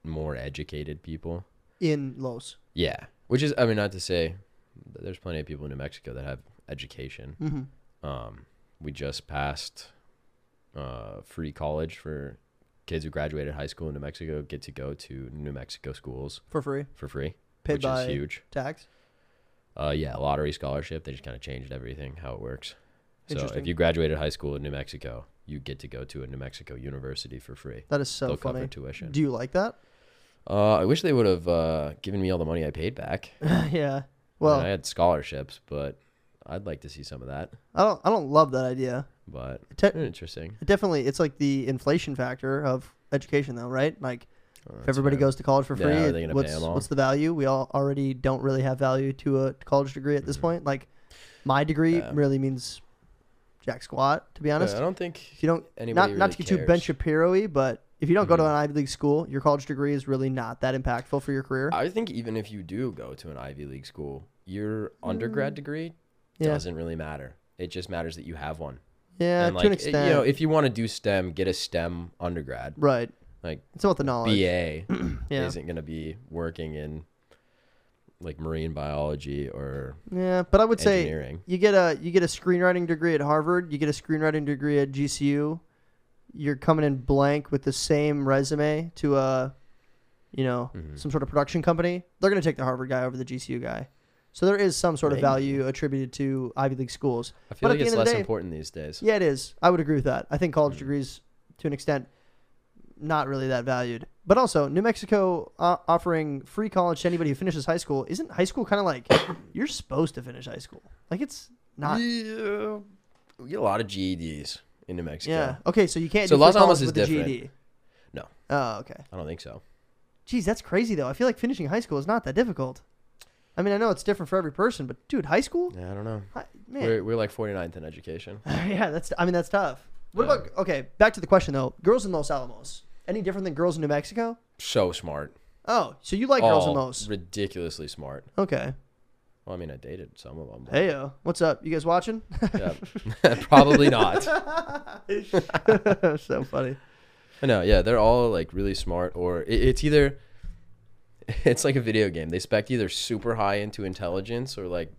Speaker 2: more educated people.
Speaker 1: In Los.
Speaker 2: Yeah, which is I mean not to say that there's plenty of people in New Mexico that have education.
Speaker 1: Mm-hmm.
Speaker 2: Um, we just passed uh, free college for kids who graduated high school in New Mexico get to go to New Mexico schools
Speaker 1: for free,
Speaker 2: for free,
Speaker 1: Paid
Speaker 2: which
Speaker 1: by-
Speaker 2: is huge.
Speaker 1: tax.
Speaker 2: Uh, yeah, lottery scholarship. They just kind of changed everything how it works. So
Speaker 1: Interesting.
Speaker 2: if you graduated high school in New Mexico, you get to go to a New Mexico university for free.
Speaker 1: That is so
Speaker 2: They'll
Speaker 1: funny.
Speaker 2: cover tuition.
Speaker 1: Do you like that?
Speaker 2: Uh, I wish they would have uh, given me all the money I paid back.
Speaker 1: yeah.
Speaker 2: I mean,
Speaker 1: Well,
Speaker 2: I had scholarships, but I'd like to see some of that.
Speaker 1: I don't. I don't love that idea.
Speaker 2: But
Speaker 1: Te-
Speaker 2: interesting.
Speaker 1: It definitely, it's like the inflation factor of education, though, right? Like, if everybody
Speaker 2: fair.
Speaker 1: goes to college for
Speaker 2: Yeah,
Speaker 1: free,
Speaker 2: are
Speaker 1: it-
Speaker 2: they gonna pay
Speaker 1: what's
Speaker 2: 'em all?
Speaker 1: what's the value? We all already don't really have value to a college degree at this point. Like, my degree
Speaker 2: Mm-hmm. Yeah.
Speaker 1: really means jack squat, to be honest.
Speaker 2: Yeah, I don't think
Speaker 1: if you don't,
Speaker 2: anybody
Speaker 1: not not
Speaker 2: really
Speaker 1: to get too
Speaker 2: cares. Mm-hmm.
Speaker 1: Ben Shapiro-y, but if you don't go to an Ivy League school, your college degree is really not that impactful for your career.
Speaker 2: I think even if you do go to an Ivy League school, your undergrad degree
Speaker 1: Mm. Yeah.
Speaker 2: doesn't really matter. It just matters that you have one.
Speaker 1: yeah,
Speaker 2: and
Speaker 1: to
Speaker 2: like,
Speaker 1: an
Speaker 2: it-
Speaker 1: extent,
Speaker 2: you know, if you want to do STEM, get a STEM undergrad.
Speaker 1: right?
Speaker 2: Like
Speaker 1: It's about the knowledge. Mm,
Speaker 2: BA
Speaker 1: Yeah.
Speaker 2: isn't going to be working in like marine biology or
Speaker 1: Yeah, but I would say
Speaker 2: Engineering.
Speaker 1: you get a you get a screenwriting degree at Harvard, you get a screenwriting degree at GCU. You're coming in blank with the same resume to a, you know, some sort of production company. They're going to take the Harvard guy over the GCU guy. So there is some sort of
Speaker 2: Maybe.
Speaker 1: value attributed to Ivy League schools.
Speaker 2: I feel
Speaker 1: but
Speaker 2: like
Speaker 1: at the
Speaker 2: it's
Speaker 1: end
Speaker 2: less
Speaker 1: of the day,
Speaker 2: important these days.
Speaker 1: yeah, it is. I would agree with that. I think college degrees, to an extent, not really that valued. But also, New Mexico uh, offering free college to anybody who finishes high school isn't high school kind of like you're supposed to finish high school? Like it's not. Yeah.
Speaker 2: Yeah. We get a lot of GEDs in New Mexico.
Speaker 1: Okay, so you can't.
Speaker 2: So
Speaker 1: do free
Speaker 2: Los Alamos
Speaker 1: college
Speaker 2: is
Speaker 1: with the
Speaker 2: different.
Speaker 1: GED.
Speaker 2: No.
Speaker 1: Oh, okay.
Speaker 2: I don't think so.
Speaker 1: Geez, that's crazy though. I feel like finishing high school is not that difficult. I I mean, I know it's different for every person, but dude, high school,
Speaker 2: Yeah, I don't know.
Speaker 1: Hi- man,
Speaker 2: We're, we're like 49th in education.
Speaker 1: yeah, that's. I mean, that's tough. What
Speaker 2: Yeah.
Speaker 1: about okay? Back to the question though. Girls in Los Alamos, any different than girls in New Mexico?
Speaker 2: So smart.
Speaker 1: Oh, so you like girls in
Speaker 2: All
Speaker 1: Los?
Speaker 2: ridiculously smart.
Speaker 1: Okay.
Speaker 2: Well, I mean, I dated some of them.
Speaker 1: Hey yo, what's up? You guys watching?
Speaker 2: Yeah. Probably not.
Speaker 1: so funny.
Speaker 2: I know. Yeah, they're all like really smart, or it, it's either it's like a video game. They spec either super high into intelligence or like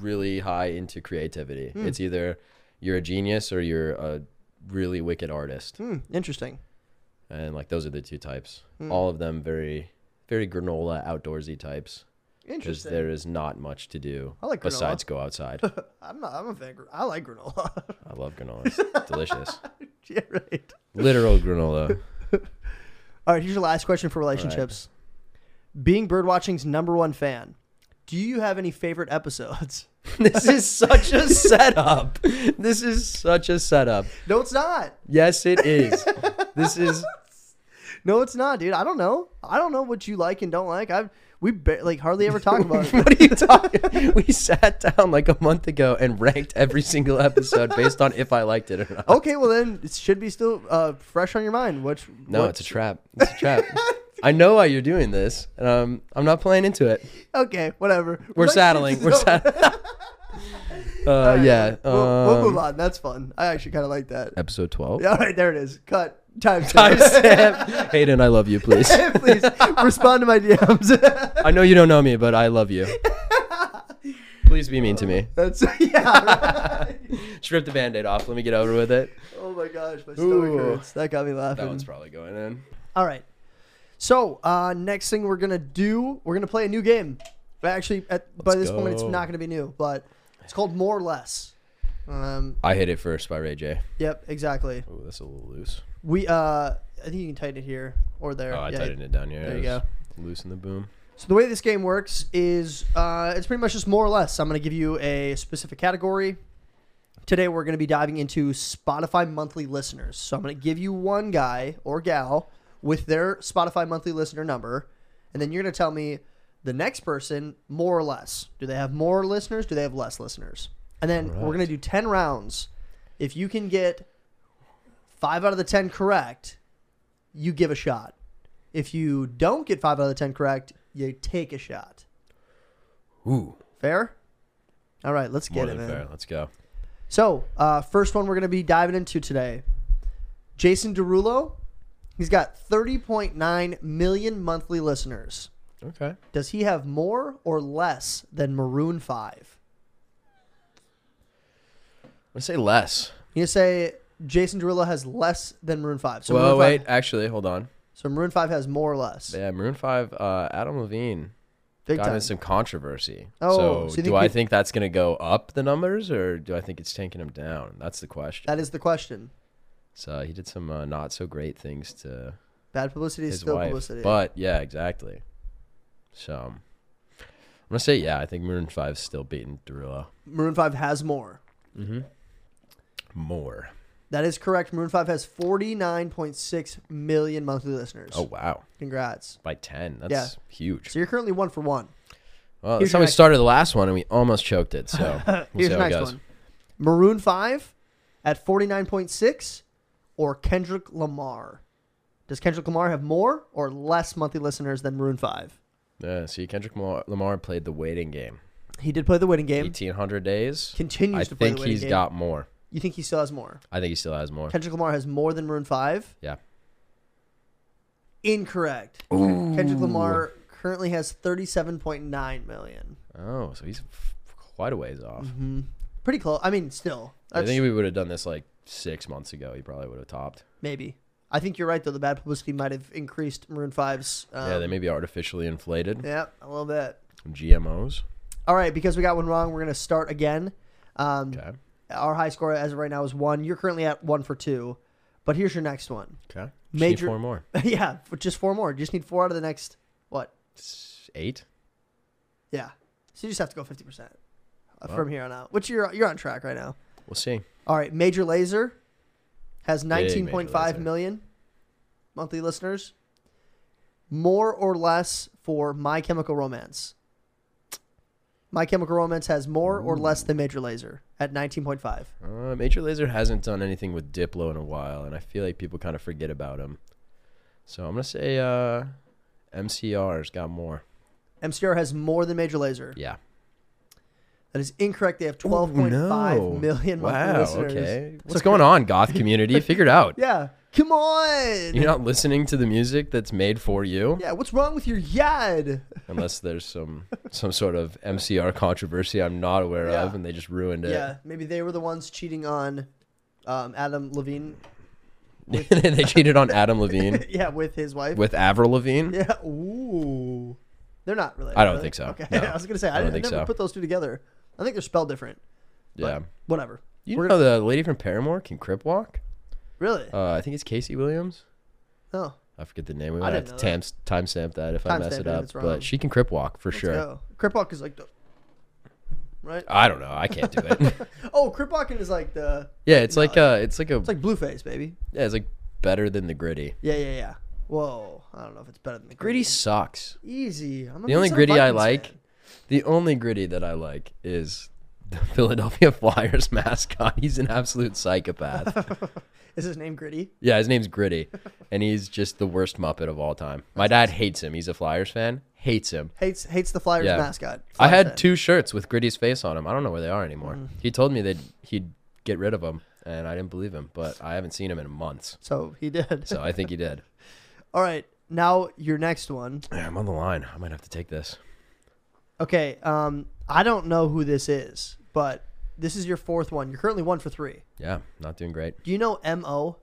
Speaker 2: really high into creativity. It's either you're a genius or you're a really wicked artist,
Speaker 1: Hmm, interesting.
Speaker 2: and like those are the two types. All of them very, very granola outdoorsy types because
Speaker 1: Interesting.
Speaker 2: there is not much to do
Speaker 1: I like granola.
Speaker 2: besides go outside.
Speaker 1: I'm not. I'm a fan. gr- I like granola.
Speaker 2: I love granola. It's delicious.
Speaker 1: yeah, right.
Speaker 2: Literal granola.
Speaker 1: All right. Here's your last question for relationships. Being birdwatching's number one fan, do you have any favorite episodes?
Speaker 2: This is such a setup. This is such a setup.
Speaker 1: No, it's not.
Speaker 2: Yes, it is. this is
Speaker 1: No, it's not, dude. I don't know. I don't know what you like and don't like. I we ba- like hardly ever talk about it.
Speaker 2: what are you talking? We sat down like a month ago and ranked every single episode based on if I liked it or not.
Speaker 1: Okay, well then it should be still uh, fresh on your mind. Which
Speaker 2: No,
Speaker 1: what-
Speaker 2: it's a trap. It's a trap. I know why you're doing this. and, Um, I'm not playing into it.
Speaker 1: okay, whatever.
Speaker 2: We're saddling. We're saddling. uh, yeah.
Speaker 1: We'll, we'll move
Speaker 2: um,
Speaker 1: on. That's fun. I actually kind of like that.
Speaker 2: Episode 12.
Speaker 1: All right, there it is. Cut. Time.
Speaker 2: Time stamp. Hayden, I love you, please.
Speaker 1: Please respond to my DMs.
Speaker 2: I know you don't know me, but I love you. Please be mean to me.
Speaker 1: That's yeah.
Speaker 2: Strip the band aid off. Let me get over with it.
Speaker 1: Oh my gosh, my stomach
Speaker 2: Ooh.
Speaker 1: hurts. That got me laughing.
Speaker 2: That one's probably going in.
Speaker 1: All right. So uh, next thing we're gonna do, we're gonna play a new game. But actually, at, by this moment, it's
Speaker 2: go.
Speaker 1: not gonna be new, but it's called More or Less. Um,
Speaker 2: I hit it first by Ray J.
Speaker 1: yep, exactly.
Speaker 2: Oh, that's a little loose.
Speaker 1: We, uh, I think you can tighten it here or there.
Speaker 2: Oh, I
Speaker 1: Yeah,
Speaker 2: tightened it down here.
Speaker 1: there
Speaker 2: It
Speaker 1: you
Speaker 2: was
Speaker 1: go.
Speaker 2: Loose in the boom.
Speaker 1: So the way this game works is uh, it's pretty much just more or less. I'm going to give you a specific category. Today we're going to be diving into Spotify monthly listeners. So I'm going to give you one guy or gal with their Spotify monthly listener number, and then you're going to tell me the next person more or less. Do they have more listeners? Do they have less listeners? And then
Speaker 2: All right.
Speaker 1: we're going to do 10 rounds. If you can get five out of the 10 correct, you give a shot. If you don't get five out of the 10 correct, you take a shot.
Speaker 2: Ooh,
Speaker 1: Fair? All right, let's
Speaker 2: more
Speaker 1: get it,
Speaker 2: than
Speaker 1: man.
Speaker 2: fair. Let's go.
Speaker 1: So, uh, first one we're going to be diving into today Jason Derulo. He's got 30.9 million monthly listeners.
Speaker 2: Okay.
Speaker 1: Does he have more or less than Maroon 5?
Speaker 2: Let's say less.
Speaker 1: You say Jason Derulo has less than Maroon 5. So
Speaker 2: well,
Speaker 1: Maroon
Speaker 2: wait.
Speaker 1: 5,
Speaker 2: Actually, hold on.
Speaker 1: so Maroon 5 has more or less.
Speaker 2: Yeah, Maroon Five. Uh, Adam Levine
Speaker 1: Big
Speaker 2: got
Speaker 1: time.
Speaker 2: in some controversy.
Speaker 1: Oh,
Speaker 2: Oh,
Speaker 1: so you
Speaker 2: so, do
Speaker 1: think
Speaker 2: I
Speaker 1: it-
Speaker 2: think that's gonna go up the numbers, or do I think it's tanking him down? That's the question.
Speaker 1: That is the question.
Speaker 2: so he did some uh, not so great things to
Speaker 1: Bad publicity is
Speaker 2: his
Speaker 1: still
Speaker 2: wife.
Speaker 1: publicity.
Speaker 2: But yeah, exactly. So I'm gonna say yeah. I think Maroon Five's still beating Derulo
Speaker 1: Maroon 5 has more.
Speaker 2: more.
Speaker 1: That is correct. Maroon 5 has 49.6 million monthly listeners.
Speaker 2: Oh wow,
Speaker 1: Congrats.
Speaker 2: by ten. That's huge.
Speaker 1: So you're currently one for one.
Speaker 2: Well,
Speaker 1: here's
Speaker 2: that's how
Speaker 1: your
Speaker 2: we
Speaker 1: next-
Speaker 2: started the last one, and we almost choked it. So we'll
Speaker 1: Here's
Speaker 2: see
Speaker 1: the
Speaker 2: how it
Speaker 1: next
Speaker 2: goes.
Speaker 1: one Maroon 5 at 49.6 or Kendrick Lamar? Does Kendrick Lamar have more or less monthly listeners than Maroon 5?
Speaker 2: Yeah, see, Kendrick Lamar, Lamar played the waiting game.
Speaker 1: He did play the winning game.
Speaker 2: Eighteen hundred days.
Speaker 1: Continues
Speaker 2: I
Speaker 1: to play the
Speaker 2: think
Speaker 1: waiting
Speaker 2: he's
Speaker 1: game.
Speaker 2: got more.
Speaker 1: You think he still has more?
Speaker 2: I think he still has more.
Speaker 1: Kendrick Lamar has more than Maroon 5?
Speaker 2: Yeah.
Speaker 1: Incorrect. Kendrick Lamar currently has 37.9 million.
Speaker 2: Oh, so he's f- quite a ways off.
Speaker 1: Pretty close. I mean, still.
Speaker 2: I
Speaker 1: Mm-hmm. That's-
Speaker 2: think if we would have done this like six months ago, he probably would have topped.
Speaker 1: Maybe. I think you're right, though. The bad publicity might have increased Maroon 5's. Um,
Speaker 2: yeah, they may be artificially inflated.
Speaker 1: yeah, a little bit.
Speaker 2: GMOs.
Speaker 1: All right, because we got one wrong, we're going to start again. Um,
Speaker 2: Okay.
Speaker 1: Our high score as of right now is one. You're currently at one for two, but here's your next one.
Speaker 2: Okay.
Speaker 1: Major-
Speaker 2: Major four more.
Speaker 1: yeah, for just four more. You just need four out of the next, what?
Speaker 2: S- Eight.
Speaker 1: Yeah. So you just have to go 50% from here on out, which you're, you're on track right now.
Speaker 2: We'll see.
Speaker 1: All right, Major Laser has
Speaker 2: Major
Speaker 1: 19.5
Speaker 2: Lazer.
Speaker 1: million monthly listeners. More or less for My Chemical Romance. My Chemical Romance has more or less than Major Laser at 19.5.
Speaker 2: Uh, Major Laser hasn't done anything with Diplo in a while, and I feel like people kind of forget about him. So I'm gonna say uh, MCR's got more.
Speaker 1: MCR has more than Major Laser.
Speaker 2: Yeah.
Speaker 1: That is incorrect. They have 12.5 million monthly
Speaker 2: Oh, Wow.
Speaker 1: listeners.
Speaker 2: Okay.
Speaker 1: So
Speaker 2: What's going on, Goth community? Figure it out.
Speaker 1: Yeah. Come on.
Speaker 2: You're not listening to the music that's made for you,
Speaker 1: yeah. What's wrong with your yad?
Speaker 2: unless there's some some sort of MCR controversy I'm not aware
Speaker 1: Yeah.
Speaker 2: of, and they just ruined it.
Speaker 1: Yeah. Maybe they were the ones cheating on um, Adam Levine.
Speaker 2: they cheated on Adam Levine
Speaker 1: Yeah, with his wife.
Speaker 2: with Avril Levine.
Speaker 1: yeah. Ooh. They're not related.
Speaker 2: I don't
Speaker 1: are they?
Speaker 2: think so.
Speaker 1: Okay.
Speaker 2: No.
Speaker 1: I was gonna say I,
Speaker 2: I don't
Speaker 1: didn't- I
Speaker 2: think
Speaker 1: never
Speaker 2: so.
Speaker 1: put those two together. I think they're spelled different. but
Speaker 2: Yeah.
Speaker 1: Whatever.
Speaker 2: You
Speaker 1: We're
Speaker 2: know the lady from Paramore can crip walk?
Speaker 1: Really?
Speaker 2: Uh, I think it's Casey Williams.
Speaker 1: oh.
Speaker 2: I forget the name. We
Speaker 1: I
Speaker 2: might
Speaker 1: didn't
Speaker 2: have to
Speaker 1: know
Speaker 2: tam- timestamp that if I mess
Speaker 1: Timestamp
Speaker 2: it
Speaker 1: it if
Speaker 2: up.
Speaker 1: it's wrong.
Speaker 2: But she can crip walk for
Speaker 1: Let's
Speaker 2: sure. Uh.
Speaker 1: go. Kripalk is like the right.
Speaker 2: I don't know. I can't do it.
Speaker 1: Oh, Kripalkin is like the
Speaker 2: yeah, it's
Speaker 1: No,
Speaker 2: like uh, it's like a
Speaker 1: it's like Blueface, baby.
Speaker 2: yeah, it's like better than the gritty.
Speaker 1: Yeah, yeah, yeah. Whoa, I don't know if it's better than the
Speaker 2: Gritty sucks.
Speaker 1: Easy. I'm a
Speaker 2: The only
Speaker 1: Minnesota
Speaker 2: gritty I
Speaker 1: Vikings
Speaker 2: like,
Speaker 1: fan.
Speaker 2: the only gritty that I like is the Philadelphia Flyers mascot. He's an absolute psychopath.
Speaker 1: is his name Gritty.
Speaker 2: yeah, his name's Gritty, and he's just the worst Muppet of all time. My dad hates him. He's a Flyers fan. Hates him.
Speaker 1: Hates hates the Flyers
Speaker 2: Yeah.
Speaker 1: mascot.
Speaker 2: I had
Speaker 1: Flyers fan.
Speaker 2: two shirts with Gritty's face on them. I don't know where they are anymore.
Speaker 1: Mm.
Speaker 2: He told me that he'd get rid of them, and I didn't believe him. But I haven't seen him in months,
Speaker 1: So he did.
Speaker 2: so I think he did.
Speaker 1: All right, now your next one.
Speaker 2: Yeah, I'm on the line. I might have to take this.
Speaker 1: Okay, um, I don't know who this is, but this is your fourth one. You're currently one for three.
Speaker 2: Yeah, not doing great.
Speaker 1: Do you know M O?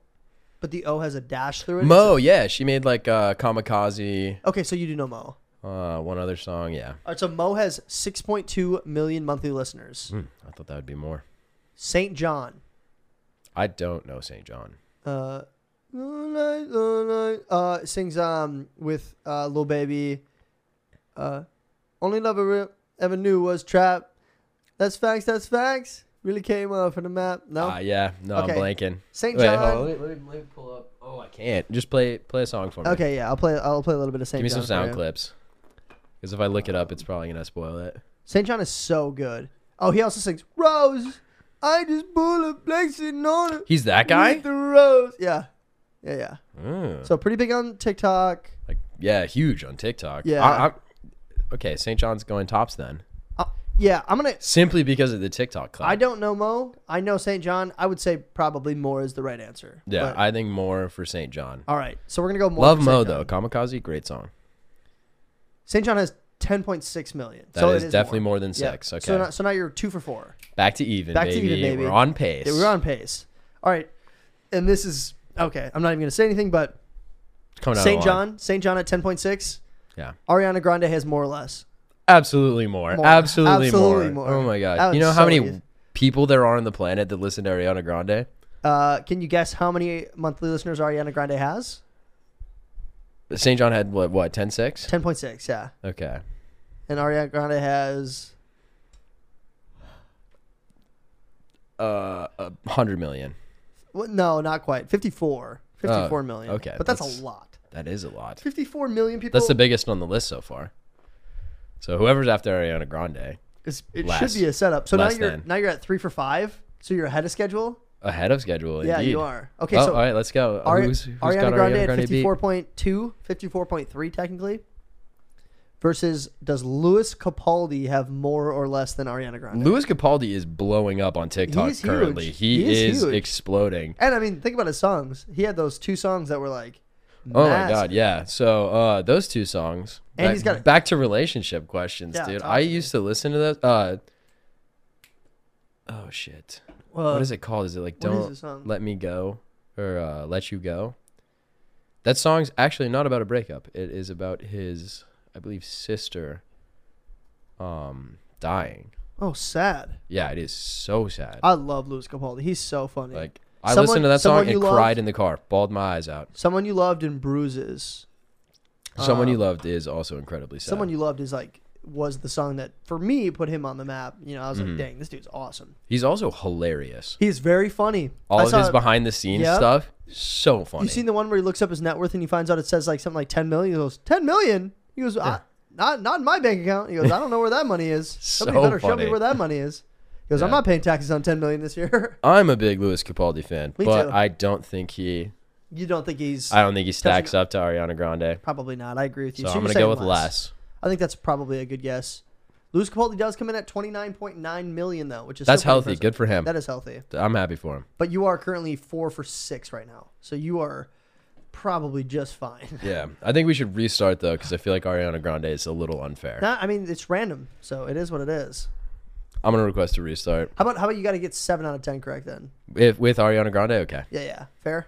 Speaker 1: But the O has a dash through it.
Speaker 2: Mo, yeah, she made like uh, Kamikaze,
Speaker 1: Okay, so you do know Mo.
Speaker 2: uh, one other song. Yeah,
Speaker 1: All right, so Mo has 6.2 million monthly listeners.
Speaker 2: Hmm, I thought that would be more.
Speaker 1: St. John.
Speaker 2: I don't know St. John.
Speaker 1: Uh, moonlight, moonlight, uh, sings um with uh, Lil Baby. Uh, only love I re- ever knew was trap. That's facts. That's facts. Really came off from the map. No,
Speaker 2: Ah, yeah, no,
Speaker 1: Okay.
Speaker 2: I'm blanking.
Speaker 1: St.
Speaker 2: Wait, hold
Speaker 1: John.
Speaker 2: on, let, me, let me- let me pull up. Oh, I can't. Just play play a song for me.
Speaker 1: okay, yeah, I'll play. I'll play a little bit of St.
Speaker 2: Give me
Speaker 1: John.
Speaker 2: some
Speaker 1: for
Speaker 2: sound
Speaker 1: you.
Speaker 2: clips. Because if I look it up, it's probably gonna spoil it.
Speaker 1: St. John is so good. Oh, he also sings Rose. I just pull a blazing on it.
Speaker 2: He's that guy.
Speaker 1: The rose. Yeah, yeah, yeah.
Speaker 2: Mm.
Speaker 1: So pretty big on TikTok.
Speaker 2: Like yeah, huge on TikTok.
Speaker 1: Yeah.
Speaker 2: I, I, okay, St. John's going tops then,
Speaker 1: Uh, yeah, I'm gonna.
Speaker 2: simply because of the TikTok cloud.
Speaker 1: I don't know Mo. I know St. John. I would say probably more is the right answer.
Speaker 2: Yeah,
Speaker 1: But-
Speaker 2: I think more for St. John.
Speaker 1: all right. So we're gonna go more.
Speaker 2: Love
Speaker 1: for
Speaker 2: Mo
Speaker 1: St.
Speaker 2: though.
Speaker 1: John.
Speaker 2: Kamikaze, great song.
Speaker 1: St. John has 10.6 million.
Speaker 2: That
Speaker 1: so
Speaker 2: is
Speaker 1: it is
Speaker 2: definitely
Speaker 1: more,
Speaker 2: more than
Speaker 1: Yeah.
Speaker 2: six. Okay,
Speaker 1: So now, so now you're two for four.
Speaker 2: back to even.
Speaker 1: back to
Speaker 2: baby.
Speaker 1: even, baby.
Speaker 2: We're on pace.
Speaker 1: Yeah, we're on pace. All right. And this is okay. I'm not even gonna say anything, but
Speaker 2: Coming out of
Speaker 1: St.
Speaker 2: the line.
Speaker 1: John. St. John at 10.6.
Speaker 2: Yeah,
Speaker 1: Ariana Grande has more or less.
Speaker 2: absolutely more.
Speaker 1: More.
Speaker 2: Absolutely,
Speaker 1: Absolutely
Speaker 2: more.
Speaker 1: more.
Speaker 2: Oh my god.
Speaker 1: That
Speaker 2: you
Speaker 1: was
Speaker 2: know how
Speaker 1: so
Speaker 2: many
Speaker 1: good.
Speaker 2: people there are on the planet that listen to Ariana Grande?
Speaker 1: Uh, can you guess how many monthly listeners Ariana Grande has?
Speaker 2: St. John had what? What? Ten six.
Speaker 1: 10.6. Yeah.
Speaker 2: Okay.
Speaker 1: And Ariana Grande has
Speaker 2: Uh, a hundred million.
Speaker 1: Well, no, not quite. 54. Fifty-four
Speaker 2: Oh,
Speaker 1: million.
Speaker 2: okay,
Speaker 1: But that's,
Speaker 2: that's-
Speaker 1: a lot.
Speaker 2: That is a lot.
Speaker 1: 54 million people.
Speaker 2: That's the biggest on the list so far. So whoever's after Ariana Grande,
Speaker 1: it's, it
Speaker 2: less.
Speaker 1: should be a setup. So now
Speaker 2: Less
Speaker 1: you're
Speaker 2: than.
Speaker 1: now you're at 3 for 5. So you're ahead of schedule?
Speaker 2: ahead of schedule.
Speaker 1: Yeah,
Speaker 2: indeed.
Speaker 1: you are. Okay,
Speaker 2: oh,
Speaker 1: so
Speaker 2: all right, let's go.
Speaker 1: Ari-
Speaker 2: who's, who's
Speaker 1: Ariana,
Speaker 2: got
Speaker 1: Grande
Speaker 2: Ariana
Speaker 1: at
Speaker 2: Grande beat?
Speaker 1: 54.2, 54.3 technically. Versus does Louis Capaldi have more or less than Ariana Grande?
Speaker 2: Louis Capaldi is blowing up on TikTok
Speaker 1: He's huge.
Speaker 2: currently. He,
Speaker 1: He is
Speaker 2: is,
Speaker 1: huge.
Speaker 2: exploding.
Speaker 1: and I mean, think about his songs. He had those two songs that were like
Speaker 2: Oh my
Speaker 1: massive.
Speaker 2: god, yeah. So uh, those two songs.
Speaker 1: And
Speaker 2: back,
Speaker 1: he's got a-
Speaker 2: back to relationship questions,
Speaker 1: Yeah,
Speaker 2: dude.
Speaker 1: talk
Speaker 2: I
Speaker 1: to me.
Speaker 2: used to listen to those. Uh, oh shit,
Speaker 1: Well,
Speaker 2: what is it called? Is it like
Speaker 1: Uh, what is
Speaker 2: "Don't
Speaker 1: the song?
Speaker 2: Let Me Go" or uh, "Let You Go"? That song's actually not about a breakup. It is about his, I believe, sister, um, dying.
Speaker 1: Oh, sad.
Speaker 2: Yeah, it is so sad.
Speaker 1: I love Louis Capaldi. He's so funny.
Speaker 2: Like I
Speaker 1: Someone-
Speaker 2: listened to that
Speaker 1: someone
Speaker 2: song
Speaker 1: you
Speaker 2: and
Speaker 1: love-
Speaker 2: cried in the car, bawled my eyes out.
Speaker 1: Someone you loved in Bruises.
Speaker 2: Someone you loved is also incredibly
Speaker 1: Uh,
Speaker 2: sad.
Speaker 1: Someone you loved is like was the song that for me put him on the map. You know, I was
Speaker 2: Mm-hmm.
Speaker 1: like, dang, this dude's awesome.
Speaker 2: He's also hilarious.
Speaker 1: He's very funny.
Speaker 2: All
Speaker 1: I
Speaker 2: of
Speaker 1: saw-
Speaker 2: his behind the scenes
Speaker 1: Yep.
Speaker 2: stuff, so funny.
Speaker 1: You seen the one where he looks up his net worth and he finds out it says like something like ten million? He goes, "Ten million." He goes, I, not not in my bank account. He goes, I don't know where that money is. Somebody
Speaker 2: So
Speaker 1: better show me
Speaker 2: funny.
Speaker 1: where that money is. He goes, I'm
Speaker 2: Yeah.
Speaker 1: not paying taxes on 10 million this year.
Speaker 2: I'm a big Louis Capaldi fan,
Speaker 1: Me
Speaker 2: but
Speaker 1: too.
Speaker 2: I don't think he.
Speaker 1: you don't think he's
Speaker 2: I don't think he stacks
Speaker 1: Touching-
Speaker 2: up to Ariana Grande.
Speaker 1: probably not. I agree with you.
Speaker 2: So
Speaker 1: So
Speaker 2: I'm
Speaker 1: you're
Speaker 2: gonna go
Speaker 1: saying
Speaker 2: with less.
Speaker 1: I think that's probably a good guess. Louis Capaldi does come in at 29.9 million though, which is
Speaker 2: That's
Speaker 1: still pretty
Speaker 2: healthy.
Speaker 1: impressive.
Speaker 2: Good for him.
Speaker 1: That is healthy.
Speaker 2: I'm happy for him.
Speaker 1: But you are currently four for six right now, so you are probably just fine.
Speaker 2: Yeah, I think we should restart though because I feel like Ariana Grande is a little unfair.
Speaker 1: Nah, I mean, it's random, so it is what it is.
Speaker 2: I'm gonna request a restart
Speaker 1: How about how about you got to get seven out of ten correct then?
Speaker 2: if with Ariana Grande. Okay,
Speaker 1: Yeah, yeah, fair.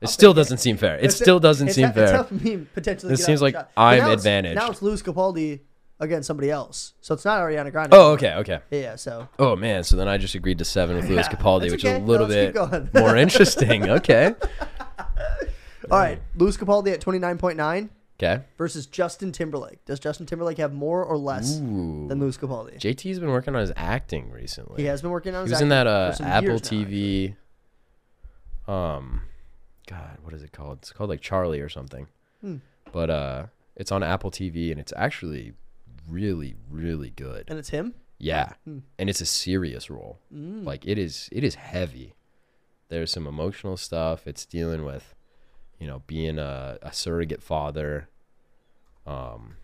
Speaker 2: it still doesn't seem fair. It still doesn't
Speaker 1: It's-
Speaker 2: seem
Speaker 1: It's
Speaker 2: fair.
Speaker 1: helping me potentially.
Speaker 2: This
Speaker 1: get
Speaker 2: seems
Speaker 1: out of
Speaker 2: like
Speaker 1: the shot.
Speaker 2: I'm
Speaker 1: But now it's-
Speaker 2: advantaged.
Speaker 1: Now it's Louis Capaldi against somebody else, so it's not Ariana Grande.
Speaker 2: Oh, okay, okay.
Speaker 1: yeah, yeah, so
Speaker 2: Oh man, so then I just agreed to seven with Louis
Speaker 1: Yeah,
Speaker 2: Capaldi,
Speaker 1: that's
Speaker 2: which
Speaker 1: okay.
Speaker 2: is a
Speaker 1: No,
Speaker 2: little
Speaker 1: let's keep
Speaker 2: bit
Speaker 1: going.
Speaker 2: more interesting. Okay,
Speaker 1: all right, Louis Capaldi at twenty nine point nine
Speaker 2: okay.
Speaker 1: versus Justin Timberlake. Does Justin Timberlake have more or less
Speaker 2: Ooh,
Speaker 1: than Louis Capaldi?
Speaker 2: JT's been working on his acting recently.
Speaker 1: he has been working on.
Speaker 2: He
Speaker 1: His
Speaker 2: was in that
Speaker 1: acting
Speaker 2: uh,
Speaker 1: for some
Speaker 2: Apple
Speaker 1: years now, actually.
Speaker 2: TV. Um, God, what is it called? It's called like Charlie or something.
Speaker 1: Hmm.
Speaker 2: But uh, it's on Apple TV and it's actually really, really good.
Speaker 1: and it's him.
Speaker 2: Yeah,
Speaker 1: Hmm.
Speaker 2: and it's a serious role.
Speaker 1: Mm.
Speaker 2: Like it is, it is heavy. There's some emotional stuff. It's dealing with, you know, being a, a surrogate father, um,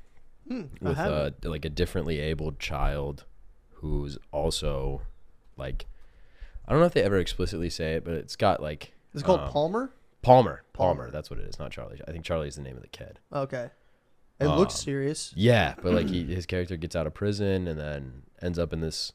Speaker 1: Hmm, I
Speaker 2: with a,
Speaker 1: haven't.
Speaker 2: like a differently abled child who's also like I don't know if they ever explicitly say it, but it's got like
Speaker 1: It's called
Speaker 2: um,
Speaker 1: Palmer.
Speaker 2: Palmer.
Speaker 1: Palmer.
Speaker 2: Palmer, that's what it is, not Charlie. I think Charlie is the name of the kid.
Speaker 1: Okay, it
Speaker 2: um,
Speaker 1: looks serious.
Speaker 2: Yeah, but like
Speaker 1: Mm.
Speaker 2: he, his character gets out of prison and then ends up in this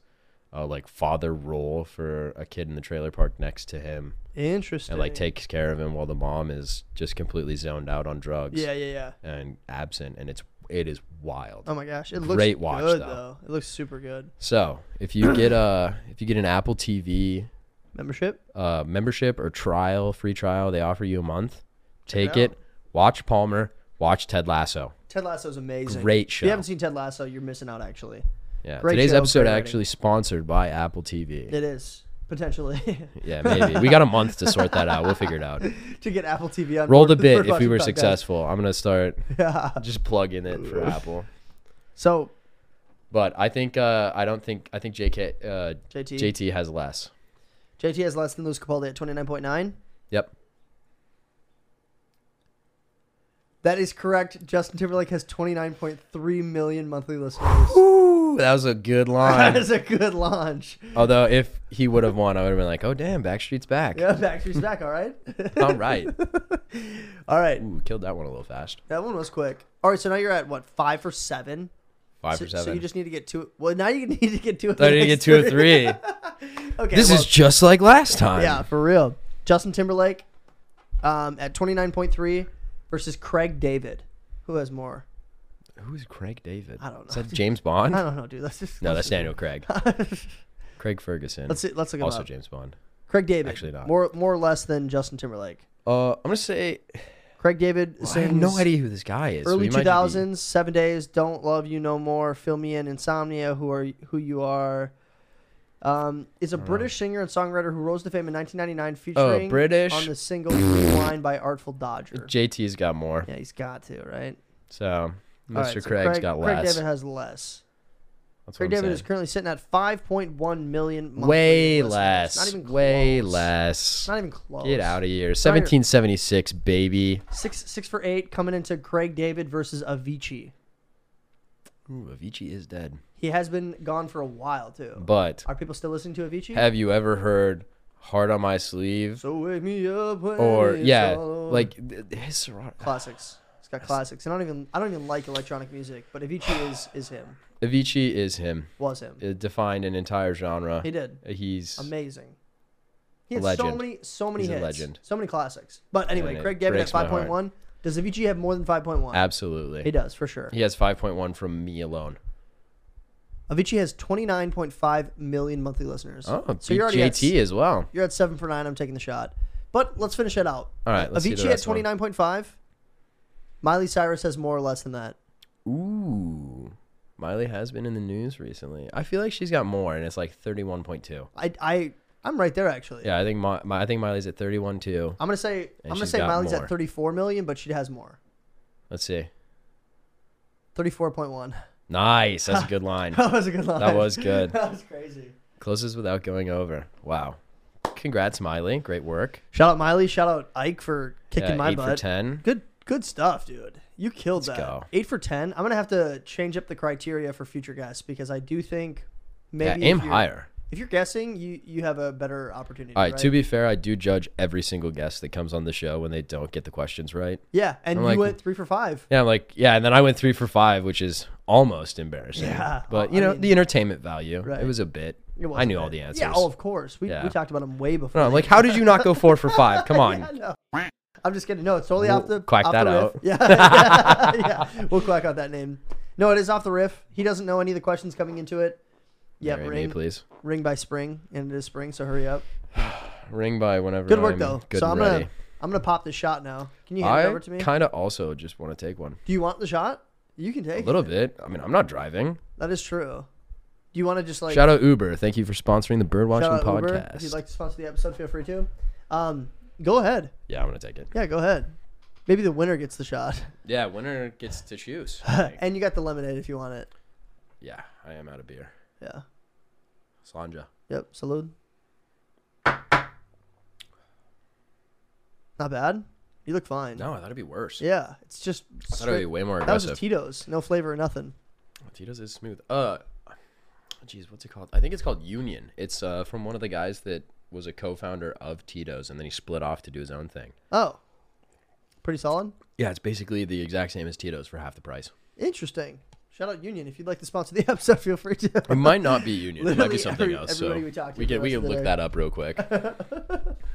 Speaker 2: uh, like father role for a kid in the trailer park next to him
Speaker 1: Interesting.
Speaker 2: and like takes care of him while the mom is just completely zoned out on drugs
Speaker 1: Yeah, yeah, yeah.
Speaker 2: and absent and it's it is wild.
Speaker 1: Oh my gosh, it looks
Speaker 2: Great watch,
Speaker 1: good
Speaker 2: though.
Speaker 1: though. It looks super good.
Speaker 2: So if you get a if you get an Apple TV
Speaker 1: Membership.
Speaker 2: uh, membership or trial, free trial, they offer you a month.
Speaker 1: Check
Speaker 2: Take
Speaker 1: it
Speaker 2: it, watch Palmer, watch Ted Lasso.
Speaker 1: Ted Lasso's amazing.
Speaker 2: Great
Speaker 1: If you
Speaker 2: show.
Speaker 1: haven't seen Ted Lasso, you're missing out. Actually,
Speaker 2: Yeah,
Speaker 1: Great
Speaker 2: today's
Speaker 1: show,
Speaker 2: episode
Speaker 1: great rating.
Speaker 2: actually sponsored by Apple TV.
Speaker 1: it is potentially
Speaker 2: yeah, maybe we got a month to sort that out. We'll figure it out.
Speaker 1: to get Apple TV on.
Speaker 2: Roll
Speaker 1: board with
Speaker 2: the bit
Speaker 1: Bird
Speaker 2: if we
Speaker 1: Watching
Speaker 2: were
Speaker 1: Podcast.
Speaker 2: successful. I'm gonna start
Speaker 1: Yeah.
Speaker 2: just plugging it for Apple.
Speaker 1: So
Speaker 2: But I think uh, I don't think I think JK uh,
Speaker 1: JT.
Speaker 2: JT has less.
Speaker 1: JT has less than Louis Capaldi at 29.9.
Speaker 2: Yep.
Speaker 1: That is correct. Justin Timberlake has 29.3 million monthly listeners.
Speaker 2: Ooh, that was a good
Speaker 1: that
Speaker 2: line.
Speaker 1: is a good launch.
Speaker 2: Although if he would have won, I would have been like, "Oh damn, Backstreet's back."
Speaker 1: Yeah, Backstreet's back. All right.
Speaker 2: All right.
Speaker 1: all right.
Speaker 2: Ooh, killed that one a little fast.
Speaker 1: That one was quick. All right. So now you're at what five for seven.
Speaker 2: Five
Speaker 1: So,
Speaker 2: for
Speaker 1: so
Speaker 2: seven.
Speaker 1: you just need to get two. Well, now you need to get two. of
Speaker 2: I
Speaker 1: the
Speaker 2: need to get
Speaker 1: next
Speaker 2: two or three.
Speaker 1: Okay.
Speaker 2: This
Speaker 1: well,
Speaker 2: is just like last time.
Speaker 1: yeah for real. Justin Timberlake, um, at 29.3 versus Craig David. Who has more?
Speaker 2: Who's Craig David?
Speaker 1: I don't
Speaker 2: Is
Speaker 1: know,
Speaker 2: that James Bond?
Speaker 1: I don't know, dude. Let's just
Speaker 2: No,
Speaker 1: let's
Speaker 2: that's Daniel Craig. Craig Ferguson.
Speaker 1: Let's see, let's look him
Speaker 2: also
Speaker 1: up.
Speaker 2: James Bond.
Speaker 1: Craig David.
Speaker 2: Actually not.
Speaker 1: More more or less than Justin Timberlake.
Speaker 2: Uh, I'm gonna say
Speaker 1: Craig David
Speaker 2: I
Speaker 1: sings
Speaker 2: have no idea who this guy is. so
Speaker 1: early
Speaker 2: he might
Speaker 1: two
Speaker 2: be-
Speaker 1: thousands, Seven Days, Don't Love You No More, Fill Me In, Insomnia, Who Are Who You Are. Um, is a British singer and songwriter who rose to fame in 1999, featuring
Speaker 2: Oh, British?
Speaker 1: on the single "Wine" by Artful Dodger.
Speaker 2: JT's got more.
Speaker 1: Yeah, he's got to right.
Speaker 2: So Mr.
Speaker 1: All right, so
Speaker 2: Craig's got
Speaker 1: Craig
Speaker 2: less.
Speaker 1: David has less.
Speaker 2: that's what
Speaker 1: Craig
Speaker 2: I'm
Speaker 1: David
Speaker 2: saying.
Speaker 1: is currently sitting at 5.1 million. monthly
Speaker 2: way
Speaker 1: listeners.
Speaker 2: less.
Speaker 1: Not even
Speaker 2: Way
Speaker 1: close.
Speaker 2: less.
Speaker 1: Not even close.
Speaker 2: Get out of here. 1776, baby.
Speaker 1: Six six for eight coming into Craig David versus Avicii.
Speaker 2: Ooh, Avicii is dead.
Speaker 1: He has been gone for a while too.
Speaker 2: But
Speaker 1: Are people still listening to Avicii?
Speaker 2: have you ever heard "Heart on My Sleeve"?
Speaker 1: so wake me up when
Speaker 2: or
Speaker 1: it's
Speaker 2: yeah,
Speaker 1: all over.
Speaker 2: like th- th- his Serato-
Speaker 1: classics. It's got classics. I don't even I don't even like electronic music, but Avicii is is him.
Speaker 2: Avicii is him.
Speaker 1: Was him.
Speaker 2: It defined an entire genre. Uh,
Speaker 1: He did.
Speaker 2: He's
Speaker 1: Amazing. He had so
Speaker 2: Legend.
Speaker 1: many so many
Speaker 2: He's a
Speaker 1: hits.
Speaker 2: legend.
Speaker 1: So many classics. But anyway,
Speaker 2: And it
Speaker 1: Craig David at
Speaker 2: breaks my heart.
Speaker 1: 5.1. Does Avicii have more than 5.1?
Speaker 2: absolutely.
Speaker 1: He does, for sure.
Speaker 2: He has 5.1 from me alone.
Speaker 1: Avicii has 29.5 million monthly listeners.
Speaker 2: Oh,
Speaker 1: so you're already at
Speaker 2: JT as well.
Speaker 1: You're at seven for nine. I'm taking the shot. But let's finish it out.
Speaker 2: All right, let's see the
Speaker 1: Avicii at
Speaker 2: rest of
Speaker 1: twenty
Speaker 2: 'em.
Speaker 1: nine point five. Miley Cyrus has more or less than that.
Speaker 2: Ooh. Miley has been in the news recently. I feel like she's got more, and it's like 31.2.
Speaker 1: I I I'm right there actually.
Speaker 2: Yeah, I think Mi- Mi- I think Miley's at 31.2.
Speaker 1: I'm gonna say
Speaker 2: And
Speaker 1: I'm gonna
Speaker 2: she's
Speaker 1: say
Speaker 2: got
Speaker 1: Miley's at
Speaker 2: more.
Speaker 1: thirty four million, but she has more.
Speaker 2: Let's see.
Speaker 1: Thirty-four point one.
Speaker 2: Nice. That's a good line.
Speaker 1: That was a good line.
Speaker 2: That was good.
Speaker 1: that was crazy.
Speaker 2: Closes without going over. Wow. Congrats, Miley. Great work.
Speaker 1: Shout out Miley. Shout out Ike for kicking
Speaker 2: Yeah,
Speaker 1: my
Speaker 2: eight
Speaker 1: butt.
Speaker 2: for ten.
Speaker 1: Good, good stuff, dude. You killed that.
Speaker 2: go.
Speaker 1: Eight for ten. I'm gonna have to change up the criteria for future guests because I do think
Speaker 2: Yeah,
Speaker 1: maybe
Speaker 2: aim
Speaker 1: if you're-
Speaker 2: higher.
Speaker 1: If you're guessing, you you have a better opportunity.
Speaker 2: All right,
Speaker 1: right.
Speaker 2: To be fair, I do judge every single guest that comes on the show when they don't get the questions right.
Speaker 1: yeah, and
Speaker 2: I'm
Speaker 1: you
Speaker 2: like-
Speaker 1: went three for five.
Speaker 2: Yeah, I'm like yeah, and then I went three for five, which is almost embarrassing.
Speaker 1: Yeah,
Speaker 2: but
Speaker 1: I
Speaker 2: you know
Speaker 1: mean-
Speaker 2: the entertainment value.
Speaker 1: Right.
Speaker 2: It was a bit.
Speaker 1: It wasn't
Speaker 2: I knew all
Speaker 1: bad.
Speaker 2: the answers.
Speaker 1: Yeah. Oh, of course. We,
Speaker 2: Yeah.
Speaker 1: we talked about them way before.
Speaker 2: no, I'm
Speaker 1: that.
Speaker 2: like how did you not go four for five? Come on.
Speaker 1: Yeah, no. I'm just kidding. No, it's totally off
Speaker 2: We'll
Speaker 1: the
Speaker 2: quack
Speaker 1: off
Speaker 2: that
Speaker 1: the riff.
Speaker 2: out.
Speaker 1: Yeah, yeah, yeah. We'll quack out that name. No, it is off the riff. He doesn't know any of the questions coming into it. Yep,
Speaker 2: Marry me,
Speaker 1: ring,
Speaker 2: please.
Speaker 1: ring by spring, and it is spring, so hurry up.
Speaker 2: Ring by whenever.
Speaker 1: Good work
Speaker 2: I'm
Speaker 1: though.
Speaker 2: Good
Speaker 1: so I'm
Speaker 2: and
Speaker 1: gonna
Speaker 2: ready.
Speaker 1: I'm gonna pop this shot now. Can you hand it over to me?
Speaker 2: I kind of also just want to take one.
Speaker 1: Do you want the shot? You can take
Speaker 2: A little
Speaker 1: it.
Speaker 2: bit. I mean, I'm not driving.
Speaker 1: That is true. Do you want to just like
Speaker 2: Shout out Uber. Thank you for sponsoring the
Speaker 1: shout
Speaker 2: Birdwatching
Speaker 1: out Uber?
Speaker 2: podcast.
Speaker 1: If you'd like to sponsor the episode, feel free to. Um, go ahead.
Speaker 2: yeah, I'm gonna take it.
Speaker 1: Yeah, go ahead. Maybe the winner gets the shot,
Speaker 2: Yeah, winner gets to choose.
Speaker 1: and you got the lemonade if you want it.
Speaker 2: yeah, I am out of beer.
Speaker 1: Yeah.
Speaker 2: Sanja.
Speaker 1: Yep. Salud. Not bad. You look fine.
Speaker 2: No, I thought it'd be worse.
Speaker 1: Yeah, it's just.
Speaker 2: I thought it'd be
Speaker 1: straight-
Speaker 2: way more
Speaker 1: that was just
Speaker 2: aggressive.
Speaker 1: Tito's, no flavor or nothing.
Speaker 2: Tito's is smooth. Uh, jeez, what's it called? I think it's called Union. It's uh from one of the guys that was a co-founder of Tito's, and then he split off to do his own thing.
Speaker 1: Oh, pretty solid.
Speaker 2: Yeah, it's basically the exact same as Tito's for half the price.
Speaker 1: Interesting. Shout out Union if you'd like to sponsor the episode. Feel free to.
Speaker 2: It might not be Union. it might
Speaker 1: Literally
Speaker 2: be something
Speaker 1: every-
Speaker 2: else. So
Speaker 1: everybody
Speaker 2: we,
Speaker 1: we talked to
Speaker 2: can
Speaker 1: the rest
Speaker 2: we can
Speaker 1: of the
Speaker 2: look
Speaker 1: day.
Speaker 2: that up real quick.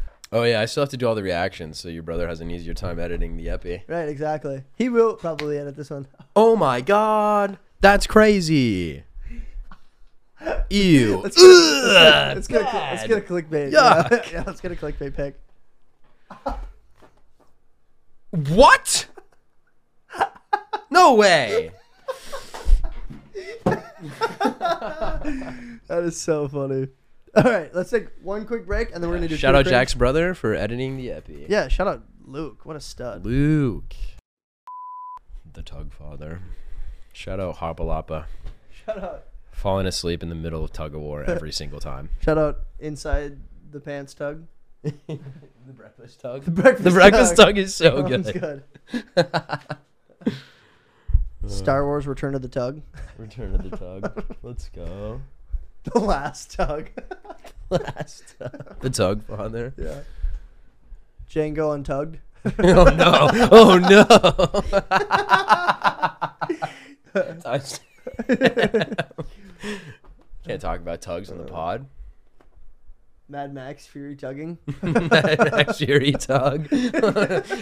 Speaker 2: oh yeah, I still have to do all the reactions, so your brother has an easier time editing the epi.
Speaker 1: Right, exactly. He will probably edit this one.
Speaker 2: Oh my god, that's crazy. Ew.
Speaker 1: Let's get, a- let's get, a- let's
Speaker 2: God.
Speaker 1: get a clickbait. Yeah. yeah, let's get a clickbait pick.
Speaker 2: What? No way.
Speaker 1: That is so funny. All right, let's take one quick break and then we're gonna do.
Speaker 2: Shout
Speaker 1: two
Speaker 2: out
Speaker 1: things.
Speaker 2: Jack's brother for editing the epi.
Speaker 1: Yeah, shout out Luke. What a stud.
Speaker 2: Luke. The Tug Father. Shout out Hopalapa.
Speaker 1: Shout out.
Speaker 2: Falling asleep in the middle of tug of war every single time.
Speaker 1: Shout out inside the pants tug.
Speaker 2: The breakfast tug.
Speaker 1: The breakfast.
Speaker 2: The breakfast
Speaker 1: tug.
Speaker 2: tug is so
Speaker 1: That one's
Speaker 2: good.
Speaker 1: Star Wars: Return of the Tug.
Speaker 2: Return of the tug. Let's go.
Speaker 1: The last tug.
Speaker 2: Last tug. The tug father.
Speaker 1: yeah. Django untugged.
Speaker 2: oh no! Oh no! I s- Can't talk about tugs on
Speaker 1: Uh.
Speaker 2: the pod.
Speaker 1: Mad Max Fury tugging.
Speaker 2: Next year, he tug.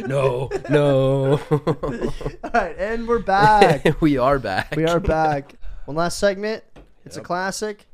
Speaker 2: no, no.
Speaker 1: All right, and we're back.
Speaker 2: we are back.
Speaker 1: We are back. One last segment. It's a
Speaker 2: Yep.
Speaker 1: classic.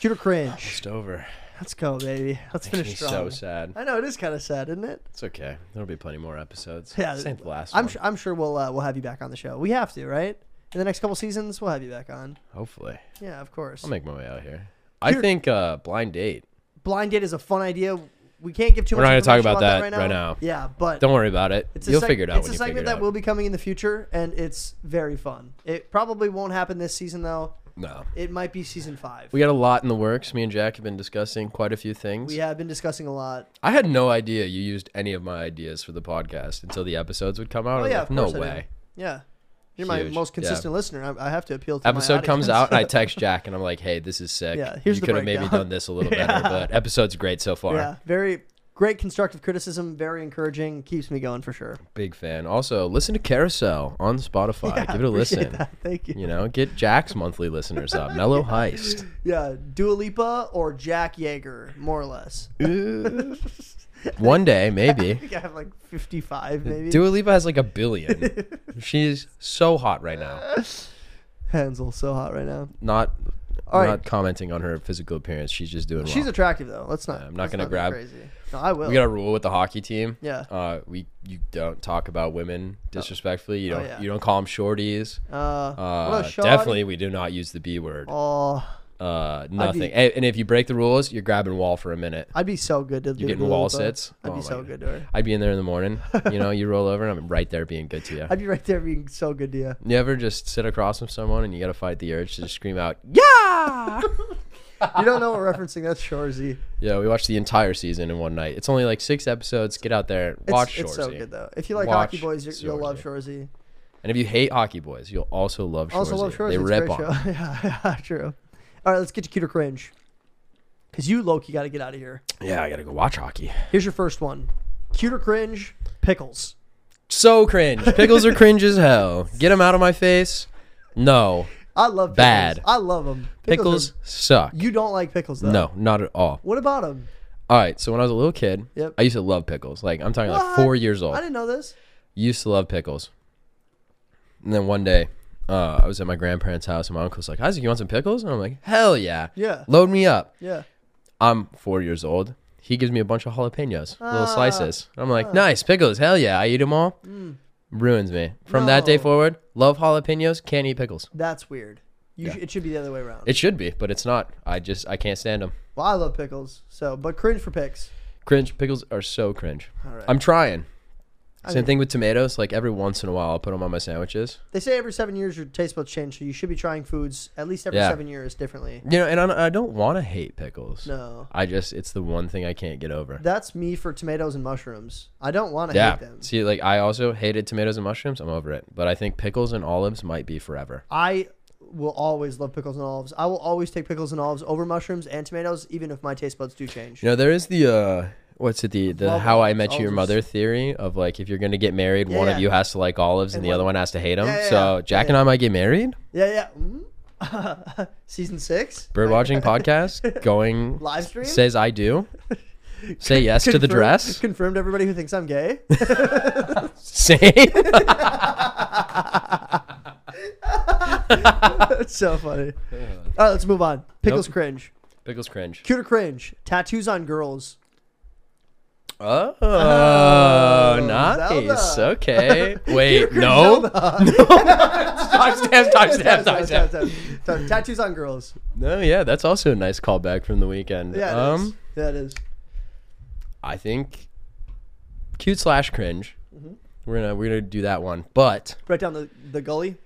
Speaker 1: Cute or cringe.
Speaker 2: Just over.
Speaker 1: Let's go, baby. Let's
Speaker 2: Makes me
Speaker 1: finish
Speaker 2: so
Speaker 1: strong.
Speaker 2: sad.
Speaker 1: I know it is kind of sad, isn't it?
Speaker 2: It's okay. There'll be plenty more episodes.
Speaker 1: Yeah,
Speaker 2: This ain't the last
Speaker 1: I'm
Speaker 2: one.
Speaker 1: su- I'm sure we'll uh, we'll have you back on the show. We have to, right? In the next couple seasons, we'll have you back on.
Speaker 2: Hopefully,
Speaker 1: Yeah, of course.
Speaker 2: I'll make my way out here. I
Speaker 1: Here-
Speaker 2: think uh, blind date.
Speaker 1: Blind date is a fun idea. We can't give too
Speaker 2: We're
Speaker 1: much.
Speaker 2: not gonna talk
Speaker 1: information
Speaker 2: about that
Speaker 1: right,
Speaker 2: right
Speaker 1: now.
Speaker 2: now.
Speaker 1: Yeah, but
Speaker 2: Don't worry about it.
Speaker 1: it's a
Speaker 2: You'll
Speaker 1: seg-
Speaker 2: figure it out
Speaker 1: It's
Speaker 2: when
Speaker 1: a
Speaker 2: you
Speaker 1: segment
Speaker 2: figure it
Speaker 1: that
Speaker 2: out.
Speaker 1: will be coming in the future, and it's very fun. It probably won't happen this season though.
Speaker 2: No.
Speaker 1: It might be season five.
Speaker 2: We got a lot in the works. Me and Jack have been discussing quite a few things.
Speaker 1: we have been discussing a lot.
Speaker 2: I had no idea you used any of my ideas for the podcast until the episodes would come out. I
Speaker 1: Oh
Speaker 2: was
Speaker 1: yeah,
Speaker 2: like,
Speaker 1: of course
Speaker 2: no
Speaker 1: I do.
Speaker 2: way.
Speaker 1: Yeah, you're my
Speaker 2: Huge.
Speaker 1: most
Speaker 2: Yeah.
Speaker 1: consistent listener. I, I have to appeal to my
Speaker 2: Episode
Speaker 1: audience.
Speaker 2: comes out and I text Jack and I'm like, hey, this is sick.
Speaker 1: Yeah, here's
Speaker 2: you
Speaker 1: the
Speaker 2: could have maybe
Speaker 1: breakdown.
Speaker 2: done this a little
Speaker 1: Yeah.
Speaker 2: better, but episode's great so far.
Speaker 1: Yeah, very great constructive criticism. Very encouraging. Keeps me going for sure.
Speaker 2: Big fan. Also, listen to Carousel on Spotify.
Speaker 1: Yeah,
Speaker 2: Give it a
Speaker 1: appreciate
Speaker 2: listen.
Speaker 1: that. Thank you.
Speaker 2: You know, get Jack's monthly listeners up. Mellow Heist.
Speaker 1: Yeah, Dua Lipa or Jack Yeager, more or less.
Speaker 2: Ooh. One day, maybe.
Speaker 1: I think I have like 55 maybe.
Speaker 2: Dua Lipa has like a billion. She's so hot right now.
Speaker 1: Hansel's so hot right now.
Speaker 2: Not
Speaker 1: All right.
Speaker 2: not commenting on her physical appearance. She's just doing well.
Speaker 1: She's attractive though. Let's not.
Speaker 2: Yeah, I'm not
Speaker 1: let's
Speaker 2: gonna
Speaker 1: go
Speaker 2: grab-
Speaker 1: Crazy. No, I will.
Speaker 2: we got a rule with the hockey team.
Speaker 1: Yeah.
Speaker 2: Uh, we you don't talk about women disrespectfully. You
Speaker 1: Oh,
Speaker 2: don't
Speaker 1: yeah.
Speaker 2: you don't call them shorties.
Speaker 1: Uh,
Speaker 2: Uh,
Speaker 1: what a shot.
Speaker 2: definitely we do not use the B word.
Speaker 1: Oh,
Speaker 2: Uh, nothing. and, and if you break the rules, you're grabbing wall for a minute.
Speaker 1: I'd be so good to
Speaker 2: You're getting wall sits.
Speaker 1: I'd
Speaker 2: Oh
Speaker 1: be
Speaker 2: my
Speaker 1: so
Speaker 2: God.
Speaker 1: good to her.
Speaker 2: I'd be in there in the morning. You know, you roll over and I'm right there being good to you.
Speaker 1: I'd be right there being so good to you.
Speaker 2: You ever just sit across from someone and you got to fight the urge to just scream out,
Speaker 1: You don't know what referencing. That's Shorzy.
Speaker 2: Yeah, we watched the entire season in one night. It's only like six episodes. Get out there,
Speaker 1: It's,
Speaker 2: watch
Speaker 1: it's so
Speaker 2: Shorzy.
Speaker 1: good though. If you like
Speaker 2: Watch
Speaker 1: Hockey Boys, you're, you'll love Shorzy.
Speaker 2: And if you hate Hockey Boys, you'll also love Shorzy.
Speaker 1: Also love Shorzy.
Speaker 2: They
Speaker 1: it's a
Speaker 2: rip
Speaker 1: great
Speaker 2: on.
Speaker 1: show. yeah, yeah, true. All right, let's get to cuter cringe. Cause you Loki got to get out of here.
Speaker 2: Yeah, I gotta go watch hockey.
Speaker 1: Here's your first one. Cuter cringe pickles.
Speaker 2: So cringe. Pickles are cringe as hell. Get them out of my face. No,
Speaker 1: I love pickles.
Speaker 2: Bad.
Speaker 1: I love them.
Speaker 2: pickles suck.
Speaker 1: you don't like pickles though.
Speaker 2: No, not at all.
Speaker 1: What about them?
Speaker 2: All right. So when I was a little kid,
Speaker 1: Yep.
Speaker 2: I used to love pickles. Like I'm talking
Speaker 1: What?
Speaker 2: like four years old.
Speaker 1: I didn't know this.
Speaker 2: used to love pickles. And then one day, uh, I was at my grandparents' house, and my uncle's like, "Isaac, you want some pickles?" And I'm like, "Hell yeah,
Speaker 1: Yeah.
Speaker 2: load me up."
Speaker 1: Yeah.
Speaker 2: I'm four years old. He gives me a bunch of jalapenos,
Speaker 1: Ah.
Speaker 2: little slices. I'm like, nice pickles. Hell yeah, I eat them all. Ruins me. From that day
Speaker 1: Mm. No.
Speaker 2: forward, love jalapenos. Can't eat pickles.
Speaker 1: That's weird. You sh- it should be the other way around.
Speaker 2: It should be, but it's not. I just I can't stand them.
Speaker 1: well, I love pickles, so but cringe for picks.
Speaker 2: Cringe. Pickles are so cringe.
Speaker 1: right.
Speaker 2: I'm trying. Same
Speaker 1: mean-
Speaker 2: thing with tomatoes. Like every once in a while, I'll put them on my sandwiches.
Speaker 1: They say every seven years your taste buds change, so you should be trying foods at least every
Speaker 2: Yeah.
Speaker 1: seven years differently.
Speaker 2: You know, and I don't- I don't want to hate pickles.
Speaker 1: No,
Speaker 2: I just it's the one thing I can't get over.
Speaker 1: that's me for tomatoes and mushrooms. I don't want to
Speaker 2: yeah.
Speaker 1: hate them.
Speaker 2: See, like I also hated tomatoes and mushrooms. I'm over it. But I think pickles and olives might be forever.
Speaker 1: I will always love pickles and olives. I will always take pickles and olives over mushrooms and tomatoes, even if my taste buds do change.
Speaker 2: You know, there is the uh what's it the the
Speaker 1: Love
Speaker 2: how I
Speaker 1: olives,
Speaker 2: met your
Speaker 1: olives.
Speaker 2: mother theory of like if you're gonna get married, one
Speaker 1: yeah.
Speaker 2: of you has to like olives and,
Speaker 1: And
Speaker 2: the
Speaker 1: one-
Speaker 2: other one has to hate them.
Speaker 1: Yeah, yeah,
Speaker 2: so
Speaker 1: yeah.
Speaker 2: Jack
Speaker 1: Yeah,
Speaker 2: and I might get married.
Speaker 1: Yeah, yeah. Mm. Season six.
Speaker 2: Bird watching podcast going
Speaker 1: Live stream?
Speaker 2: says I do. Say yes to the
Speaker 1: Confirm-
Speaker 2: dress.
Speaker 1: Confirmed everybody who thinks I'm gay.
Speaker 2: Say
Speaker 1: That's so funny. All right, let's move on. Pickles
Speaker 2: Nope.
Speaker 1: cringe.
Speaker 2: pickles cringe.
Speaker 1: Cuter cringe. Tattoos on girls.
Speaker 2: Oh, nice.
Speaker 1: Oh, Zelda.
Speaker 2: Okay. Wait, no. Timestamp, timestamp,
Speaker 1: Sorry, sorry,
Speaker 2: timestamp.
Speaker 1: sorry, sorry. Tattoos on girls.
Speaker 2: No, yeah, that's also a nice callback from the weekend.
Speaker 1: Yeah, it is.
Speaker 2: um,
Speaker 1: Yeah, it is.
Speaker 2: I think cute slash cringe.
Speaker 1: Mm-hmm.
Speaker 2: We're gonna we're gonna do that one, but
Speaker 1: Right down the, the gully.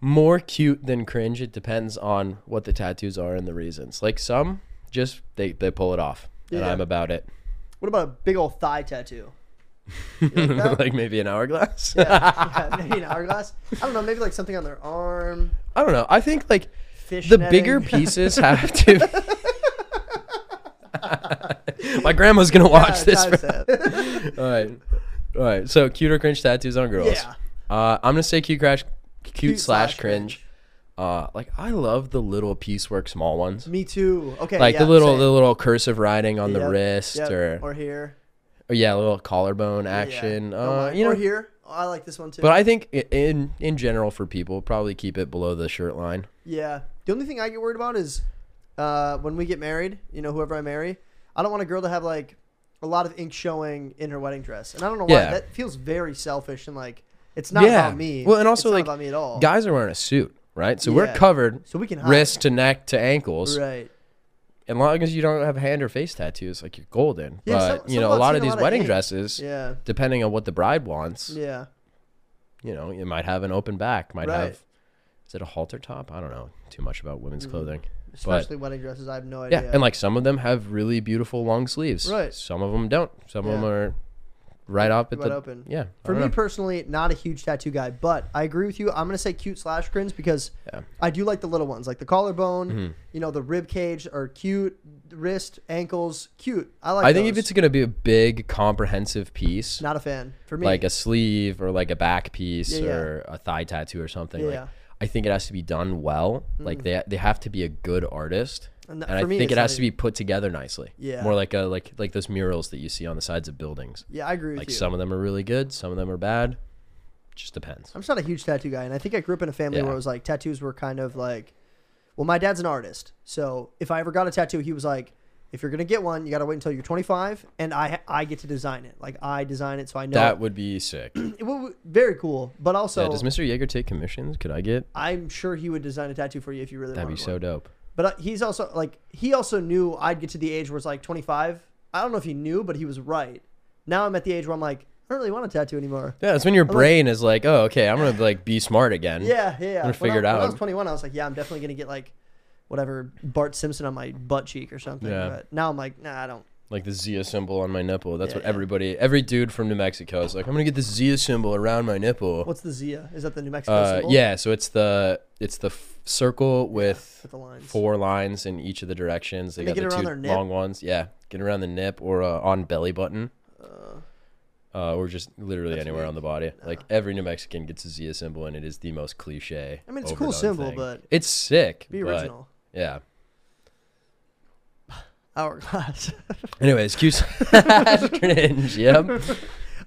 Speaker 2: more cute than cringe. It depends on what the tattoos are and the reasons. Like some, just they they pull it off, and
Speaker 1: Yeah.
Speaker 2: I'm about it.
Speaker 1: What about a big old thigh tattoo? You like that?
Speaker 2: like maybe an hourglass.
Speaker 1: yeah, yeah, maybe an hourglass. I don't know. Maybe like something on their arm.
Speaker 2: I don't know. I think like
Speaker 1: Fish.
Speaker 2: the
Speaker 1: netting.
Speaker 2: bigger pieces have to. My grandma's gonna watch
Speaker 1: Yeah,
Speaker 2: this.
Speaker 1: tricep.
Speaker 2: All right, all right. So cute or cringe tattoos on girls.
Speaker 1: Yeah.
Speaker 2: Uh, I'm gonna say cute crash, cute,
Speaker 1: Cute
Speaker 2: slash,
Speaker 1: slash
Speaker 2: cringe. Uh, like I love the little piecework small ones,
Speaker 1: Me too. Okay.
Speaker 2: like
Speaker 1: yeah,
Speaker 2: the little
Speaker 1: same.
Speaker 2: the little cursive writing on the
Speaker 1: Yep,
Speaker 2: wrist
Speaker 1: yep,
Speaker 2: or, or
Speaker 1: or here.
Speaker 2: yeah, a little collarbone
Speaker 1: Yeah.
Speaker 2: action.
Speaker 1: Don't
Speaker 2: Uh,
Speaker 1: mind.
Speaker 2: you know,
Speaker 1: or here. Oh, I like this one too.
Speaker 2: but I think i- in in general for people probably keep it below the shirt line.
Speaker 1: Yeah. The only thing I get worried about is uh, when we get married, you know, whoever I marry, I don't want a girl to have like a lot of ink showing in her wedding dress. And I don't know why.
Speaker 2: Yeah.
Speaker 1: That feels very selfish and like it's not
Speaker 2: Yeah.
Speaker 1: about me.
Speaker 2: Well, and also,
Speaker 1: It's not
Speaker 2: like,
Speaker 1: about me at all.
Speaker 2: Guys are wearing a suit, right? So we're
Speaker 1: Oh. Yeah.
Speaker 2: covered
Speaker 1: so we can hide.
Speaker 2: wrist to neck to ankles.
Speaker 1: Right.
Speaker 2: as long as you don't have hand or face tattoos, like you're golden.
Speaker 1: Yeah,
Speaker 2: but
Speaker 1: some- some
Speaker 2: you know, a
Speaker 1: of
Speaker 2: lot
Speaker 1: us get a
Speaker 2: of these
Speaker 1: lot of
Speaker 2: wedding
Speaker 1: ink.
Speaker 2: dresses,
Speaker 1: Yeah.
Speaker 2: depending on what the bride wants,
Speaker 1: Yeah.
Speaker 2: you know, it might have an open back, might
Speaker 1: Right. Mm-hmm.
Speaker 2: have is it a halter top? I don't know too much about women's clothing.
Speaker 1: Especially wedding dresses. I have no
Speaker 2: Yeah,
Speaker 1: idea.
Speaker 2: and like some of them have really beautiful long sleeves.
Speaker 1: Right.
Speaker 2: Some of them don't. Some of
Speaker 1: Yeah.
Speaker 2: them are right up at
Speaker 1: Right
Speaker 2: the
Speaker 1: open.
Speaker 2: Yeah. I
Speaker 1: For
Speaker 2: don't
Speaker 1: me
Speaker 2: know.
Speaker 1: personally, not a huge tattoo guy, but I agree with you. I'm gonna say cute slash grins because
Speaker 2: Yeah. Mm-hmm.
Speaker 1: I do like the little ones, like the collarbone, you know, the rib cage are cute, wrist, ankles, cute. I like.
Speaker 2: I think if
Speaker 1: those.
Speaker 2: it's gonna be a big comprehensive piece,
Speaker 1: not a fan for me,
Speaker 2: like uh, a sleeve or like a back piece
Speaker 1: Yeah, yeah.
Speaker 2: or a thigh tattoo or something.
Speaker 1: Yeah,
Speaker 2: like,
Speaker 1: yeah.
Speaker 2: I think it has to be done well. Like they they have to be a good artist,
Speaker 1: And
Speaker 2: and,
Speaker 1: that-
Speaker 2: I
Speaker 1: for me,
Speaker 2: think
Speaker 1: it's
Speaker 2: it has
Speaker 1: like-
Speaker 2: to be put together nicely.
Speaker 1: Yeah.
Speaker 2: more like a like like those murals that you see on the sides of buildings.
Speaker 1: yeah, I agree with
Speaker 2: Like
Speaker 1: you.
Speaker 2: some of them are really good, some of them are bad. Just depends.
Speaker 1: I'm just not a huge tattoo guy, and I think I grew up in a family where
Speaker 2: Yeah.
Speaker 1: it was like tattoos were kind of like, well, my dad's an artist, so if I ever got a tattoo, he was like, If you're gonna get one, you gotta wait until you're 25, and I I get to design it. Like I design it, so I know
Speaker 2: That would be sick.
Speaker 1: it would, would- very cool. But
Speaker 2: yeah,
Speaker 1: also,
Speaker 2: does Mr. Yeager take commissions? Could I get?
Speaker 1: I'm sure he would design a tattoo for you if you really
Speaker 2: That'd be
Speaker 1: wanted
Speaker 2: so
Speaker 1: one.
Speaker 2: dope.
Speaker 1: But uh, he's also like he also knew I'd get to the age where it's like 25. I don't know if he knew, but he was right. Now I'm at the age where I'm like I don't really want a tattoo anymore.
Speaker 2: Yeah, that's when your brain is like, oh, okay, I'm gonna like be smart again.
Speaker 1: Yeah, yeah. yeah.
Speaker 2: gonna
Speaker 1: When
Speaker 2: figure
Speaker 1: I-
Speaker 2: it
Speaker 1: When I was
Speaker 2: out.
Speaker 1: 21, I was like, yeah, I'm definitely gonna get like whatever Bart Simpson on my butt cheek or something.
Speaker 2: Yeah.
Speaker 1: But now I'm like, nah, I don't.
Speaker 2: Like the Zia symbol on my nipple. That's
Speaker 1: Yeah,
Speaker 2: what
Speaker 1: yeah.
Speaker 2: everybody, every dude from New Mexico is like. I'm gonna get the Zia symbol around my nipple.
Speaker 1: What's the Zia? Is that the New Mexico
Speaker 2: uh,
Speaker 1: symbol?
Speaker 2: yeah, so it's the it's the f- circle with
Speaker 1: With the lines.
Speaker 2: four lines in each of the directions. They
Speaker 1: And they
Speaker 2: got
Speaker 1: get
Speaker 2: the
Speaker 1: it around
Speaker 2: two
Speaker 1: their nip?
Speaker 2: long ones. Yeah, get around the nip or uh, on belly button. Uh, or just literally anywhere on the body. Like every New Mexican gets a Zia symbol, and it is the most cliche.
Speaker 1: I mean, it's a cool
Speaker 2: overdone
Speaker 1: symbol,
Speaker 2: thing.
Speaker 1: but-
Speaker 2: it's sick.
Speaker 1: Be
Speaker 2: but-
Speaker 1: original.
Speaker 2: yeah.
Speaker 1: Hourglass.
Speaker 2: Uh, Anyways, Q slash cringe. Yep.
Speaker 1: All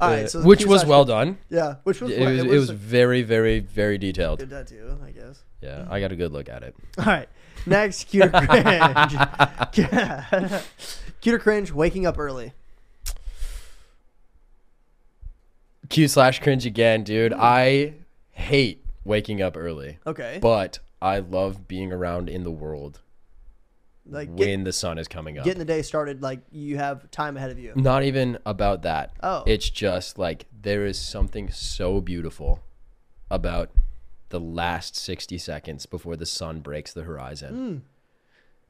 Speaker 1: right.
Speaker 2: Uh,
Speaker 1: So
Speaker 2: which
Speaker 1: Q
Speaker 2: was
Speaker 1: slash-
Speaker 2: well done.
Speaker 1: Yeah. Which was
Speaker 2: It was, it was very, very, very detailed.
Speaker 1: good tattoo, I guess.
Speaker 2: Yeah, I got a good look at it.
Speaker 1: All right. Next, cuter cringe. cuter cringe. Waking up early.
Speaker 2: Q slash cringe again, dude.
Speaker 1: Mm.
Speaker 2: I hate waking up early,
Speaker 1: Okay.
Speaker 2: but I love being around in the world
Speaker 1: like get,
Speaker 2: when the sun is coming up. Mm,
Speaker 1: getting the day started. Like you have time ahead of you.
Speaker 2: Not even about that.
Speaker 1: Oh.
Speaker 2: It's just like there is something so beautiful about the last 60 seconds before the sun breaks the
Speaker 1: Hmm.
Speaker 2: horizon.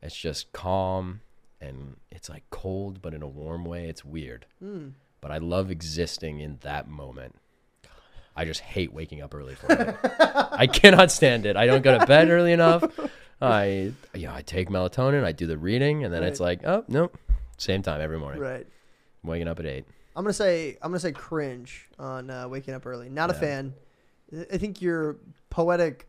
Speaker 2: It's just calm and it's like cold, but in a warm way. It's weird.
Speaker 1: Hmm.
Speaker 2: But I love existing in that moment. I just hate waking up early for it. I cannot stand it. I don't go to bed early enough. I yeah, I take melatonin, I do the reading, and then it's like, oh nope. Same time every morning.
Speaker 1: Right.
Speaker 2: Waking up at eight.
Speaker 1: I'm gonna say I'm gonna say cringe on uh, waking up early. Not a fan. I- I think your poetic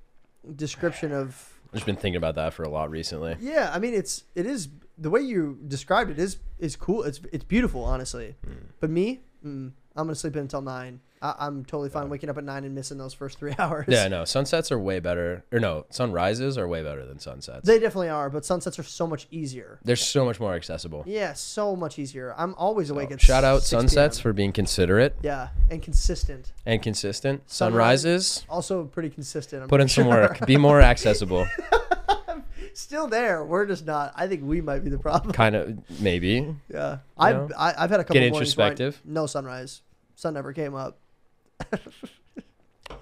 Speaker 1: description of
Speaker 2: I've just been thinking about that for a lot recently.
Speaker 1: Yeah, I mean it's it is the way you described it is is cool. It's it's beautiful, honestly.
Speaker 2: Hmm.
Speaker 1: But me, mm, I'm gonna sleep in until nine. I, I'm totally fine waking up at nine and missing those first three hours.
Speaker 2: Yeah, no, sunsets are way better. Or no, sunrises are way better than sunsets.
Speaker 1: they definitely are. But sunsets are so much easier.
Speaker 2: They're so much more accessible.
Speaker 1: Yeah, so much easier. I'm always awake at
Speaker 2: Oh, Shout out
Speaker 1: 6
Speaker 2: sunsets
Speaker 1: PM.
Speaker 2: for being considerate
Speaker 1: yeah, and consistent.
Speaker 2: and consistent.
Speaker 1: Sunrise-
Speaker 2: Sunrises,
Speaker 1: Also pretty consistent. I'm
Speaker 2: put in some work. Be more accessible.
Speaker 1: Still there. We're just not. I think we might be the problem.
Speaker 2: kind of, maybe.
Speaker 1: Yeah, I've
Speaker 2: know?
Speaker 1: I, I've had a couple.
Speaker 2: Get
Speaker 1: mornings where I-
Speaker 2: introspective.
Speaker 1: No sunrise. Sun never came up.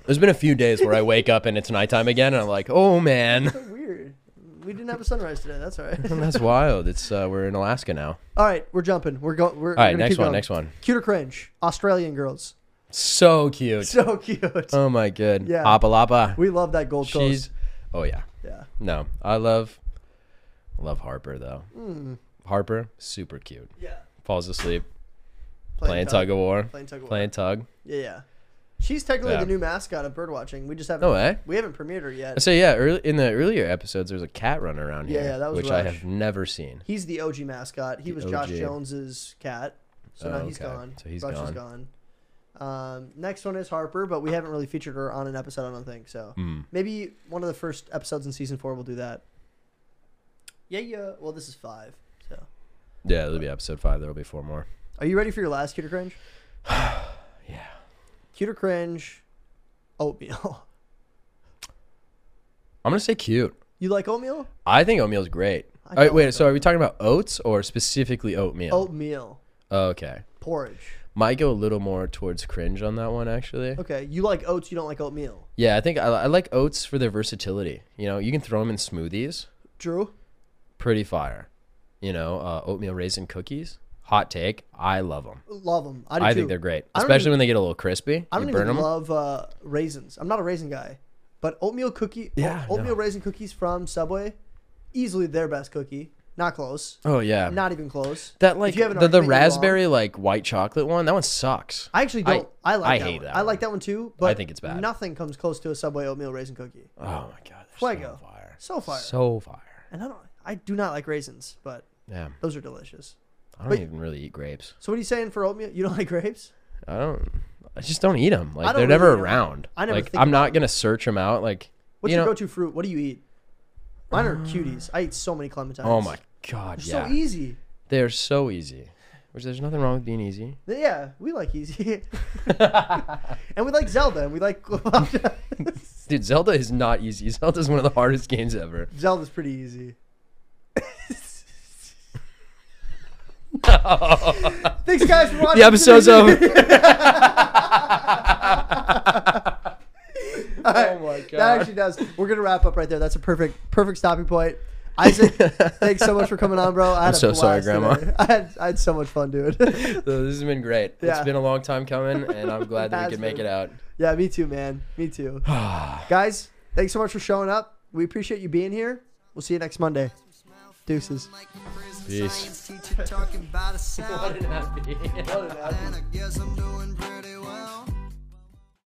Speaker 2: There's been a few days where I wake up and it's nighttime again, and I'm like, oh man,
Speaker 1: Weird. We didn't have a sunrise today. That's all right.
Speaker 2: that's wild. It's uh, we're in Alaska now.
Speaker 1: all right, we're jumping. We're going. We're
Speaker 2: All right,
Speaker 1: we're gonna
Speaker 2: next
Speaker 1: keep
Speaker 2: one,
Speaker 1: going.
Speaker 2: next one.
Speaker 1: Cute or cringe? Australian girls.
Speaker 2: So cute.
Speaker 1: So cute.
Speaker 2: Oh my good.
Speaker 1: Yeah.
Speaker 2: Apa lapa.
Speaker 1: we love that Gold
Speaker 2: She's.
Speaker 1: Coast.
Speaker 2: Oh yeah.
Speaker 1: Yeah.
Speaker 2: No, I love love Harper though.
Speaker 1: Hmm.
Speaker 2: Harper, super cute.
Speaker 1: Yeah.
Speaker 2: Falls asleep playing, tug of war,
Speaker 1: Playing tug of war.
Speaker 2: playing tug.
Speaker 1: Yeah, yeah. She's technically
Speaker 2: Yeah.
Speaker 1: the new mascot of birdwatching. We just haven't.
Speaker 2: No way.
Speaker 1: We haven't premiered her
Speaker 2: I
Speaker 1: yet.
Speaker 2: say yeah. Early, in the earlier episodes, there's a cat running around
Speaker 1: Yeah,
Speaker 2: here,
Speaker 1: yeah, that was
Speaker 2: which I
Speaker 1: Rush.
Speaker 2: have never seen.
Speaker 1: He's the OG mascot. He
Speaker 2: The
Speaker 1: was Josh
Speaker 2: OG.
Speaker 1: Jones's cat. So now
Speaker 2: Oh,
Speaker 1: he's
Speaker 2: okay.
Speaker 1: gone.
Speaker 2: So he's
Speaker 1: Rush is
Speaker 2: gone.
Speaker 1: gone. Um, next one is Harper, but we haven't really featured her on an episode, I don't think. So
Speaker 2: Hmm.
Speaker 1: maybe one of the first episodes in season four will do that. Yeah, yeah. Well, this is five. So
Speaker 2: Yeah, it'll be episode five. There'll be four more.
Speaker 1: are you ready for your last cuter cringe?
Speaker 2: Yeah.
Speaker 1: Cuter cringe, oatmeal.
Speaker 2: I'm gonna say cute.
Speaker 1: you like oatmeal?
Speaker 2: I think oatmeal's great.
Speaker 1: I
Speaker 2: All right,
Speaker 1: don't
Speaker 2: wait.
Speaker 1: like
Speaker 2: So are we talking about oats or specifically oatmeal?
Speaker 1: Oatmeal
Speaker 2: Okay.
Speaker 1: porridge.
Speaker 2: Might go a little more towards cringe on that one actually.
Speaker 1: Okay, you like oats. You don't like oatmeal.
Speaker 2: Yeah, I think I, I like oats for their versatility. You know, you can throw them in smoothies.
Speaker 1: Drew,
Speaker 2: pretty fire. You know, uh, oatmeal raisin cookies. Hot take, I love them.
Speaker 1: love them. I, do
Speaker 2: I
Speaker 1: too.
Speaker 2: think they're great,
Speaker 1: I don't
Speaker 2: especially
Speaker 1: even-
Speaker 2: when they get a little crispy.
Speaker 1: I don't
Speaker 2: you
Speaker 1: even
Speaker 2: burn them.
Speaker 1: love uh, raisins. I'm not a raisin guy, but oatmeal cookie,
Speaker 2: Yeah,
Speaker 1: oat- oatmeal
Speaker 2: no.
Speaker 1: raisin cookies from Subway, easily their best cookie. Not close.
Speaker 2: oh yeah,
Speaker 1: Not even close.
Speaker 2: that like
Speaker 1: If you haven't
Speaker 2: the, the
Speaker 1: already, you're wrong.
Speaker 2: raspberry like white chocolate one. That one sucks.
Speaker 1: I actually don't. I, like.
Speaker 2: I
Speaker 1: that
Speaker 2: hate
Speaker 1: one.
Speaker 2: that
Speaker 1: I like
Speaker 2: one.
Speaker 1: that one too. But
Speaker 2: think it's bad.
Speaker 1: Nothing comes close to a Subway oatmeal raisin cookie.
Speaker 2: oh my god, they're
Speaker 1: Fuego.
Speaker 2: so fire,
Speaker 1: So fire.
Speaker 2: so fire.
Speaker 1: And I don't. I do not like raisins, but
Speaker 2: Yeah,
Speaker 1: those are delicious.
Speaker 2: I don't
Speaker 1: But-
Speaker 2: even really eat grapes.
Speaker 1: So what are you saying for oatmeal? You don't like grapes?
Speaker 2: I don't. I just don't eat them. Like
Speaker 1: don't
Speaker 2: they're never
Speaker 1: really eat 'em.
Speaker 2: around.
Speaker 1: I never
Speaker 2: Like
Speaker 1: think
Speaker 2: I'm
Speaker 1: about
Speaker 2: not gonna search them out. Like
Speaker 1: What's
Speaker 2: you
Speaker 1: your
Speaker 2: know, Uh,
Speaker 1: go-to fruit? What do you eat? Mine are cuties. I eat so many clementines.
Speaker 2: Oh my god,
Speaker 1: They're
Speaker 2: yeah.
Speaker 1: So easy.
Speaker 2: They are so easy, which there's nothing wrong with being easy.
Speaker 1: Yeah, we like easy, and we like Zelda, and we like
Speaker 2: Dude, Zelda is not easy. Zelda is one of the hardest games ever.
Speaker 1: Zelda's pretty easy.
Speaker 2: Oh
Speaker 1: Thanks, guys, for watching.
Speaker 2: the episode's over.
Speaker 1: All right,
Speaker 2: Oh my
Speaker 1: That
Speaker 2: God.
Speaker 1: actually does. We're gonna wrap up right there. That's a perfect, perfect stopping point. Isaac, thanks so much for coming on, bro. I had
Speaker 2: I'm
Speaker 1: a
Speaker 2: so sorry,
Speaker 1: blast
Speaker 2: Grandma.
Speaker 1: today. I had, I had so much fun, dude.
Speaker 2: So this has been great.
Speaker 1: Yeah.
Speaker 2: It's been a long time coming, and I'm glad that we could make it out.
Speaker 1: yeah, me too, man. Me too. guys, thanks so much for showing up. We appreciate you being here. We'll see you next Monday. Deuces.
Speaker 3: Like a prison
Speaker 2: Peace.
Speaker 3: science teacher talking about a salad.
Speaker 2: happy.
Speaker 3: And I guess I'm doing pretty